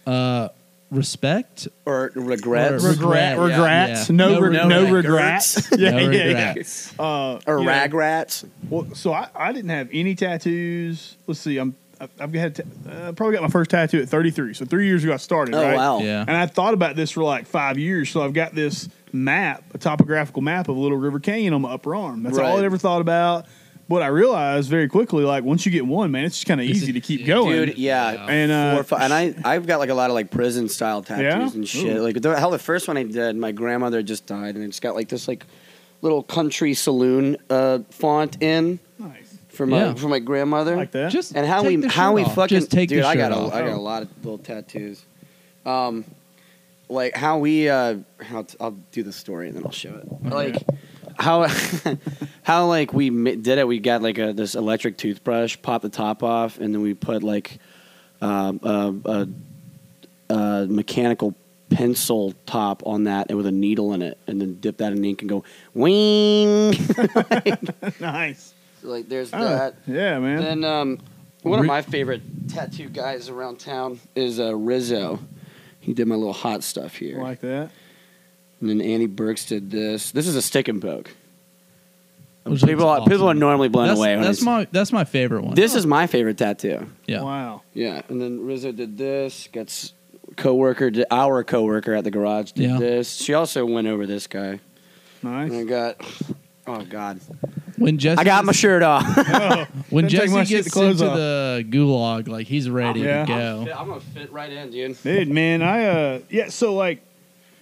Uh, respect.
or regrets.
Or
Or,
reg- Regret, yeah.
Regrets.
Yeah.
No.
No
No,
re-
no
no
regrets. yeah,
No
yeah.
regrets.
Yeah. Uh, you know,
rag rats.
Well, so I, I didn't have any tattoos. Let's see. I'm I- I've had t- uh, probably got my first tattoo at 33. So three years ago I started.
Oh,
right?
wow.
Yeah.
And I thought about this for like five years. So I've got this map, a topographical map of Little River Canyon on my upper arm. That's all
Right.
I ever thought about. But I realized very quickly, like once you get one, man, it's just kind of
It's
easy
a-
to keep
dude,
going.
Dude, yeah.
and uh,
Four or five- and I, I've got like a lot of like prison style tattoos
Yeah?
and shit.
Ooh.
Like the, hell, the first one I did, my grandmother just died, and it's got like this like little country saloon uh, font in
nice.
for my
Yeah.
for my grandmother.
like that.
Just
and how
take
we
the
how
shirt
we
off.
fucking
Just take
dude,
the
I
shirt
got a I
off.
got a lot of little tattoos. Um, like how we uh, how t- I'll do the story and then I'll show it. Like how how like we mi- did it. We got like a this electric toothbrush, pop the top off, and then we put like um, a, a, a mechanical pencil top on that and with a needle in it and then dip that in ink and go wing
nice.
like there's
Oh,
that
yeah, man.
then um, one of
Ri-
my favorite tattoo guys around town is uh, Rizzo. He did my little hot stuff here.
like that.
And then Annie Burks did this. This is a stick and poke.
Which
People
looks
are, people are
awesome.
normally blown
that's,
away. When
That's
it's-
my that's my favorite one.
this is my favorite tattoo.
yeah.
Wow.
Yeah. And then Rizzo did this. Got s- coworker, did, our coworker at the garage did
Yeah.
this. She also went over this guy. And I
Nice.
got. Oh God!
When Jesse
I got my shirt off.
Oh,
when
Didn't take
Jesse
much to get
gets
the clothes
into
off.
the gulag, like he's ready
Yeah.
to go.
I'm gonna fit right in, dude.
dude, man. I uh, yeah. So like,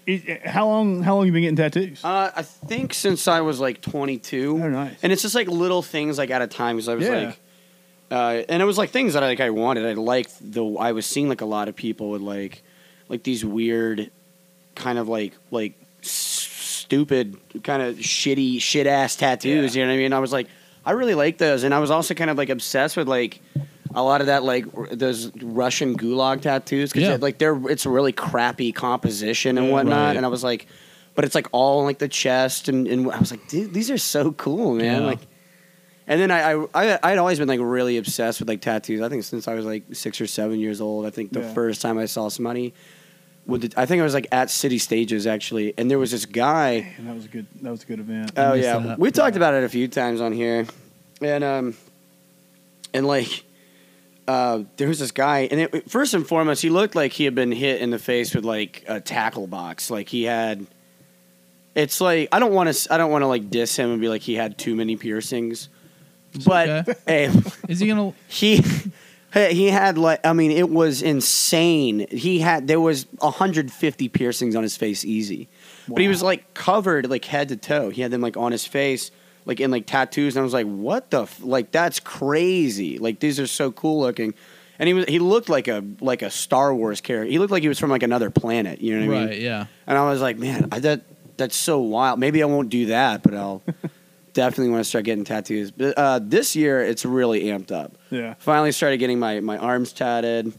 it, how long? How long you been getting tattoos?
Uh, I think since I was like 22.
Oh, nice.
And it's just like little things like at a time because I was
Yeah.
like, uh, and it was like things that I like I wanted. I liked the I was seeing like a lot of people with like, like these weird, kind of like like s- stupid kind of shitty shit ass tattoos. You know what I mean? I was like, I really like those, and I was also kind of like obsessed with like. A lot of that, like r- those Russian gulag tattoos, because
Yeah.
like they're it's really crappy composition and
Yeah.
whatnot.
Right.
And I was like, but it's like all on, like the chest and, and I was like, dude, these are so cool, man.
Yeah.
Like, and then I, I I I'd always been like really obsessed with like tattoos. I think since I was like six or seven years old. I think the
Yeah.
first time I saw somebody with the, I think I was like at City Stages actually, and there was this guy.
Man, that was a good. That was a good event.
Oh
missed
yeah,
that.
we talked about it a few times on here, and um, and like, uh, there was this guy, and it, first and foremost, he looked like he had been hit in the face with like a tackle box, like he had It's like I don't want to. I don't want to like diss him and be like he had too many piercings. But hey,
Is he gonna?
he he he had like I mean it was insane. He had there was 150 piercings on his face easy. But he was like covered like head to toe. He had them like on his face like in like tattoos and I was like what the f-? like that's crazy. Like these are so cool looking. And he was he looked like a like a Star Wars character. He looked like he was from like another planet, you know what I mean?
Right? Yeah.
And I was like, man, I, that that's so wild. Maybe I won't do that, but I'll definitely want to start getting tattoos. But uh, this year, it's really amped up.
Yeah.
Finally, started getting my my arms tatted.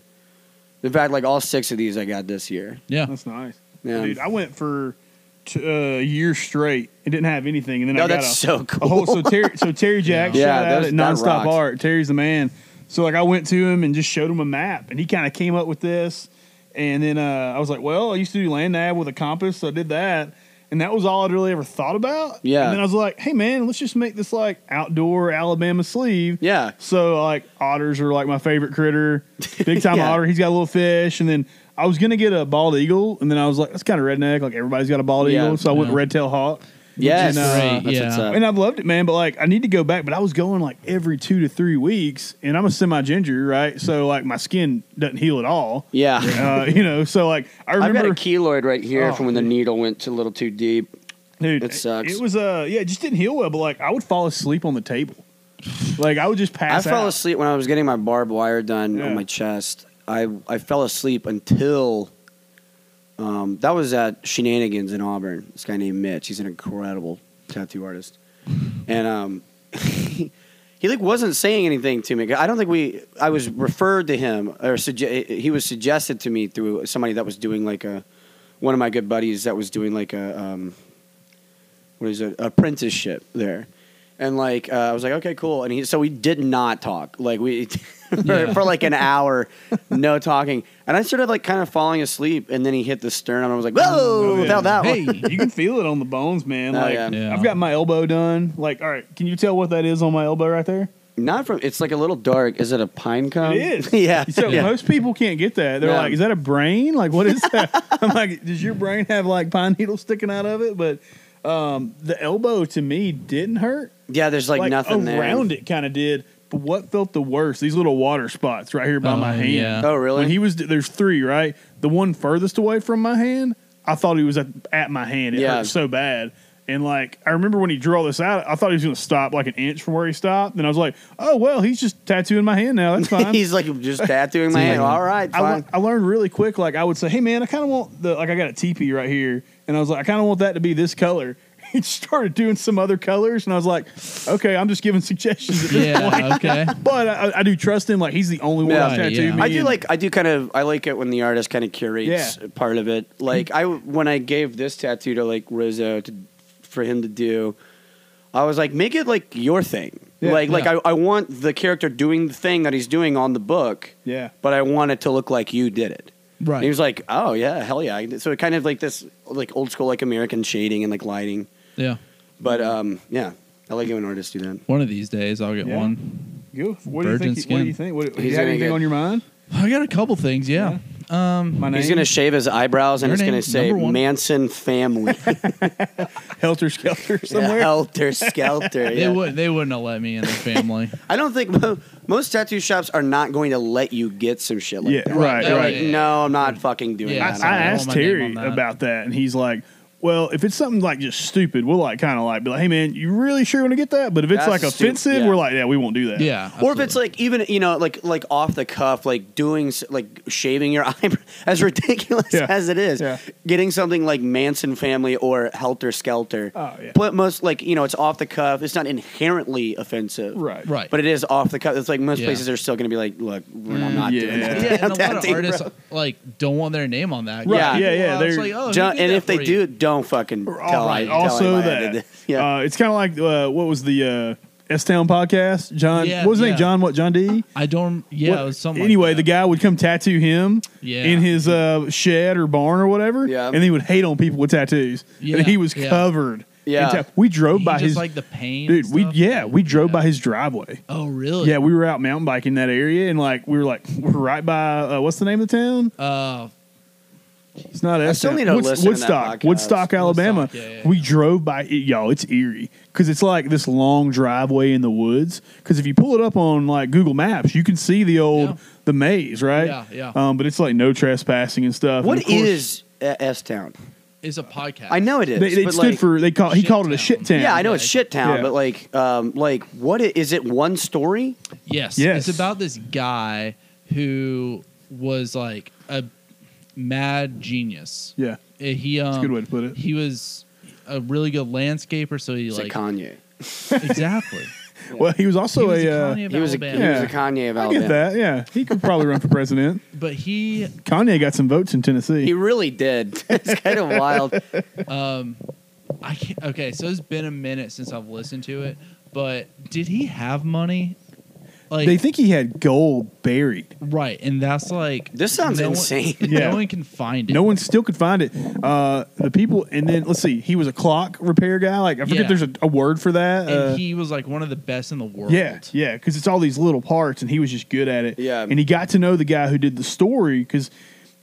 In fact, like all six of these I got this year.
Yeah.
That's nice.
Yeah.
Dude, I went for t- uh, a year straight and didn't have anything. And then
No,
I got
that's
a,
so cool.
a whole. So Terry, so Terry Jack,
Yeah,
shout out
those-
at
that
Nonstop
rocks.
Art. Terry's the man. So like I went to him and just showed him a map, and he kind of came up with this. And then uh, I was like, well, I used to do land nav with a compass, so I did that. And that was all I'd really ever thought about.
Yeah.
And then I was like, hey man, let's just make this like outdoor Alabama sleeve.
yeah.
So like otters are like my favorite critter, big time
Yeah.
otter. He's got a little fish, and then I was gonna get a bald eagle, and then I was like, that's kind of redneck. Like everybody's got a bald
Yeah.
eagle, so I went
Yeah.
red tail hawk.
Yes.
is uh,
great,
uh, That's
yeah.
what's up.
And I've loved it, man. But like, I need to go back. But I was going like every two to three weeks, and I'm a semi ginger, right? So like, my skin doesn't heal at all.
yeah.
Uh, you know, so like, I
I've got a
remember,
keloid right here
Oh,
from when the
dude.
needle went a little too deep.
dude,
it sucks.
It was uh, yeah, it just didn't heal well. But like, I would fall asleep on the table. Like I would just pass.
I fell
out.
asleep when I was getting my barbed wire done
Yeah.
on my chest. I I fell asleep until um, that was at Shenanigans in Auburn. This guy named Mitch. He's an incredible tattoo artist, and um, he like wasn't saying anything to me. I don't think we. I was referred to him, or sugge- he was suggested to me through somebody that was doing like a one of my good buddies that was doing like a um, what is it apprenticeship there. And like uh, I was like, okay, cool. And he, so we did not talk. Like we for,
Yeah.
for like an hour, no talking. And I started like kind of falling asleep. And then he hit the stern, and I was like, whoa,
Oh, yeah.
without that
Hey.
one.
you can feel it on the bones, man.
Oh,
Like
yeah.
Yeah.
I've got my elbow done. Like, all right, can you tell what that is on my elbow right there?
Not from. It's like a little dark. Is it a pine cone?
it is.
Um, yeah.
So
Yeah.
most people can't get that. They're
No.
like, "Is that a brain? Like, what is that?" I'm like, "Does your brain have like pine needles sticking out of it?" But um, the elbow to me didn't hurt.
Yeah. There's like, nothing
around
there.
it, kind of did. But what felt the worst? These little water spots right here by
Oh,
my hand.
yeah.
Oh really?
When he was there's three, right? The one furthest away from my hand, I thought he was at, at my hand. It
Yeah.
hurt so bad. And like I remember when he drew this out, I thought he was gonna stop like an inch from where he stopped. And I was like, Oh well, he's just tattooing my hand now. That's fine.
He's like just tattooing my
It's
hand.
like-
All right,
I,
fine.
le- I learned really quick. Like I would say, hey man, I kind of want the like I got a teepee right here, and I was like, I kind of want that to be this color. He started doing some other colors, and I was like, okay, I'm just giving suggestions. At this point.
Yeah. Okay.
But I, I do trust him. Like he's the only one
Yeah.
that's tattooed
Yeah.
me.
I do
and-
like I do kind of I like it when the artist kind of curates
Yeah.
part of it. Like I when I gave this tattoo to like Rizzo to for him to do, I was like, make it like your thing.
Yeah.
like like
Yeah.
I, I want the character doing the thing that he's doing on the book,
yeah.
but I want it to look like you did it.
Right.
And he was like, oh yeah, hell yeah. So it kind of like this like old school like American shading and like lighting.
yeah.
But um yeah, I like it when artists do that.
One of these days, I'll get
Yeah.
one.
You, what do you
Virgin
think? What do you
skin.
think? What, do
He's
you have
gonna
anything
get-
on your mind?
I got a couple things. Yeah. Um.
My name.
He's gonna shave his eyebrows and
Your
it's gonna
name,
say
number one.
Manson family.
helter skelter somewhere.
Helter skelter.
They
yeah.
would. They wouldn't have let me in their family.
I don't think mo- most tattoo shops are not going to let you get some shit like
Yeah,
that.
right,
They're
right.
like, no, I'm not fucking doing
Yeah,
that.
I, I
don't know
asked
my name
Terry
on that.
about that, and he's like, "Well, if it's something like just stupid, we'll like kind of like be like, hey man, you really sure want to get that? But if it's
That's
like
stupid,
offensive,
yeah.
we're like, yeah, we won't do that.
yeah.
or if it's like even you know like like off the cuff like doing s- like shaving your eyebrow as ridiculous
Yeah.
as it is
Yeah.
getting something like Manson family or Helter Skelter
Oh, yeah.
but most like you know it's off the cuff it's not inherently offensive
right,
Right.
but it is off the cuff it's like most
Yeah.
places are still going to be like look we're not- not
Mm, yeah.
doing that
yeah, and a lot of
Tattoo,
artists
bro.
like don't want their name on that.
Right, yeah,
People
yeah,
are
they're-
just like, oh, who
Don't-
did
and
that
if they
for you?
do don't fucking
All
tell
right.
I- tell
Also
anybody I did
that.
yeah
Uh, it's kind of like uh, what was the uh, S Town podcast? John,
Yeah,
what was his
yeah.
name? John, what? John D.
I don't. Yeah,
What-
it was something.
Anyway,
like
the guy would come tattoo him
Yeah.
in his uh, shed or barn or whatever,
Yeah.
and he would hate on people with tattoos.
Yeah,
and he was
yeah.
covered. in
Yeah.
tat- we drove
He
by
just
his
like the pain, and
dude. We
stuff?
yeah, we drove
Yeah.
by his driveway.
Oh, really?
Yeah, we were out mountain biking that area, and like we were like we're right by uh, what's the name of the town?
Uh,
It's not us.
still need to listen to that
Woodstock,
podcast.
Woodstock, Alabama.
yeah, yeah,
We drove by it, y'all. It's eerie because it's like this long driveway in the woods. Because if you pull it up on like Google Maps, you can see the old
Yeah.
the maze, right?
Yeah, yeah.
Um, but it's like no trespassing and stuff.
What
and of course-
is uh, S Town?
It's a podcast.
I know it is.
They, they
but
stood
like,
for they call he
Shit
called it a
town.
shit town.
Yeah, I know
Yeah,
it's
I-
shit town,
yeah.
but like, um, like what i- is it? One story?
Yes.
Yes.
It's about this guy who was like a mad genius.
Yeah,
Uh, He um,
a good way to put it.
He was a really good landscaper, so he
It's
like
like Kanye.
exactly.
Well, he was also
he was
a.
a
uh,
Kanye of
He was a
Alabama.
he was
Yeah.
a Kanye of
I
Alabama.
get that. Yeah, he could probably run for president.
But he
Kanye got some votes in Tennessee.
He really did. it's kind of wild.
Um, I can't, okay, so it's been a minute since I've listened to it, but did he have money? Like
they think he had gold buried.
right, and that's like
This sounds
no one-
insane.
Yeah.
No one can find it.
No one still could find it. Uh, the people, and then let's see, he was a clock repair guy. Like I forget
Yeah.
there's a, a word for that.
and
Uh,
he was like one of the best in the world.
yeah, yeah, because it's all these little parts, and he was just good at it.
Yeah.
and he got to know the guy who did the story because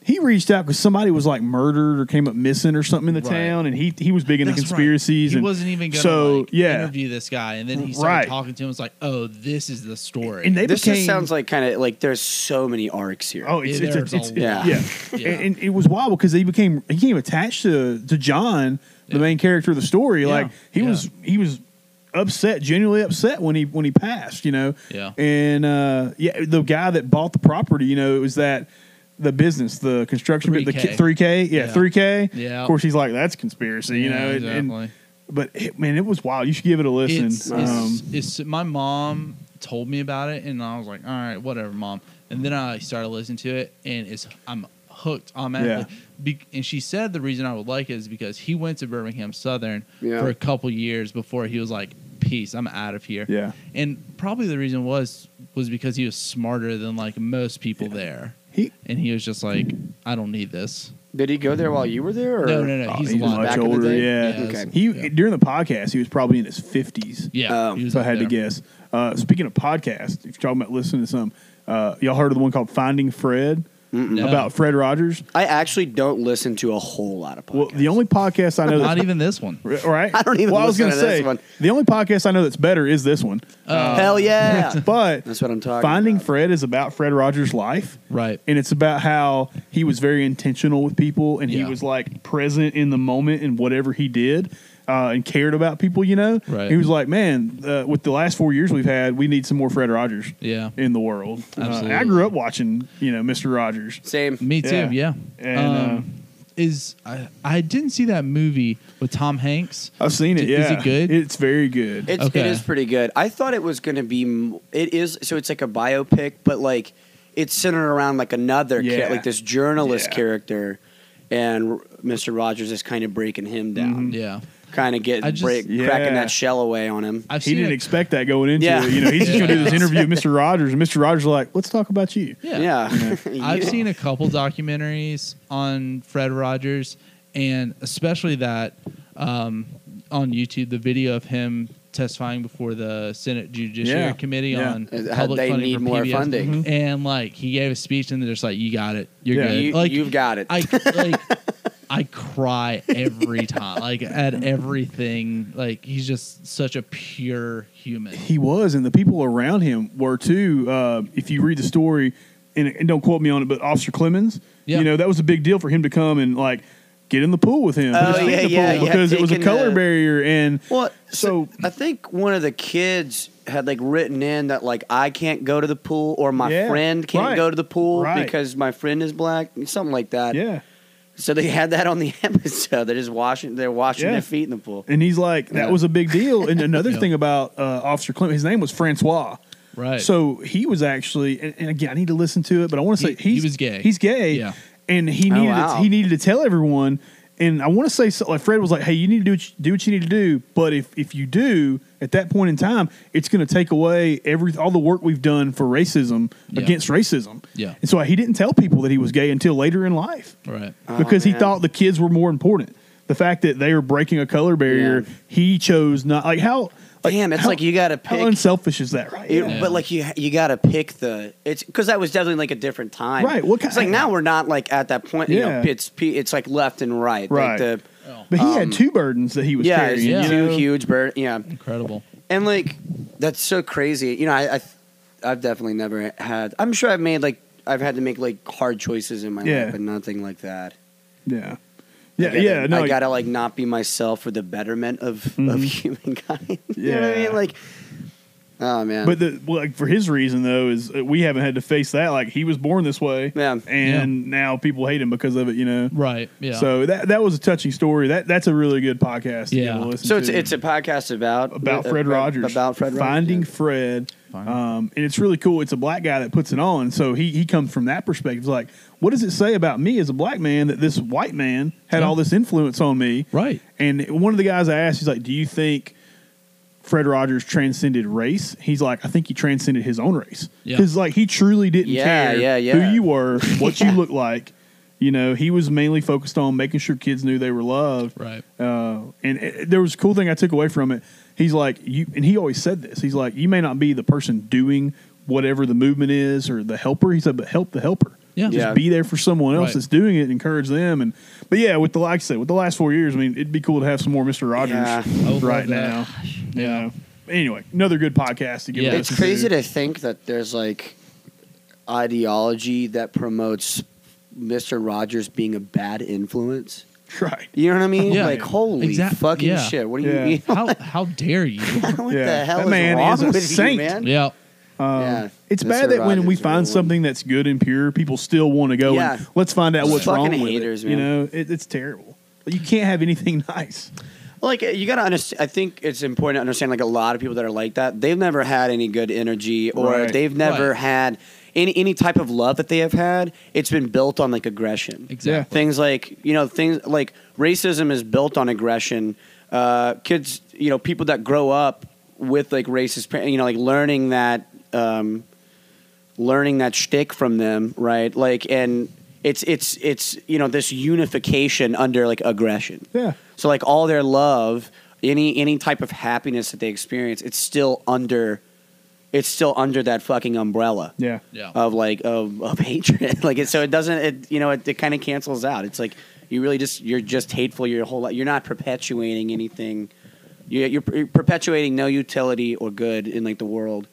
he reached out because somebody was like murdered or came up missing or something in the
Right.
town, and he he was big into
That's right.
conspiracies.
He
and
wasn't even gonna
so
like,
yeah,
interview this guy, and then he started
Right.
talking to him. It's like, oh, this is the story.
and they
This
became
just sounds like kind of like there's so many arcs here.
Oh, it's,
Yeah,
it's, it's,
there's
it's,
a
yeah.
lot.
yeah.
Yeah.
And, and it was wild because he became he became attached to to John, the
Yeah.
main character of the story.
Yeah.
Like he
Yeah.
was he was upset, genuinely upset when he when he passed, you know.
Yeah.
And uh yeah, the guy that bought the property, you know, it was that the business, the construction, bit, the
3K.
three K, yeah,
Yeah.
three K.
Yeah.
Of course, he's like, that's conspiracy, you
Yeah,
know. and- and-
exactly.
but it, man, it was wild. You should give it a listen.
It's,
um,
it's, it's my mom told me about it, and I was like, all right, whatever, mom. And then I started listening to it, and it's I'm hooked on that.
Yeah.
Be- and she said the reason I would like it is because he went to Birmingham Southern
Yeah.
for a couple years before he was like, peace, I'm out of here.
yeah.
And probably the reason was was because he was smarter than like most people there,
He
and he was just like, I don't need this.
Did he go there while you were there? Or?
No, no, no.
oh,
he's
he was
alive.
much
Back in the
older,
day?
yeah.
Yeah,
Okay.
He
Yeah.
during the podcast, he was probably in his fifties.
Yeah,
Um,
he was
if I
up
had to
there.
guess. Uh, speaking of podcasts, if you're talking about listening to some, uh, y'all heard of the one called Finding Fred
No.
about Fred Rogers?
I actually don't listen to a whole lot of podcasts.
Well, the only podcast I know
Not
that's
even this one.
R- right.
I don't even
Well, I was
listen
gonna
to this
say
one.
the only podcast I know that's better is this one.
Uh,
Hell yeah.
But
That's what I'm talking
Finding
about.
Fred is about Fred Rogers' life.
Right.
And it's about how he was very intentional with people and he
Yeah.
was like present in the moment in whatever he did uh, and cared about people, you know?
Right.
He was like, man, uh, with the last four years we've had, we need some more Fred Rogers
Yeah.
in the world. Uh,
Absolutely.
I grew up watching, you know, Mr. Rogers.
Same.
Me too.
Yeah.
Yeah.
And, uh,
um, is I, I didn't see that movie with Tom Hanks.
I've seen it.
D- is
Yeah.
it good?
It's very good.
It's, It
Okay.
is pretty good. I thought it was going to be. m- It is. So it's like a biopic, but like it's centered around like another, cha-
Yeah.
like this journalist
Yeah.
character, and R- Mr. Rogers is kind of breaking him
Um,
down,
Yeah, Mm-hmm.
kind of
I
getting
just-
break,
Yeah.
cracking that shell away on him.
I've
he
seen
didn't
it.
expect that going into
Yeah.
it. You know, he's just going to do this
Yeah.
interview with Mr. Rogers, and Mr. Rogers is like, let's talk about you.
yeah.
yeah.
I've seen a couple documentaries on Fred Rogers, and especially that um, on YouTube, the video of him testifying before the Senate Judiciary
Yeah.
Committee
Yeah. Mm-hmm.
on
Uh,
public
they
funding
need
for
more
PBS.
funding.
And like he gave a speech, and they're just like, "You got it. You're
Yeah.
good.
You,
like
you've got it.
I like I cry every time, like at everything. Like he's just such a pure human.
He was, and the people around him were too. Uh, if you read the story, and, and don't quote me on it, but Officer Clemens,
Yeah.
you know, that was a big deal for him to come and like get in the pool with him, put his
Oh,
feet in
yeah,
the
yeah,
pool,
yeah,
because it was a
taking
color
the-
barrier, and
Well,
So-
so, I think one of the kids had like written in that like I can't go to the pool or my
Yeah,
friend can't
right,
go to the pool
right.
because my friend is black, something like that.
yeah,
So they had that on the episode. They're just washing. They're washing
Yeah.
their feet in the pool.
and he's like, that
Yeah.
was a big deal. And another
Yeah.
thing about uh, Officer Clemens, his name was Francois.
Right.
So he was actually, and, and again, I need to listen to it, but I want to say
He- he
he's-
was gay.
He's gay.
Yeah.
And he
Oh,
needed to,
wow.
he needed to tell everyone. And I want to say so, like Fred was like, "Hey, you need to do what you, do what you need to do, but if if you do at that point in time, it's going to take away every all the work we've done for racism
Yeah.
against racism."
Yeah.
And so he didn't tell people that he was gay until later in life
right.
Oh,
because he
man.
thought the kids were more important. The fact that they were breaking a color barrier,
Yeah.
he chose not. Like how
Damn, it's
how-
like you got to
How
pick.
unselfish is that, right?
It-
Yeah.
But like you, you got to pick the it's because that was definitely like a different time,
Right, what
it's like
kind-
now we're not like at that point. You know,
Yeah.
it's p- it's like left and right.
Right.
Like the,
But he
Um,
had two burdens that he was
yeah,
carrying.
it's
yeah.
you
two
know?
huge bird. Yeah,
Incredible.
and like that's so crazy. You know, I, I I've definitely never had. I'm sure I've made like I've had to make like hard choices in my
Yeah.
life, but nothing like that.
Yeah.
I
Yeah,
gotta-
yeah, no, Mm-hmm.
I gotta like not be myself for the betterment of of humankind. you know what I
Yeah.
mean? Like, oh man,
But the, well, like for his reason though is uh, we haven't had to face that. Like he was born this way,
Yeah.
and now people hate him because of it. You know,
Right. Yeah.
so that that was a touching story. That that's a really good podcast. To
Yeah.
give a listen
so it's
to.
it's a podcast about
about
uh,
Fred
about-
Rogers.
about Fred Rogers,
finding
yeah.
Fred.
Finding-
Um, and it's really cool. It's a black guy that puts it on, so he he comes from that perspective. It's like, what does it say about me as a black man that this white man had
Yeah.
all this influence on me?
right.
And one of the guys I asked, he's like, "Do you think Fred Rogers transcended race?" He's like, "I think he transcended his own race
Yeah.
because like he truly didn't
Yeah,
care
yeah, yeah.
who you were, what you looked like." You know, he was mainly focused on making sure kids knew they were loved.
Right.
Uh, and it, there was a cool thing I took away from it. He's like, you, and he always said this. He's like, you may not be the person doing whatever the movement is or the helper. He said, but help the helper.
Yeah.
Just
Yeah.
be there for someone else
Right.
that's doing it and encourage them. And, but yeah, with the, like I said, with the last four years, I mean, it'd be cool to have some more Mr. Rogers
Yeah.
I would love
right
that.
now. Yeah. Anyway, another good podcast to give
Yeah.
a
It's
listen
crazy to think that there's like ideology that promotes Mister Rogers being a bad influence.
Right.
You know what I mean?
Yeah.
Like, holy
Exact-
fucking
yeah.
shit! What do you
Yeah.
mean?
How how dare you?
what
Yeah.
the hell
That
is
man
wrong
is a
with
saint.
you, man?
yeah.
Um,
Yeah.
It's
Mr.
bad that
Rogers
when we
really
find something that's good and pure, people still want to go
Yeah.
and let's find out
Those
what's wrong
fucking
with
haters,
it. You
man.
know, it, it's terrible. You can't have anything nice.
Like uh, you gotta understand. I think it's important to understand. Like a lot of people that are like that, they've never had any good energy, or
Right.
they've never
Right.
had any any type of love that they have had. It's been built on like aggression.
Exactly.
Things like you know things like racism is built on aggression. Uh, kids, you know, people that grow up with like racist, par- you know, like learning that. Um, learning that shtick from them, right? Like, and it's it's it's you know this unification under like aggression.
Yeah.
So like all their love, any any type of happiness that they experience, it's still under, it's still under that fucking umbrella
Yeah.
Yeah.
of like of of hatred. like it, so it doesn't it you know it, it kind of cancels out. It's like you really just you're just hateful your whole life. You're not perpetuating anything. You're, you're per- perpetuating no utility or good in like the world.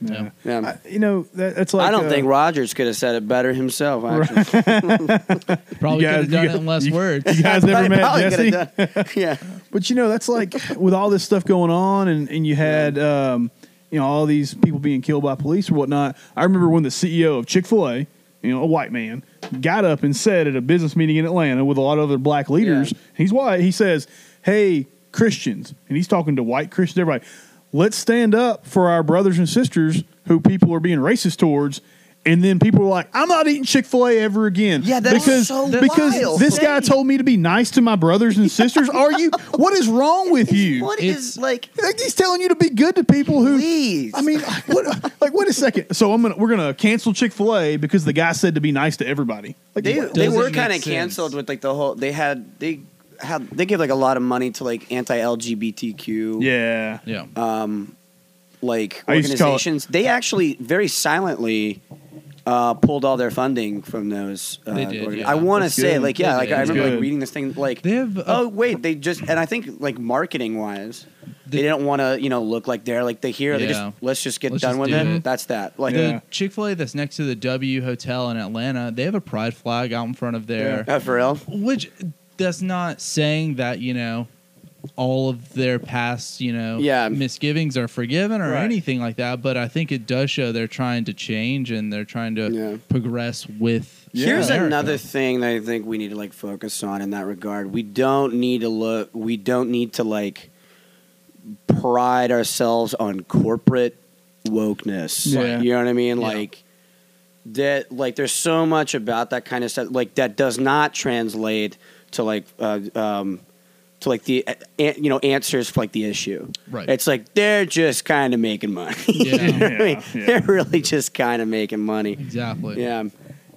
Yeah.
Yeah.
I- you know, that, that's like.
I don't
uh,
think Rogers could have said it better himself. Actually.
Probably
You
could
guys-
have done
you
it in less
guys-
words.
You guys
Probably
never met
coulda
Jesse?
done- yeah,
But you know, that's like with all this stuff going on, and, and you had, um, you know, all these people being killed by police or whatnot. I remember when the CEO of Chick fil A, you know, a white man, got up and said at a business meeting in Atlanta with a lot of other black leaders,
Yeah.
he's white, he says, Hey, Christians, and he's talking to white Christians, everybody, let's stand up for our brothers and sisters who people are being racist towards. And then people were like, "I'm not eating Chick Fil A ever again."
Yeah, that's
because
so
because
wild.
this guy told me to be nice to my brothers and sisters. Are you? What is wrong with you?
What
It's-
is like?
Like he's telling you to be good to people who.
Please.
I mean, like, what, like wait a second. So I'm gonna we're gonna cancel Chick Fil A because the guy said to be nice to everybody. Like
they
what?
they
doesn't
were
make
kind of
sense.
canceled with like the whole. They had they had they give like a lot of money to like anti LGBTQ
yeah.
Yeah.
like
I used to call it-
organizations. They actually very silently uh, pulled all their funding from those. Uh,
They did,
organ-
yeah.
I want to
That's
say
good.
like yeah,
They
like
did.
I
That's
remember like
good.
reading this thing like
They have, uh,
oh wait they just and I think like marketing wise. They,
The-
didn't want to, you know, look like they're like they hear. They
Yeah.
just let's just get
Let's
done
just
with
do
it.
it.
That's that. Like
Yeah.
The Chick Fil A that's next to the W Hotel in Atlanta, they have a pride flag out in front of there,
uh, for real.
which that's not saying that you know all of their past you know
Yeah.
misgivings are forgiven or
Right.
anything like that. But I think it does show they're trying to change and they're trying to
Yeah.
progress with.
Yeah.
Here's
America.
another thing that I think we need to like focus on in that regard. We don't need to look. We don't need to like pride ourselves on corporate wokeness.
Yeah.
You know what I mean?
Yeah.
Like that. Like there's so much about that kind of stuff. Like that does not translate to like uh, um, to like the uh, an- you know answers for like the issue.
Right.
It's like they're just kind of making money. You know what I mean?
Yeah, yeah.
They're really just kind of making money.
exactly.
Yeah.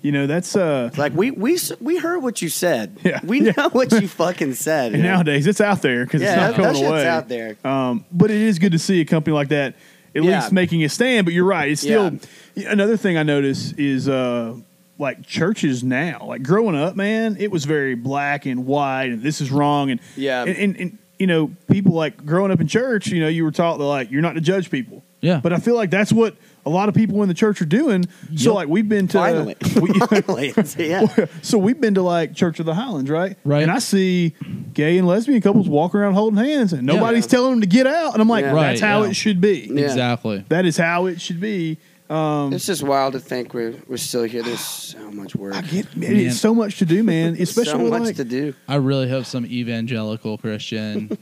You know, that's uh.
Like we we s- we heard what you said.
Yeah.
We
Yeah.
know what you fucking said.
And
man.
nowadays, it's out there because
yeah, that,
it's not
that
going
shit's
away.
out there.
Um, but it is good to see a company like that at
Yeah.
least making a stand. But you're right; it's still another thing I notice is uh, like churches now. Like growing up, man, it was very black and white, and this is wrong, and
Yeah.
and, and, and you know, people like growing up in church, you know, you were taught that like you're not to judge people.
Yeah.
but I feel like that's what a lot of people in the church are doing. So
Yep.
like we've been to
Finally,
we-
finally, yeah.
so we've been to like Church of the Highlands, right?
Right.
And I see gay and lesbian couples walking around holding hands, and nobody's
Yeah.
telling them to get out. And I'm like,
Yeah.
Right,
that's how
yeah.
it should be.
Yeah.
Exactly.
That is how it should be. Um,
It's just wild to think we're we're still here. There's so much work.
I get
Man.
it's so much to do, man. Especially
so
with,
much
like,
to do.
I really hope some evangelical Christian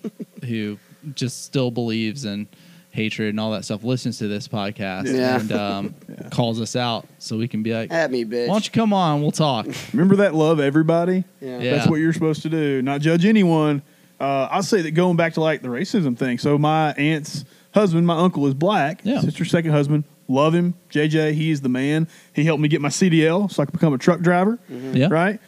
who just still believes in hatred and all that stuff listens to this podcast
Yeah.
and um, calls us out so we can be like,
At me, bitch.
why don't you come on? We'll talk.
remember that love everybody.
yeah.
Yeah.
That's what you're supposed to do. Not judge anyone. Uh, I'll say that going back to like the racism thing. So my aunt's husband, my uncle is black.
Yeah.
Sister's second husband. Love him. JJ, he is the man. He helped me get my CDL so I could become a truck driver.
Yeah.
Right? Uh,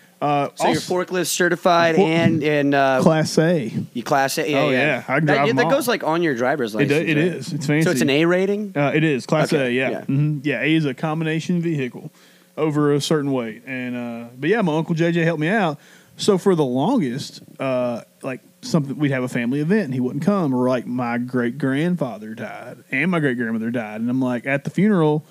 Mm-hmm. So you're
also-
forklift certified
For-
and and uh,
class A.
you class A. Yeah,
Oh,
yeah.
yeah. I can
that,
drive
yeah,
'em
that
all.
goes like on your driver's
It,
license.
do- it
right?
is. It's fancy.
So it's an A rating.
Uh, it is class
Okay,
A.
yeah.
Yeah. Yeah. hmm yeah. A is a combination vehicle over a certain weight, and uh, but yeah, my uncle JJ helped me out. So for the longest, uh, like something we'd have a family event and he wouldn't come, or like my great grandfather died and my great grandmother died, and I'm like at the funeral,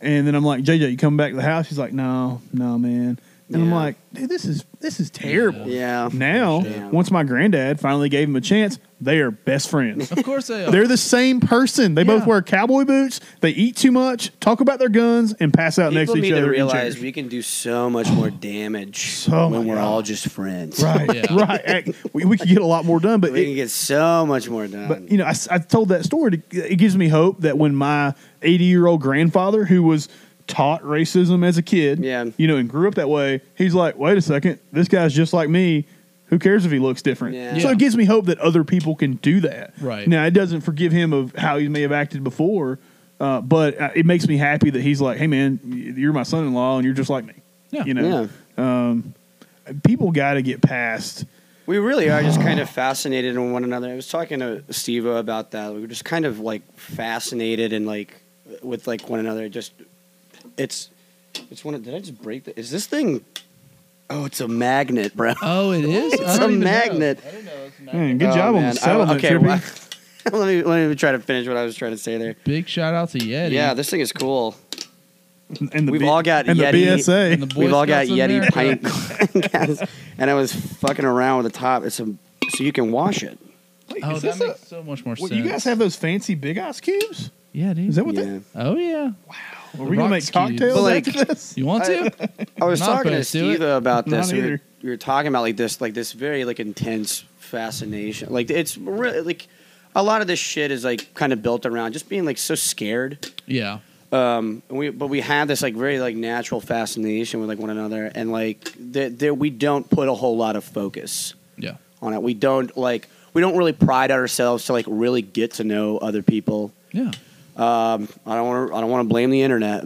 and then I'm like JJ, you coming back to the house? He's like, no, no, man. And I'm
Yeah.
like, dude, this is this is terrible.
Yeah.
Now,
Yeah.
once my granddad finally gave him a chance, they are best friends.
Of course they are.
They're the same person. They
Yeah.
both wear cowboy boots. They eat too much, talk about their guns, and pass out
People
next to
need
each other.
to
in
realize
church.
we can do so much more damage
So
when
my
we're
God.
all just friends.
right,
Yeah.
right. Ac- We, we could get a lot more done, but
We
it,
can get so much more done.
but you know, I, s- I told that story. To, it gives me hope that when my 80 year old grandfather, who was taught racism as a kid,
Yeah.
you know, and grew up that way, he's like, wait a second, this guy's just like me. Who cares if he looks different?
Yeah.
So
Yeah.
it gives me hope that other people can do that.
Right.
now, it doesn't forgive him of how he may have acted before, uh, but uh, it makes me happy that he's like, hey man, y- you're my son-in-law, and you're just like me.
Yeah.
You know, Um, people got to get past.
We really are just kind of fascinated in one another. I was talking to Steve about that. We were just kind of like fascinated and like with like one another. Just it's it's one. Of, did I just break the? Is this thing? Oh, it's a magnet, bro.
Oh, it is?
It's
I
a
don't even know.
magnet.
I didn't know it's a magnet.
Man, good
Oh,
job on
man.
the settlement,
I, okay,
Trippy.
well, let me let me try to finish what I was trying to say there.
Big shout out to Yeti.
Yeah, this thing is cool.
and the
We've all got
and
Yeti.
the BSA.
And the Boy
We've all got
Scouts of
Yeti
America.
pint glass, and I was fucking around with the top. It's a so you can wash it.
Wait,
Oh,
is
that
this
makes
a-
so much more
what,
sense.
you guys have those fancy big ice cubes?
Yeah, dude.
Is that what
yeah.
that?
Oh, yeah.
Are we gonna
rock
make
cubes.
cocktails
But, like,
after this?
You want to?
I was
Not
talking to
opposed to it.
Steve about
Not
this. We were,
either.
we were talking about like this, like this very like intense fascination. Like it's really like a lot of this shit is like kind of built around just being like so scared.
yeah.
Um, and we but we have this like very like natural fascination with like one another, and like that that we don't put a whole lot of focus
Yeah.
on it. We don't like we don't really pride ourselves to like really get to know other people.
Yeah.
Um, I don't want to. I don't want to blame the internet.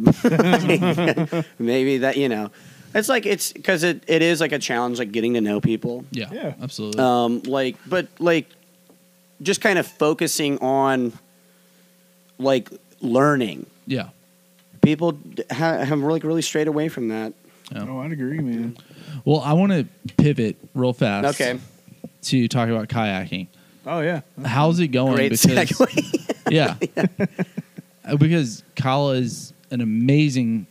Maybe that you know, it's like it's because it, it is like a challenge, like getting to know people.
Yeah.
Yeah. Uh,
Absolutely.
Um, like, but like, just kind of focusing on like learning.
yeah.
People d- ha- have really really strayed away from that.
Oh, I'd agree, man.
Well, I want to pivot real fast.
Okay,
To talk about kayaking.
Oh yeah.
How's it going?
great
Because-
segue.
yeah. Uh, because Kala is an amazing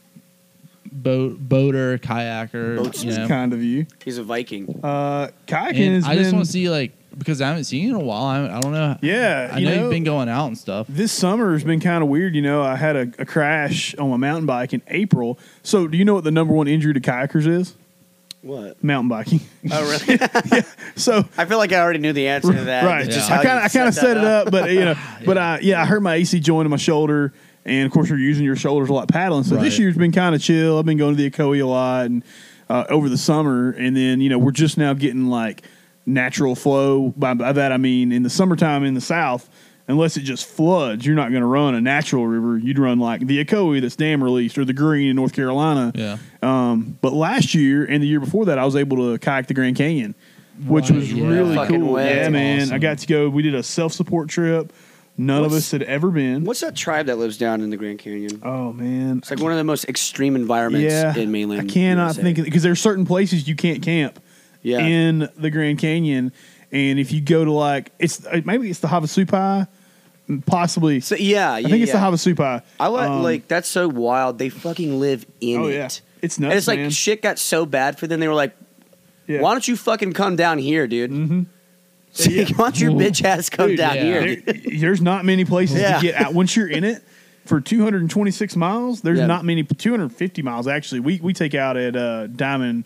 boat boater, kayaker.
Boats
you
is
know.
Kind of you.
He's a Viking.
Uh, kayaking
And
has
I just
been-
want to see like because I haven't seen you in a while. I, I don't know.
Yeah,
I
you
know,
know-
you've been going out and stuff.
This summer has been kind of weird. You know, I had a, a crash on my mountain bike in April. So, do you know what the number one injury to kayakers is?
What?
Mountain biking.
Oh really?
So,
I feel like I already knew the answer to that.
Right.
It's just
Yeah.
how
I kind of
you
I kind of
set
set
that
it up, but you know, but I yeah, I hurt my AC joint in my shoulder, and of course you're using your shoulders a lot paddling. So
Right.
this year's been kind of chill. I've been going to the Ecoe a lot and uh, over the summer, and then you know we're just now getting like natural flow. By, by that I mean in the summertime in the south. unless it just floods, you're not going to run a natural river. You'd run like the Ocoee that's dam released or the Green in North Carolina.
Yeah.
Um, but last year and the year before that, I was able to kayak the Grand Canyon, which
Right,
was
yeah.
really
Fucking
cool.
way.
Yeah,
That's
man. I
awesome.
got to go. We did a self support trip. None of
What's-
us had ever been.
What's that tribe that lives down in the Grand Canyon?
Oh man,
It's like one of the most extreme environments in mainland.
I cannot
USA.
think because there's certain places you can't camp
Yeah.
in the Grand Canyon, and if you go to like it's uh, maybe it's the Havasupai, possibly.
So, yeah,
I think it's the Havasupai.
I like,
Um,
like that's so wild. They fucking live in
oh
it.
yeah, it's
And
nuts.
it's like
man.
shit got so bad for them. They were like,
Yeah.
"Why don't you fucking come down here, dude?
Mhm.
Why don't your bitch ass come
Dude,
down
yeah.
here?" dude?
There- there's not many places
Yeah.
to get out once you're in it for 226 miles there's
Yeah.
not many 250 miles actually we we take out at uh, diamond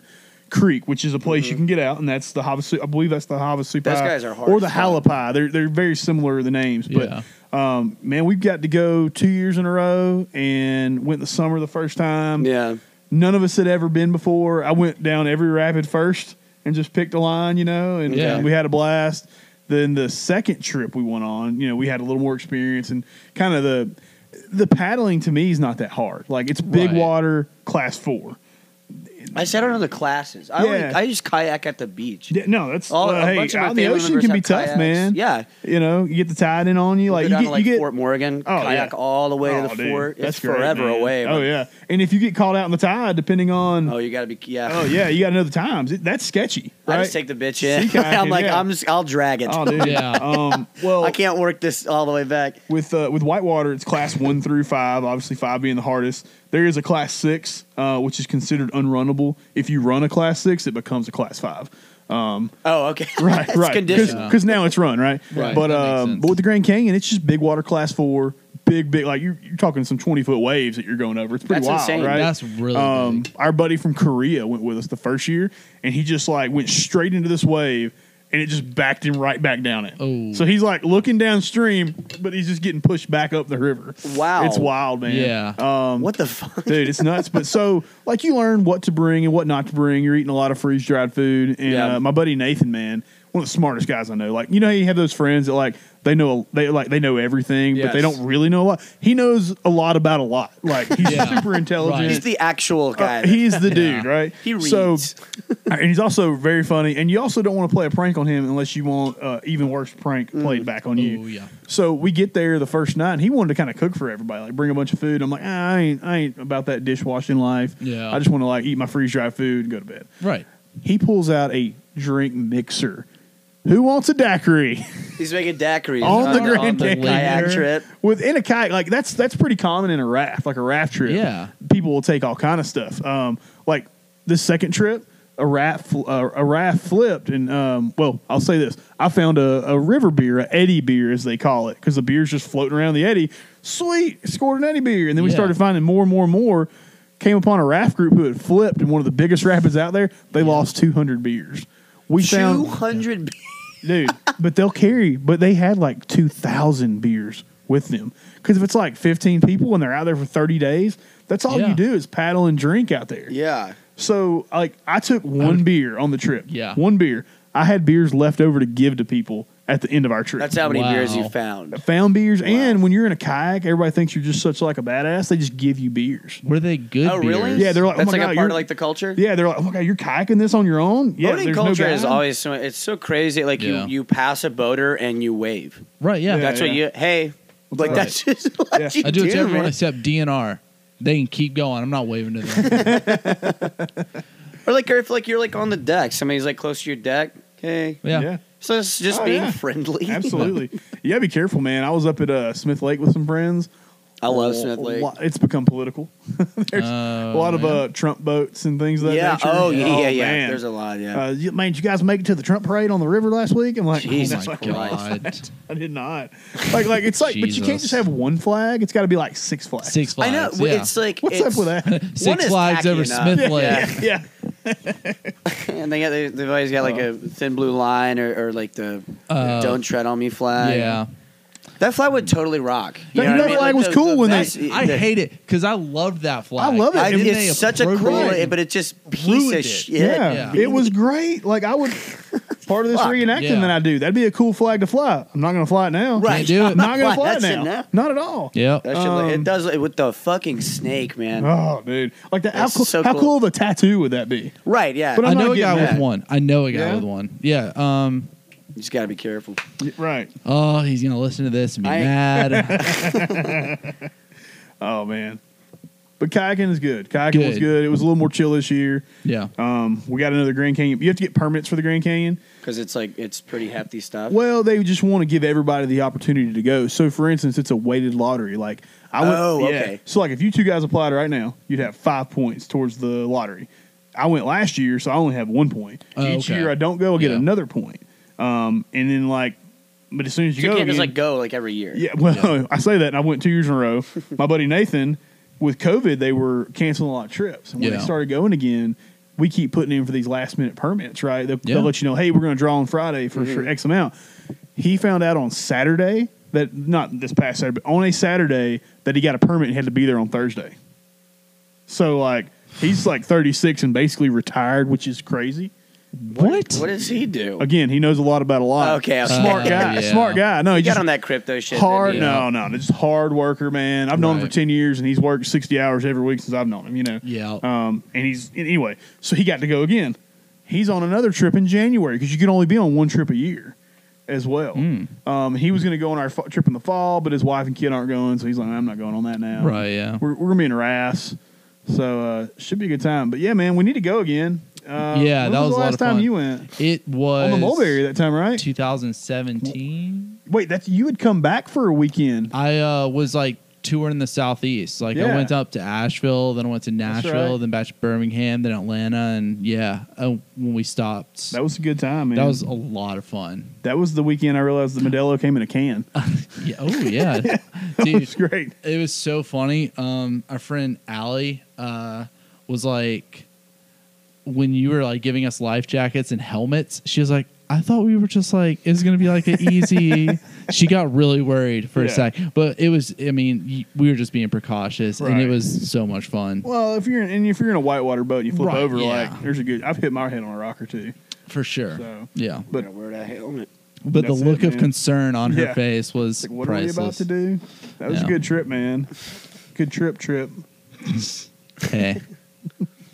creek which is a place you can get out and that's the havasu i believe that's the havasu
Mm-hmm. Those guys are hard
or the
as fuck.
halapai they're, they're very similar the names but
Yeah.
um, man we've got to go two years in a row and went the summer the first time
Yeah,
none of us had ever been before. I went down every rapid first and just picked a line, you know, and
Yeah.
we had a blast. Then the second trip we went on, you know, we had a little more experience and kind of the the paddling to me is not that hard. Like it's big
Right.
water, class four.
I said I don't know the classes. I
Yeah.
only, I just kayak at the beach.
Yeah, no, that's
All,
uh,
a
hey,
bunch of my
out in the
family
ocean
members
can
have
be tough,
kayaks.
man.
Yeah,
You know, you get the tide in on you,
like
like
go down
you get
to like
you get
Fort Morgan,
Oh,
kayak
yeah.
all the way
Oh,
to the
dude,
fort.
that's
It's
great,
forever
man.
away.
Oh yeah, and if you get caught out in the tide, depending on
Oh, you gotta be yeah.
oh yeah, you got to know the times. It, that's sketchy. Right?
I just take the bitch in.
Sea kayaking,
I'm like,
yeah.
I'm just, I'll drag it.
Oh, dude.
Yeah.
Um, well,
I can't work this all the way back.
with uh, with Whitewater, it's class one through five. Obviously, five being the hardest. There is a class six, uh, which is considered unrunnable. If you run a class six, it becomes a class five. Um,
Oh, okay.
right,
it's
right.
Conditional.
Because now it's run right.
Right,
But
that makes
um,
sense.
but with the Grand Canyon, it's just big water class four, big big like you're, you're talking some twenty foot waves that you're going over. It's
That's
pretty wild,
insane.
right?
That's really
um,
big.
our buddy from Korea went with us the first year, and he just like went straight into this wave, and it just backed him right back down it.
Oh.
so he's like looking downstream, but he's just getting pushed back up the river.
Wow.
it's wild, man.
Yeah.
um,
What the fuck?
dude, it's nuts. But so, like, you learn what to bring and what not to bring. You're eating a lot of freeze dried food. And
Yeah.
uh, my buddy Nathan, man, one of the smartest guys I know. Like, you know, how you have those friends that like they know they like they know everything, but they
Yes.
don't really know a lot. He knows a lot about a lot. Like, he's
Yeah.
super intelligent.
Right.
He's the actual guy.
Uh, he's the dude, right?
He
So,
reads.
and he's also very funny. And you also don't want to play a prank on him unless you want uh, even worse prank played back on you.
Oh, yeah.
So we get there the first night, and he wanted to kind of cook for everybody, like bring a bunch of food. I'm like, ah, I ain't, I ain't about that dishwashing life.
Yeah.
I just want to like eat my freeze dried food and go to bed.
Right.
He pulls out a drink mixer. Who wants a daiquiri?
He's making daiquiris
On the Grand
on the
Canyon.
kayak trip.
within a kayak like that's that's pretty common in a raft like a raft trip
Yeah.
people will take all kind of stuff um like this second trip a raft fl- uh, a raft flipped and um well i'll say this i found a, a river beer a eddy beer as they call it because the beer's just floating around the eddy sweet scored an eddy beer and then we
Yeah.
started finding more and more and more came upon a raft group who had flipped in one of the biggest rapids out there they lost 200 beers we
Two
found
hundred.
dude. But they'll carry. But they had like two thousand beers with them because if it's like fifteen people and they're out there for thirty days, that's all
Yeah.
you do is paddle and drink out there.
Yeah.
So like, I took one beer on the trip.
Yeah.
one beer. I had beers left over to give to people at the end of our trip.
That's how many
Wow.
beers you found.
found beers, and when you're in a kayak, everybody thinks you're just such like a badass. They just give you beers.
Were they good?
Oh, really?
beers?
Yeah, they're like, oh
that's
my
like
God,
a part
you're-
of like the culture.
Yeah, they're like, oh my god, you're kayaking this on your own. Yeah,
Boating
there's no
culture is
guide.
always so it's so crazy. Like
Yeah.
you, you pass a boater and you wave.
Right. Yeah.
Yeah.
That's what you. Hey, like
up?
that's just what
Yeah.
you
I do it to everyone
man.
except DNR. They can keep going. I'm not waving to them.
Or like or if like you're like on the deck, somebody's like close to your deck. Hey,
Yeah.
yeah.
so it's just
Oh,
being
yeah.
friendly.
Absolutely. you gotta be careful, man. I was up at uh, Smith Lake with some friends.
I love
A
Smith Lake.
lot- It's become political. There's a
Oh,
lot of
man.
uh, Trump boats and things of that
yeah.
nature.
Oh yeah, yeah, yeah.
man.
There's a lot. Yeah.
Uh, you- man, did you guys make it to the Trump parade on the river last week? I'm like,
Jesus
oh my
Christ.
God.
I did not. Like, like it's like, but you can't
Jesus.
just have one flag. It's got to be like six flags.
Six
I
Flags.
know.
Yeah.
It's like
What's
it's,
up with that?
one
Six
is
Flags
tacky
over
enough.
Smith Lake.
Yeah.
yeah,
and they got they, they've
Oh.
always got like a thin blue line or, or like the
Uh,
don't tread on me flag.
Yeah.
That flag would totally rock. You
That-
know what
that
I mean? Like
flag was
the-
cool when
I,
that's-
I
the-
hate it because I love that flag.
I love it.
I,
And then
they
it's such a cool,
appropriated
but it's just piece
ruined
of
it.
shit.
Yeah,
Yeah.
it was great. Like I would part of this
Fuck.
reenacting
Yeah.
that I do. That'd be a cool flag to fly. I'm not gonna fly it now.
Right.
do it.
Not gonna fly it
That's
now.
enough.
Not at all.
Yep.
That shit, like,
Um,
it does it with the fucking snake, man.
Oh, dude! Like that. How
That's
cool,
so
how
cool.
cool of a tattoo would that be?
Right? Yeah.
But
I
I'm
know
not
a guy
getting
with
that.
one. I know a guy
Yeah?
with one. Yeah. Um.
you just gotta be careful.
Right.
Oh, he's gonna listen to this and be
I-
mad.
Oh man. But kayaking is good. Kayaking was
Good.
good. It was a little more chill this year.
yeah.
Um, we got another Grand Canyon. You have to get permits for the Grand Canyon.
Because it's like it's pretty hefty stuff.
Well, they just want to give everybody the opportunity to go. So, for instance, it's a weighted lottery. Like I went,
Oh, okay.
So, like if you two guys applied right now, you'd have five points towards the lottery. I went last year, so I only have one point.
Oh,
Each
okay.
year I don't go, I get
Yeah.
another point. Um, and then like, but as soon as
So
you
you
go,
can't just
again-
like go like every year.
yeah. Well, I say that, and I went two years in a row. My buddy Nathan, with COVID, they were canceling a lot of trips, and when
Yeah.
they started going again, we keep putting in for these last minute permits. Right?
Yeah.
They'll,
Mm-hmm.
they'll let you know, hey, we're going to draw on Friday for sure X amount. He found out on Saturday that not this past Saturday, but on a Saturday that he got a permit and had to be there on Thursday. So like he's like 36 and basically retired, which is crazy.
What?
What does he do?
Again, he knows a lot about a lot.
Okay, okay.
smart
Uh,
guy,
yeah.
smart guy. No, he
He got
just
on that crypto shit.
hard.
didn't he?
No, no, just hard worker, man. I've known him
uh, Right.
for ten years, and he's worked sixty hours every week since I've known him. You know.
Yeah.
Um, and he's anyway. So he got to go again. He's on another trip in January because you can only be on one trip a year, as well.
Mm.
Um, he was going to go on our fa- trip in the fall, but his wife and kid aren't going, so he's like, I'm not going on that now.
Right. Yeah.
We're, we're gonna be in Rass, so uh, should be a good time. But yeah, man, we need to go again. Uh,
Yeah, that was
when was, the
a lot
last
of
time
fun.
you went
It was
on the Mulberry that time, right?
2017.
Wait, that's you had come back for a weekend.
I uh, was like touring the southeast. Like
Yeah.
I went up to Asheville, then I went to
That's
Nashville,
right.
then back to Birmingham, then Atlanta, and yeah, uh, when we stopped,
That was a good time, man.
that was a lot of fun.
That was the weekend I realized the Modelo came in a can.
Yeah. Oh yeah,
It
dude.
was great.
it was so funny. Um, our friend Allie uh, was like, when you were like giving us life jackets and helmets, she was like, I thought we were just like it's gonna be like an easy. she got really worried for a
Yeah.
sec, but it was. I mean, y- we were just being precautious, and
Right.
it was so much fun
Well, if you're in, and if you're in a whitewater boat and you flip
Right,
over,
yeah.
like there's a good. I've hit my head on a rock or two.
for sure.
So,
Yeah,
but
Yeah, Where the hell?
but the
That's it,
look of
man.
concern on
Yeah.
her face was
it's like, what
priceless.
are we about to do? That was a
Yeah.
good trip, man. Good trip, trip.
Hey,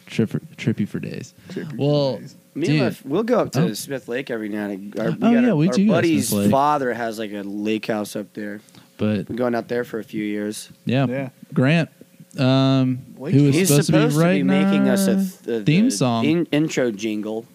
trip, trippy for days.
trip
Well,
Me
Dude.
and my, we'll go up to
Oh.
Smith Lake every now and again.
Oh,
Our, got
yeah,
our,
we
our
do go to
buddy's
Smith Lake.
father has like a lake house up there.
But
Been going out there for a few years.
yeah,
yeah.
Grant, um,
Wait,
who was
He's
supposed, to be writing
making us a
our
th- the-
theme
the
song,
in- intro jingle.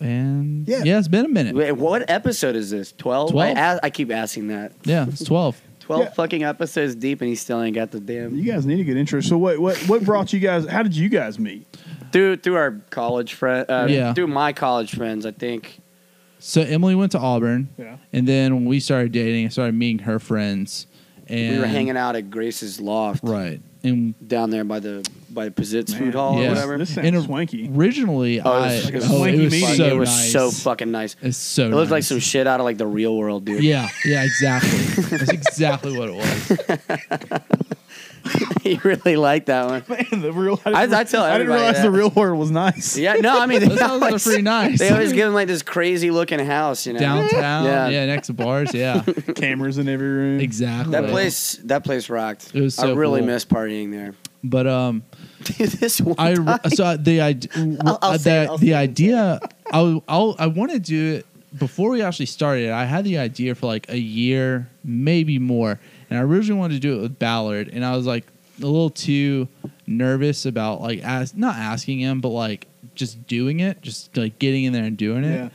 and
Yeah.
yeah. it's been a minute.
Wait, what episode is this? Twelve. I,
12.
a- I keep asking that.
Yeah, it's twelve.
Twelve
Yeah.
fucking episodes deep, and he still ain't got the damn
You guys need a good intro. So what? What? What brought you guys? How did you guys meet?
through through our college friend. Uh,
Yeah.
Through my college friends, I think.
so Emily went to Auburn,
Yeah.
and then when we started dating, I started meeting her friends, and
we were hanging out at Grace's loft
right. And
down there by the by Pizzitt's
Man,
food hall
yeah.
or whatever.
This
In
sounds
a-
swanky.
originally,
Oh,
I
it was, like a
oh, it
swanky
was
meeting.
so
it was
nice.
so fucking nice.
it's so
It looked like
nice.
some shit out of like the real world, dude.
Yeah, yeah, exactly. That's exactly what it was.
he really liked that one.
Man, the real. I,
I tell
I didn't
everybody
realize
that.
the real world was nice.
Yeah, no, I mean,
That
they
sounds like
always,
pretty nice.
they always give him like this crazy looking house, you know.
Downtown,
Yeah.
yeah. next to bars, yeah,
Cameras in every room.
exactly.
That place, that place rocked.
It was so
I really
cool.
miss partying there.
but um,
this one,
I re- so I- the idea
I'll- I'll say it,
the,
I'll say it.
the idea I w- I'll, I want to do it before we actually started. I had the idea for like a year, maybe more, and I originally wanted to do it with Ballard, and I was like a little too nervous about like as, not asking him, but like just doing it, just like getting in there and doing it.
Yeah.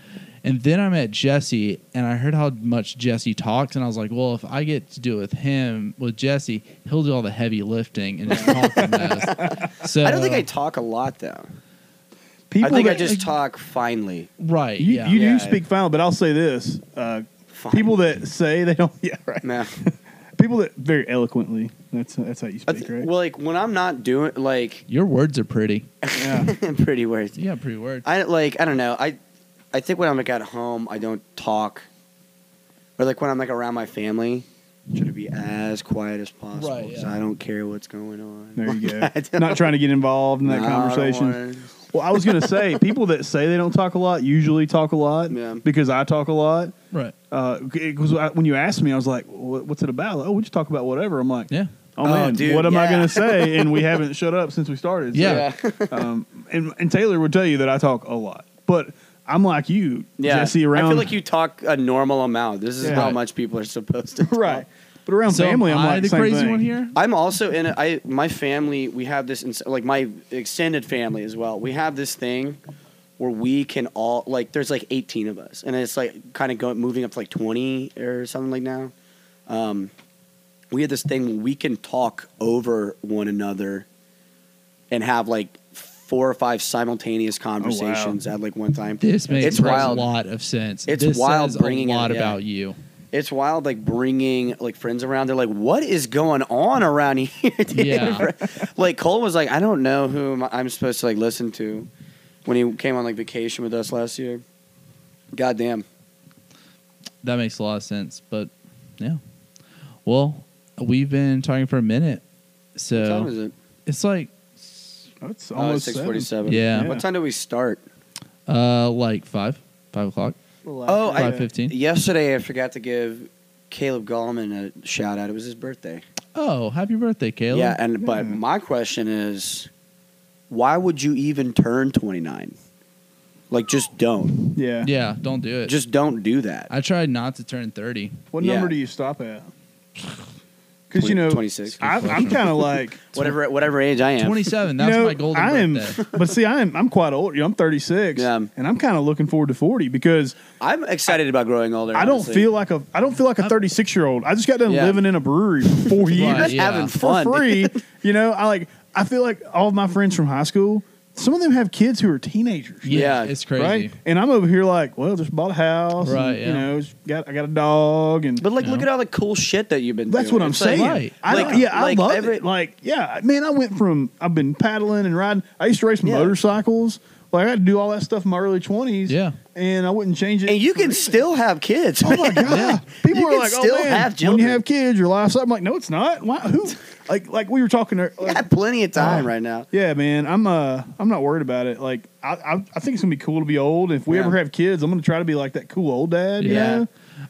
And then I met Jesse, and I heard how much Jesse talks, and I was like, "Well, if I get to do it with him, with Jesse, he'll do all the heavy lifting and just talk the most." So uh,
I don't think I talk a lot though.
People
I think I
that-
just talk finely.
Right.
You,
yeah.
you
Yeah.
do speak foul, but I'll say this: uh,
Fine.
people that say they don't, yeah, right.
No.
People that very eloquently. That's that's how you
I
speak,
th-
right?
Well, like when I'm not doing like
Your words are pretty.
yeah.
pretty words.
Yeah, pretty words.
I like I don't know. I I think when I'm like at home, I don't talk, or like when I'm like around my family, be as quiet as possible.
Right,
'cause
yeah.
I don't care what's going on.
There you
I
go.
don't-
Not trying to get involved in that
No, I don't
conversation.
wanna-
Well, I was going to say people that say they don't talk a lot usually talk a lot
Yeah.
because I talk a lot.
Right.
Because I when you asked me, I was like, "Wha- "What's it about?" Like, oh, we just talk about whatever. I'm like,
Yeah.
"Oh
Oh,
man,
dude,
what am I
yeah."
going to say?" And we haven't shut up since we started. so,
Yeah.
um, and, and Taylor would tell you that I talk a lot, but I'm like you,
Yeah.
Jesse. Around
I feel like you talk a normal amount. This is
Yeah.
how
Right.
much people are supposed to. Talk.
right, but around
So am
family, I'm
I
like
the
same
crazy
thing.
one here.
I'm also in. A, I my family. We have this. ins- Like my extended family as well. We have this thing where we can all like. There's like 18 of us, and it's like kind of going moving up to like 20 or something like now. Um, we had this thing where we can talk over one another and have like four or five simultaneous conversations at like one time.
This makes
It's
a
wild.
lot of sense.
It's
this
wild
says
bringing
a
it-
lot
yeah.
about you.
it's wild like bringing like friends around they're like what is going on around here dude?
Yeah.
like cole was like i don't know who I'm- i'm supposed to like listen to when he came on like vacation with us last year god damn
That makes a lot of sense. But yeah. Well, we've been talking for a minute.
what time
So
is it
it's like
That's
Uh,
almost seven.
647
Yeah.
what time do we start
uh like five. Five o'clock.
Oh, I-
Five fifteen.
yesterday i forgot to give caleb gallman a shout out it was his birthday
Oh, happy birthday, Caleb.
yeah and but
Yeah.
my question is why would you even turn 29 like just don't
yeah.
Yeah, don't do it.
just don't do that
I tried not to turn thirty.
What
Yeah.
number do you stop at? Because you know,
26.
I, I'm kind of like
whatever whatever age I am.
Twenty seven, that's
you know,
my golden
I am,
birthday.
but see, I'm I'm quite old. You know, I'm 36,
Yeah.
and I'm kind of looking forward to 40 because
I'm excited about growing older.
I don't
honestly.
feel like a I don't feel like a 36 year old. I just got done
Yeah.
living in a brewery for four years
Right,
Just
yeah.
having
For
fun.
for free. you know, I like I feel like all of my friends from high school. Some of them have kids who are teenagers.
Yeah,
Yeah,
it's crazy.
Right, and I'm over here like, well, just bought a house, and,
Right,
You
yeah.
know, just got I got a dog, and
But like,
You
look
know?
at all the cool shit that you've been.
That's
doing.
what I'm
It's like-
saying.
Right.
I,
Like-
yeah, I
like
love
every-
it. Like, yeah, man, I went from I've been paddling and riding. I used to race
Yeah.
motorcycles. Like I had to do all that stuff in my early twenties.
Yeah.
and I wouldn't change it.
and you
for
can
anything.
still have kids.
Oh my god! People
You
are
can
like,
still
"Oh man,
have
when you
children."
have kids, your life's." up." I'm like, "No, it's not. Why? Who? Like, like we were talking. ear-
I
Like,
got plenty of time
Oh.
right now.
yeah, man, I'm uh, I'm not worried about it. Like, I, I, I think it's gonna be cool to be old. If we
Yeah.
ever have kids, I'm gonna try to be like that cool old dad.
Yeah.
you know?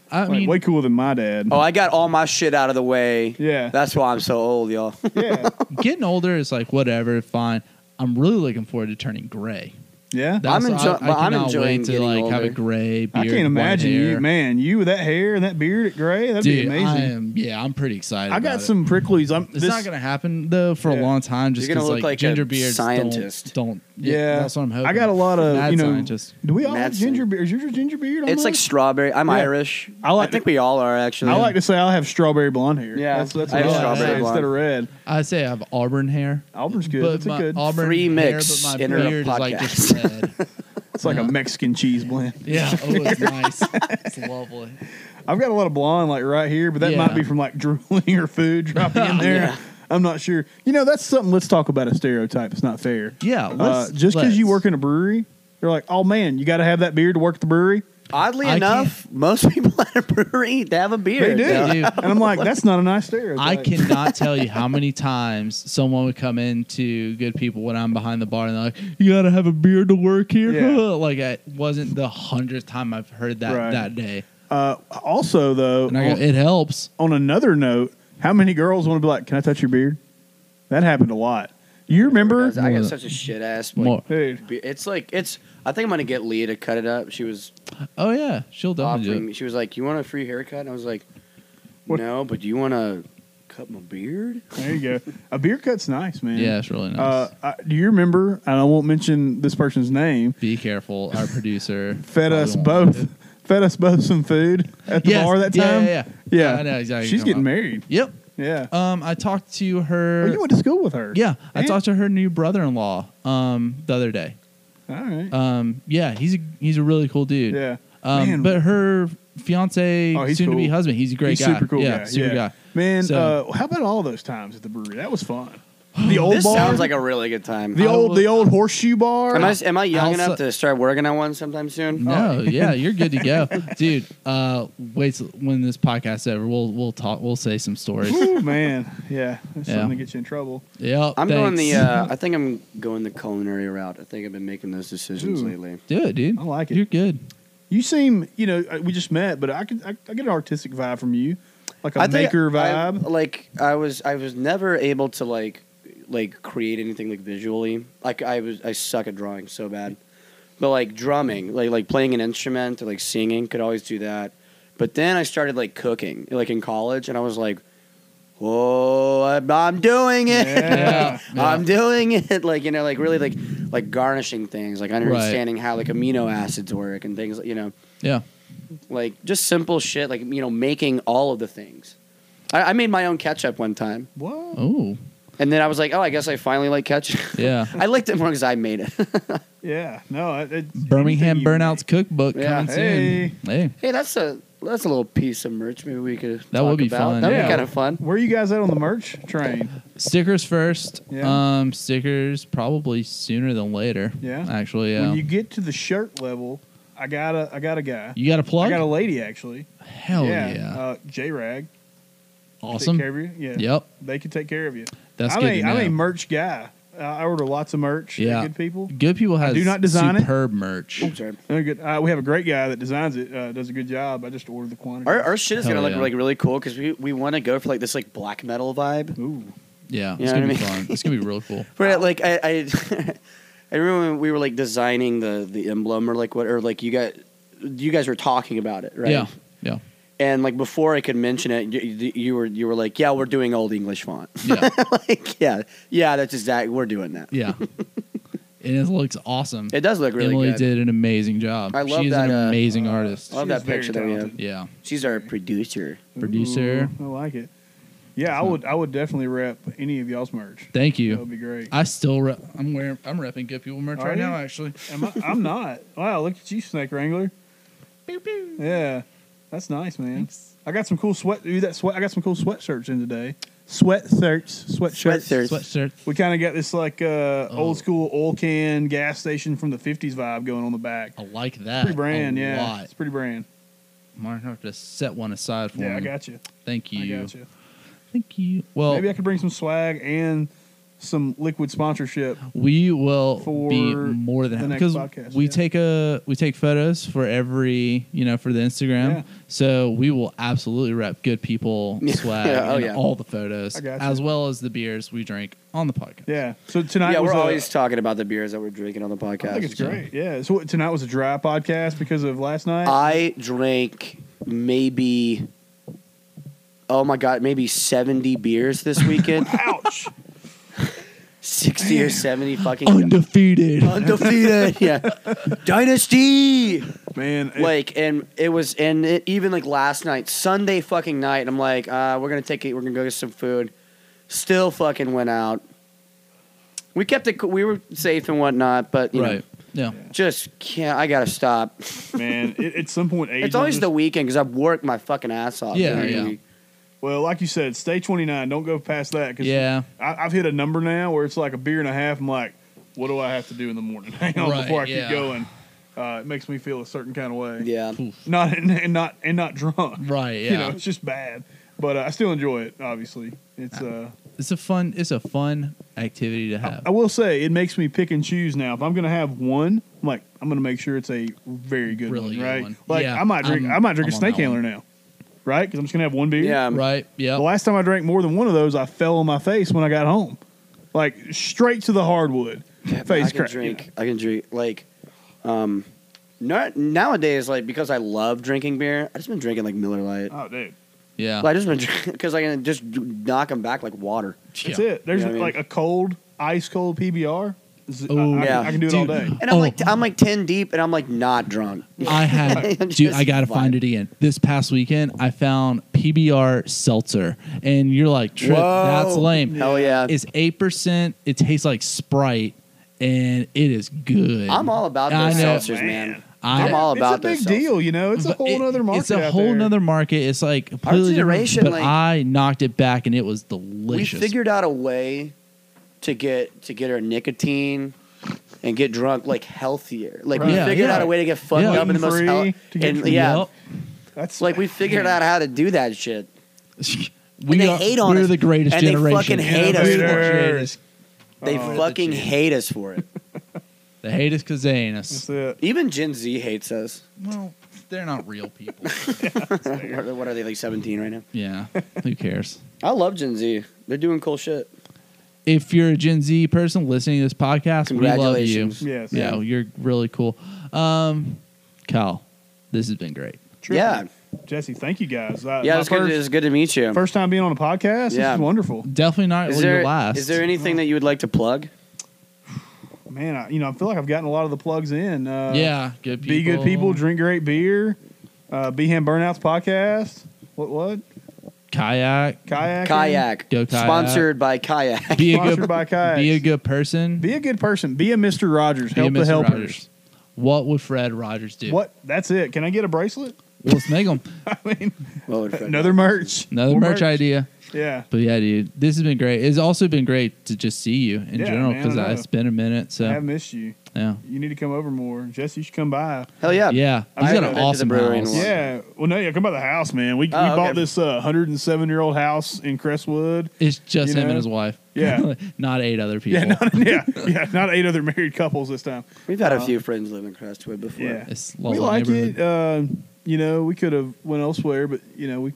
I
like
mean
way cooler than my dad.
Oh, I got all my shit out of the way.
Yeah.
that's why I'm so old, y'all.
yeah,
getting older is like whatever, fine. I'm really looking forward to turning gray.
yeah.
That's
I'm enjo-
I,
but
I
I'm
cannot
enjoying
wait to
getting
like have a
older.
gray beard.
I can't imagine
white hair.
you, man. You with that hair and that beard at gray, that'd
Dude,
be amazing.
I
I,
am. Yeah, I'm pretty excited. about
got
it.
some pricklies. I'm.
It's
this-
not going to happen though for a
Yeah.
long time. Just
You're gonna
because like,
look like a
ginger beards
scientist.
Don't, don't.
Yeah,
that's what I'm hoping.
I got a lot of
Mad
you know.
scientist.
Do we all
Mad
have ginger
scientist.
beard? Is your ginger beard?
It's like
almost?
strawberry. I'm
Yeah.
Irish.
I like
I think we all are actually.
I like to say I have strawberry blonde hair.
Yeah,
that's that's
I
what I
have
like to
strawberry
say
blonde.
instead of red.
I say I have auburn hair.
Auburn's good.
But
that's a
my
good.
auburn
Free
hair,
mix
but my
in our
beard is like just red.
it's like a
yeah.
Mexican cheese blend.
yeah, oh, it's nice. It's lovely.
I've got a lot of blonde like right here, but that
Yeah.
might be from like drooling or food dropping in there.
Yeah.
I'm not sure. You know, that's something. Let's talk about a stereotype. It's not fair.
Yeah,
Uh,
let's-
just because you
let's.
work in a brewery, they're like, oh man, you got to have that beard to work at the brewery.
Oddly
I
enough, most people at a brewery they have a beard.
They do.
Yeah.
Dude,
And I'm like, that's not a nice stereotype.
I cannot tell you how many times someone would come into good people when I'm behind the bar and they're like, "You gotta have a beard to work here."
Yeah.
like it wasn't the hundredth time I've heard that
Right.
that day.
Uh, also, though,
And I
on,
go, "It helps."
on another note, how many girls want to be like, can I touch your beard? That happened a lot. You remember?
I got such a shit ass.
More.
Like,
Dude,
be- it's like it's. I think I'm gonna get Leah to cut it up. She was
Oh yeah, she'll definitely do
offering
it.
me. She was like, "You want a free haircut?" And I was like,
What-
"No, but do you want to cut my beard?"
there you go. A beard cut's nice, man.
Yeah, it's really nice.
Uh, I, do you remember? And I won't mention this person's name.
Be careful, our producer
Fed
probably
us
won't
both.
like it.
Fed us both some food at the
Yes,
bar that
yeah,
time.
yeah, yeah.
yeah.
I know exactly what
She's
you're
getting
talking about.
married.
Yep.
Yeah.
Um, I talked to her.
oh, you went to school with her.
yeah, I
Man.
talked to her new brother-in-law um the other day.
All right.
Um, yeah, he's a, he's a really cool dude.
yeah.
Um,
Man,
but her fiance,
Oh, he's
soon to be
cool.
husband, he's a great
he's
guy.
super cool.
yeah,
guy.
super
yeah.
guy.
Man,
So-
uh, how about all those times at the brewery? That was fun. The old
This
bar.
sounds like a really good time.
the
I
old the
will-
old horseshoe bar.
am I am I young
I'll
enough
su-
to start working on one sometime soon?
No,
Oh.
yeah, you're good to go, dude. Uh, wait till when this podcast's over, we'll we'll talk. We'll say some stories.
Ooh, man, yeah, that's
Yeah.
something to get you in trouble.
yep,
I'm going the.
thanks.
Uh, I think I'm going the culinary route. I think I've been making those decisions
Ooh.
lately.
Do it, dude.
I like it.
You're good.
You seem, you know, uh, we just met, but I could, I, I get an artistic vibe from you, like a
I think
maker
I-
vibe.
like I was, I was never able to like, like create anything like visually. Like I was, I suck at drawing so bad. But like drumming, like like playing an instrument or like singing, could always do that. But then I started like cooking, like in college, and I was like, "Whoa, I'm, I'm doing it!
Yeah.
Yeah.
I'm doing it!" Like you know, like really like like garnishing things, like understanding how like amino acids work and things, you know
Yeah,
like just simple shit like you know making all of the things I, I made my own ketchup one time
What?
Oh,
and then i was like oh i guess i finally like ketchup
yeah.
i liked it more because i made it
Yeah, no, it, it-
Birmingham
anything you
Burnouts
make.
Cookbook
Yeah.
coming
Hey.
soon. Hey,
hey that's a that's a little piece of merch maybe we could
That would
talk
be
about.
fun.
that'd
Yeah.
be kind of fun
Where you guys at on the merch train?
stickers first.
Yeah.
Um, stickers probably sooner than later.
Yeah.
actually, um, yeah.
When you
you
get to the shirt level, I got a, I got a guy.
got a plug?
I got a lady actually.
Hell yeah!
Uh, J Rag.
awesome.
Take care of you. Yeah.
Yep,
They can take care of you.
that's
I'm
good.
a,
to know.
I'm a merch guy. Uh, I order lots of merch. They're
Yeah.
Good people.
Good people has
do not design it.
superb merch.
Ooh, sorry.
They're good. Uh, we have a great guy that designs it. Uh, does a good job. I just ordered the quantity.
our, our shit is
Hell
gonna look
yeah.
like really cool because we, we want to go for like this like black metal vibe
Ooh.
Yeah,
You
it's
know
gonna
what
be
I mean?
fun. It's gonna be real cool.
Right, like I, I, I remember when we were like designing the the emblem or like what or like you guys, you guys were talking about it, right?
Yeah, yeah,
And like before I could mention it, you, you were you were like, yeah, we're doing old English font.
yeah,
like yeah, yeah, that's exactly we're doing that.
yeah. and it looks awesome.
It does look really
Emily
good.
did an amazing job.
I love
She's
that,
an
uh,
amazing
uh,
artist.
I love
She was
that
very
picture that we have.
talented.
yeah,
She's our producer.
Producer.
Ooh, I like it. Yeah, I would. I would definitely rep any of y'all's merch.
thank
That would
you.
be great.
I still rep, I'm wearing I'm repping good people merch
Are
right
you?
now. Actually,
Am I, I'm not. Wow, look at you, Snake Wrangler. Yeah, that's nice, man. I got some cool sweat. Dude, that sweat. I got some cool sweatshirts in today. Sweat shirts. Sweat shirts.
Sweatshirts.
sweatshirt.
We kind of got this like uh,
Oh.
old school oil can gas station from the '50s vibe going on the back.
I like that.
Pretty brand,
a
yeah.
Lot.
It's pretty brand.
Might have to set one aside for
Yeah,
me.
I got you.
Thank you.
I got you.
Thank you. Well,
Maybe I could bring some swag and some liquid sponsorship.
we will
For
be more than
the
happy
next
because
podcast,
we
yeah.
take a we take photos for every you know for the Instagram.
Yeah.
So we will absolutely rep good people
Yeah.
swag
Oh,
in
yeah.
all the photos
I gotcha.
as well as the beers we drink on the podcast.
Yeah. So tonight
yeah,
was
we're
a-
always talking about the beers that we're drinking on the podcast.
I think it's great. Yeah. So what, tonight was a dry podcast because of last night.
I drank maybe, oh my god, maybe seventy beers this weekend.
Ouch.
Sixty or seventy fucking.
Oh,
Undefeated.
Undefeated, yeah, dynasty.
Man, it-
Like, and it was, and it, even like last night, Sunday fucking night. And I'm like, uh, we're gonna take it. We're gonna go get some food. Still fucking went out. We kept it. co- We were safe and whatnot, but you
right. Yeah.
know, just can't. I gotta stop.
man, it, at some point, age
It's always
will
the
just-
weekend because I've worked my fucking ass off.
Yeah,
during the
yeah.
week.
well, like you said, stay twenty nine. Don't go past that because
Yeah.
I, I've hit a number now where it's like a beer and a half. I'm like, what do I have to do in the morning Hang on
Right,
before I
yeah.
keep going? Uh, it makes me feel a certain kind of way.
yeah.
not and, and not and not drunk.
Right. Yeah.
You know, it's just bad. But uh, I still enjoy it. Obviously, it's. Uh,
it's a fun. It's a fun activity to have.
I will say it makes me pick and choose now. If I'm gonna have one, I'm like I'm gonna make sure it's a very good
Really
one,
good
right?
one.
Like
Yeah,
I might drink,
I'm-
i might drink
I'm
a
on
snake
that
handler
one.
now, right? Because I'm just gonna have one beer.
Yeah.
right. Yeah.
The last time I drank more than one of those, I fell on my face when I got home, like straight to the hardwood.
I
face
can
crack.
drink. I can drink. Like, um, not nowadays. Like because I love drinking beer, I just been drinking like Miller Lite.
Oh, dude,
yeah.
Like, I just been because I can just knock them back like water.
that's
Yeah.
it. There's
Yeah, I mean-
like a cold, ice cold PBR. Z- I-
Oh,
I,
Yeah.
can, I can do it all
Dude.
day.
And I'm
Oh.
like I'm like ten deep, and I'm like not drunk.
I have, dude.
Just
I gotta find
vibe.
it again. This past weekend, I found PBR seltzer, and you're like, Trip, that's
Whoa.
lame.
Hell yeah.
It's eight percent. It tastes like Sprite, and it is good.
I'm all about
I
those
know.
seltzers, man.
I-
I'm all about
it's a big
those
deal, you know. It's a
But
whole
it-
nother market.
It's a
out
whole
there.
nother market. It's like completely different,
generation,
But
like-
I knocked it back, and it was
We
delicious.
figured out a way to get to get her nicotine and get drunk like healthier. Like we
Right. Yeah,
figured
yeah.
out a way to get fucked
Yeah.
up in the most
Gluten-free,
healthy.
to get
And
drunk.
yeah,
Yup.
That's
like we figured out how to do that shit.
we
they
are,
hate on
we're
us.
the greatest
And they
generation.
fucking hate
us.
Innovators.
They
Oh,
fucking
the Gen-
hate us for it.
They hate us because they ain't
That's
us.
it.
Even Gen Z hates us.
Well, they're not real people.
What are- what are they like seventeen right now?
yeah, who cares?
I love Gen Z. They're doing cool shit.
If you're a Gen Z person listening to this podcast, we love you.
Congratulations.
Yes.
Yeah, you're really cool. Um, Kyle, this has been great.
Trippy.
Yeah.
Jesse, thank you guys. Uh,
Yeah,
my
it's good.
first,
It's good to meet you.
first time being on a podcast. This
Yeah.
is wonderful.
Definitely not
is
your
there
last.
is there anything that you would like to plug?
Man, I, you know, I feel like I've gotten a lot of the plugs in. Uh,
yeah, good people.
Be good people, drink great beer. Uh, Behan Burnouts podcast. What? What?
Kayak.
Kayak.
Kayak.
Go kayak.
Sponsored by Kayak.
Be a
Sponsored
good.
by Kayak.
Be a good person.
Be a good person. Be a Mr. Rogers. Help
Be a
the
Mr.
helpers.
Rogers. What would Fred Rogers do?
What? That's it. Can I get a bracelet?
Well, let's make him
I mean,
What would Fred
another merch.
another
More
merch idea.
Yeah.
But yeah, dude, this has been great. It's also been great to just see you in
Yeah,
general
man,
because
I know.
it's been a minute.
I have
So
missed you.
yeah,
You need to come over more. Jesse, you should come by.
Hell yeah.
yeah,
I
he's got
haven't been
an
to the
awesome
brewery in a
house.
while.
Yeah. Well, no, yeah, come by the house, man. We, we
Oh,
bought
okay.
this uh, 107 year old house in Crestwood.
It's just
You
him
know?
and his wife.
Yeah.
not eight other people.
Yeah, not, yeah, yeah, not eight other married couples this time.
We've had a
Uh,
few friends live in Crestwood before.
Yeah,
It's a
we
little
like it.
neighborhood.
Uh, you know, we could have went elsewhere, but you know, we.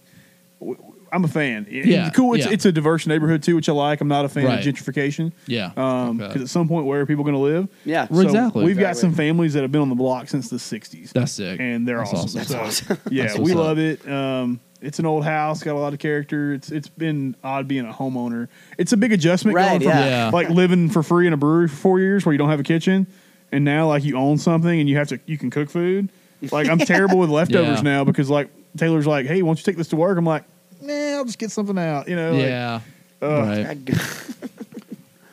we I'm a fan. It-
Yeah,
it's cool. It's,
yeah.
it's a diverse neighborhood too, which I like. I'm not a fan
Right.
of gentrification
yeah,
because
Um,
Okay.
Um, at some point, where are people going to live?
Yeah.
Well, exactly.
We've got
Exactly.
some families that have been on the block since the '60s,
that's sick.
and they're
That's
awesome.
awesome.
So, Yeah,
That's
we
what's up.
love it. Um, it's an old house, got a lot of character. It's it's been odd being a homeowner. It's a big adjustment
Right,
going from
yeah.
Yeah.
like living for free in a brewery for four years where you don't have a kitchen, and now like you own something and you have to you can cook food. Like I'm terrible with leftovers
Yeah.
now because like Taylor's like, hey, why don't you take this to work? I'm like, nah, I'll just get something out. You know, like,
yeah,
ugh.
right.
I-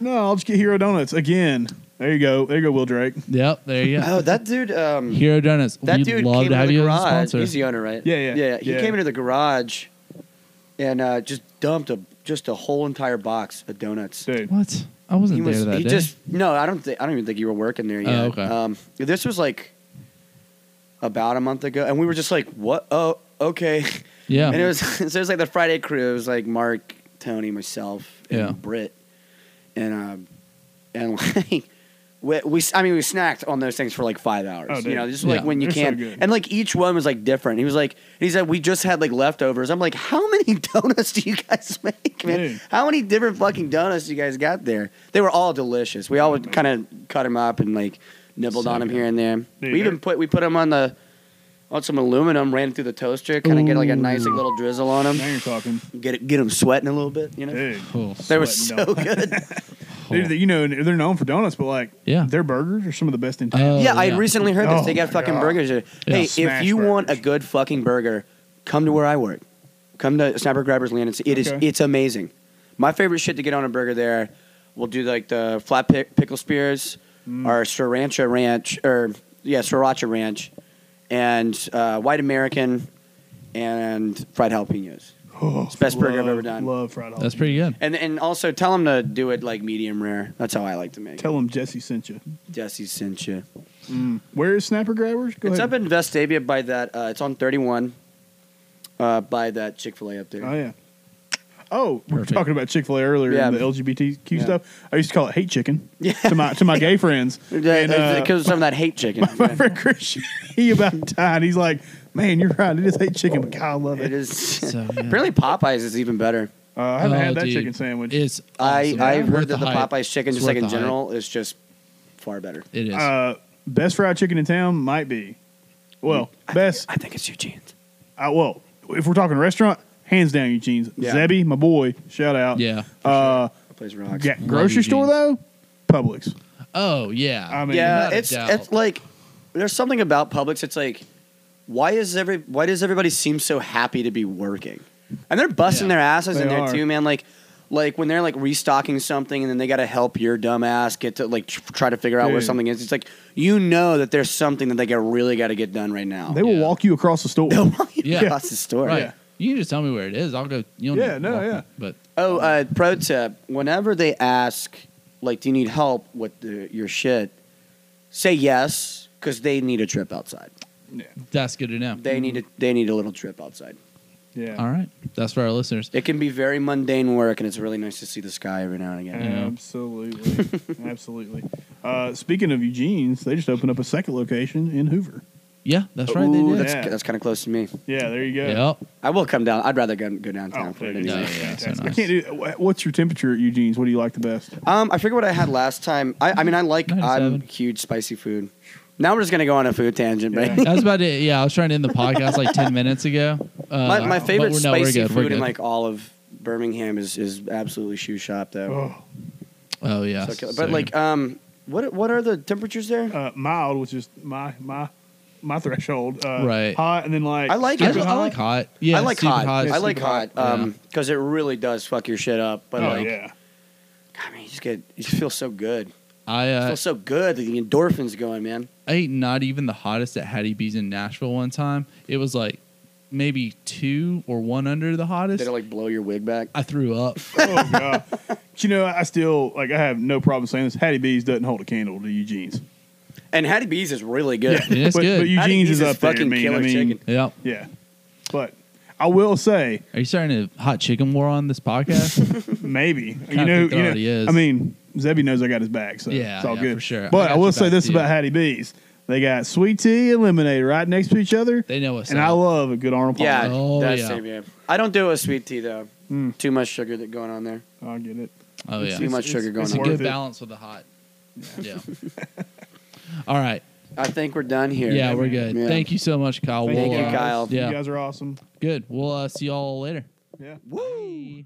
no, I'll just get Hero Donuts again. There you go, there you go, Will Drake.
Yep, there you go.
oh, that dude. Um,
Hero Donuts.
that
We'd
dude
love
came
to have
into
you
the
as a
garage.
sponsor.
He's the owner, right?
Yeah, yeah,
yeah. He
yeah.
came into the garage, and uh, just dumped a just a whole entire box of donuts.
Dude,
What? I wasn't
he was.
there that
he
day.
just no. I don't. Th- I don't even think you were working there
Oh,
yet.
okay.
Um, this was like about a month ago, and we were just like, "What? Oh, okay."
yeah,
And it was so it was like the Friday crew. It was like Mark, Tony, myself, and
Yeah.
Britt, and um, and like we, we s- I mean we snacked on those things for like five hours.
Oh, dude.
you know, just
Yeah.
like when you
They're so
can,
good.
and like each one was like different. He was like he said we just had like leftovers. I'm like, how many donuts do you guys make, man?
Dude.
How many different fucking donuts you guys got there? They were all delicious. We all would
Mm-hmm.
kind of cut them up and like nibbled
So
on them
good.
here and there.
Dude,
we even
they're-
put we put them on the on some aluminum, ran it through the toaster, kind of get like a nice like, little drizzle on
now
them,
you're talking.
get it, get them sweating a little bit, you know.
Dude,
cool.
They were so
sweating
good.
Cool.
dude, you know they're known for donuts, but like
Yeah.
their burgers are some of the best in town.
Oh,
yeah, I
yeah.
recently heard this.
Oh
they got
my
fucking
God.
burgers. there. Hey,
Smash
if you want a
burgers.
good fucking burger, come to where I work. Come to Snapper Grabbers Land and see. It is
Okay.
it's amazing. My favorite shit to get on a burger there. We'll do like the flat pick, pickle spears,
Mm.
or sriracha ranch, or yeah, sriracha ranch, and uh, white American, and fried jalapenos.
Oh,
It's the best burger I've
love-
ever done.
Love fried
That's
jalapenos.
pretty good.
And and also tell them to do it like medium rare. That's how I like to make. it.
Tell them Jesse sent you. Mm.
Jesse sent you.
Where is Snapper Grabbers? Go
it's
ahead.
up in Vestavia by that. Uh, it's on thirty one. Uh, by that Chick fil A up there.
oh yeah. Oh, we were
Perfect.
talking about Chick Fil A earlier
Yeah.
and the LGBTQ
Yeah.
stuff. I used to call it hate chicken
Yeah.
to my to my gay friends. And, uh,
Because some of that hate chicken.
my friend Christian, he about died. He's like, "Man, you're right. It is hate chicken, but God, I love
it
it."
is.
So, yeah.
Apparently Popeyes is even better.
Uh, I haven't
Oh,
had that
dude.
chicken sandwich.
It's awesome.
I I've
Oh, Worth
heard that the,
hype.
Popeyes chicken,
It's
just like
worth
in
the hype.
general, is just far better.
It is.
uh, best fried chicken in town might be. Well, best.
I think it's Eugene's.
I, well, if we're talking restaurant, hands down, Eugene's.
Yeah.
Zebby, my boy, shout out.
yeah.
Uh,
That place rocks.
yeah, grocery store though, Publix.
Oh yeah.
I mean-
yeah,
Without a
it's
doubt.
it's like there's something about Publix. It's like why is every why does everybody seem so happy to be working? And they're busting
Yeah.
their asses in
They
there
are.
too, man. Like like when they're like restocking something and then they got to help your dumb ass get to like tr- try to figure out where
Dude.
something is. It's like you know that there's something that they got really got to get done right now.
They will
Oh, Yeah.
walk you across the store.
They'll run you
Yeah.
across the store.
right.
yeah.
You can just tell me where it is. I'll go. You don't
Yeah,
need to
no,
walk
yeah.
me, But
Oh, uh, pro tip: whenever they ask like, do you need help with the, your shit? Say yes, because they need a trip outside.
That's good to know.
They need a, they need a little trip outside.
Yeah.
All right. That's for our listeners.
It can be very mundane work, and it's really nice to see the sky every now and again.
Yeah.
Absolutely. Absolutely. Uh, speaking of Eugene's, they just opened up a second location in Hoover.
Yeah, that's right.
Ooh,
they
that's
did.
Yeah.
that's kind of close to me.
Yeah, there you go.
Yep.
I will come down. I'd rather go, go downtown
Oh,
for it
dude,
anyway.
No,
it's
yeah,
fantastic.
so
I
nice.
can't do. wh- What's your temperature at Eugene's? What do you like the best?
Um, I forget what I had last time. I, I mean, I like I'm
97.
huge spicy food. Now we're just gonna go on a food tangent, but
Yeah.
I was about to. Yeah, I was trying to end the podcast like ten minutes ago. Uh,
my, my
but
favorite
we're- no, we're
spicy
good, we're
food in
good.
like all of Birmingham is is absolutely shoe shop though.
Oh,
Oh yeah.
So killer. but like um, what what are the temperatures there?
uh, mild, which is my my my threshold. Uh,
Right.
Hot, and then like
I like
I,
it.
stupid
I like hot. Yeah,
I like
super
hot.
hot.
I like
super hot.
hot because it really does fuck your shit up. But
oh
like,
yeah.
God, man, you just get you just feel so good.
I
You
uh,
feel so good. The endorphins going, man.
I ate not even the hottest at Hattie B's in Nashville one time. It was like maybe two or one under the hottest.
Did it like blow your wig back?
I threw up.
oh god. But you know, I still like. I have no problem saying this. Hattie B's doesn't hold a candle to Eugene's.
And Hattie B's is really good.
It is
but, But
good.
Hattie
Eugene's
B's
is up there. I
fucking
mean,
killer
I mean,
chicken.
yep.
yeah. But I will say,
Are you starting a hot chicken war on this podcast?
Maybe you
Kinda
know,
think there
you know
already is.
I mean, Zebby knows I got his back, so
Yeah,
it's all
yeah,
good
for sure. I
But
got
I,
your
will say
back,
this
dude.
about Hattie B's: they got sweet tea and lemonade right next to each other,
they know us.
and I love a good Arnold.
Yeah,
Palmer.
Oh,
that's
yeah. Hmm.
same, yeah. I don't do a sweet tea though.
Mm.
Too much sugar that going on there.
I get it.
Oh yeah.
Too much sugar going
It's
on.
a
worth
good
it.
balance with the hot. Yeah. All right.
I think we're done here.
Yeah, we're good.
Yeah.
Thank you so much, Kyle.
Thank
We'll,
you,
uh,
Kyle.
Yeah.
You guys are awesome.
Good. We'll uh, see y'all later.
Yeah.
Woo.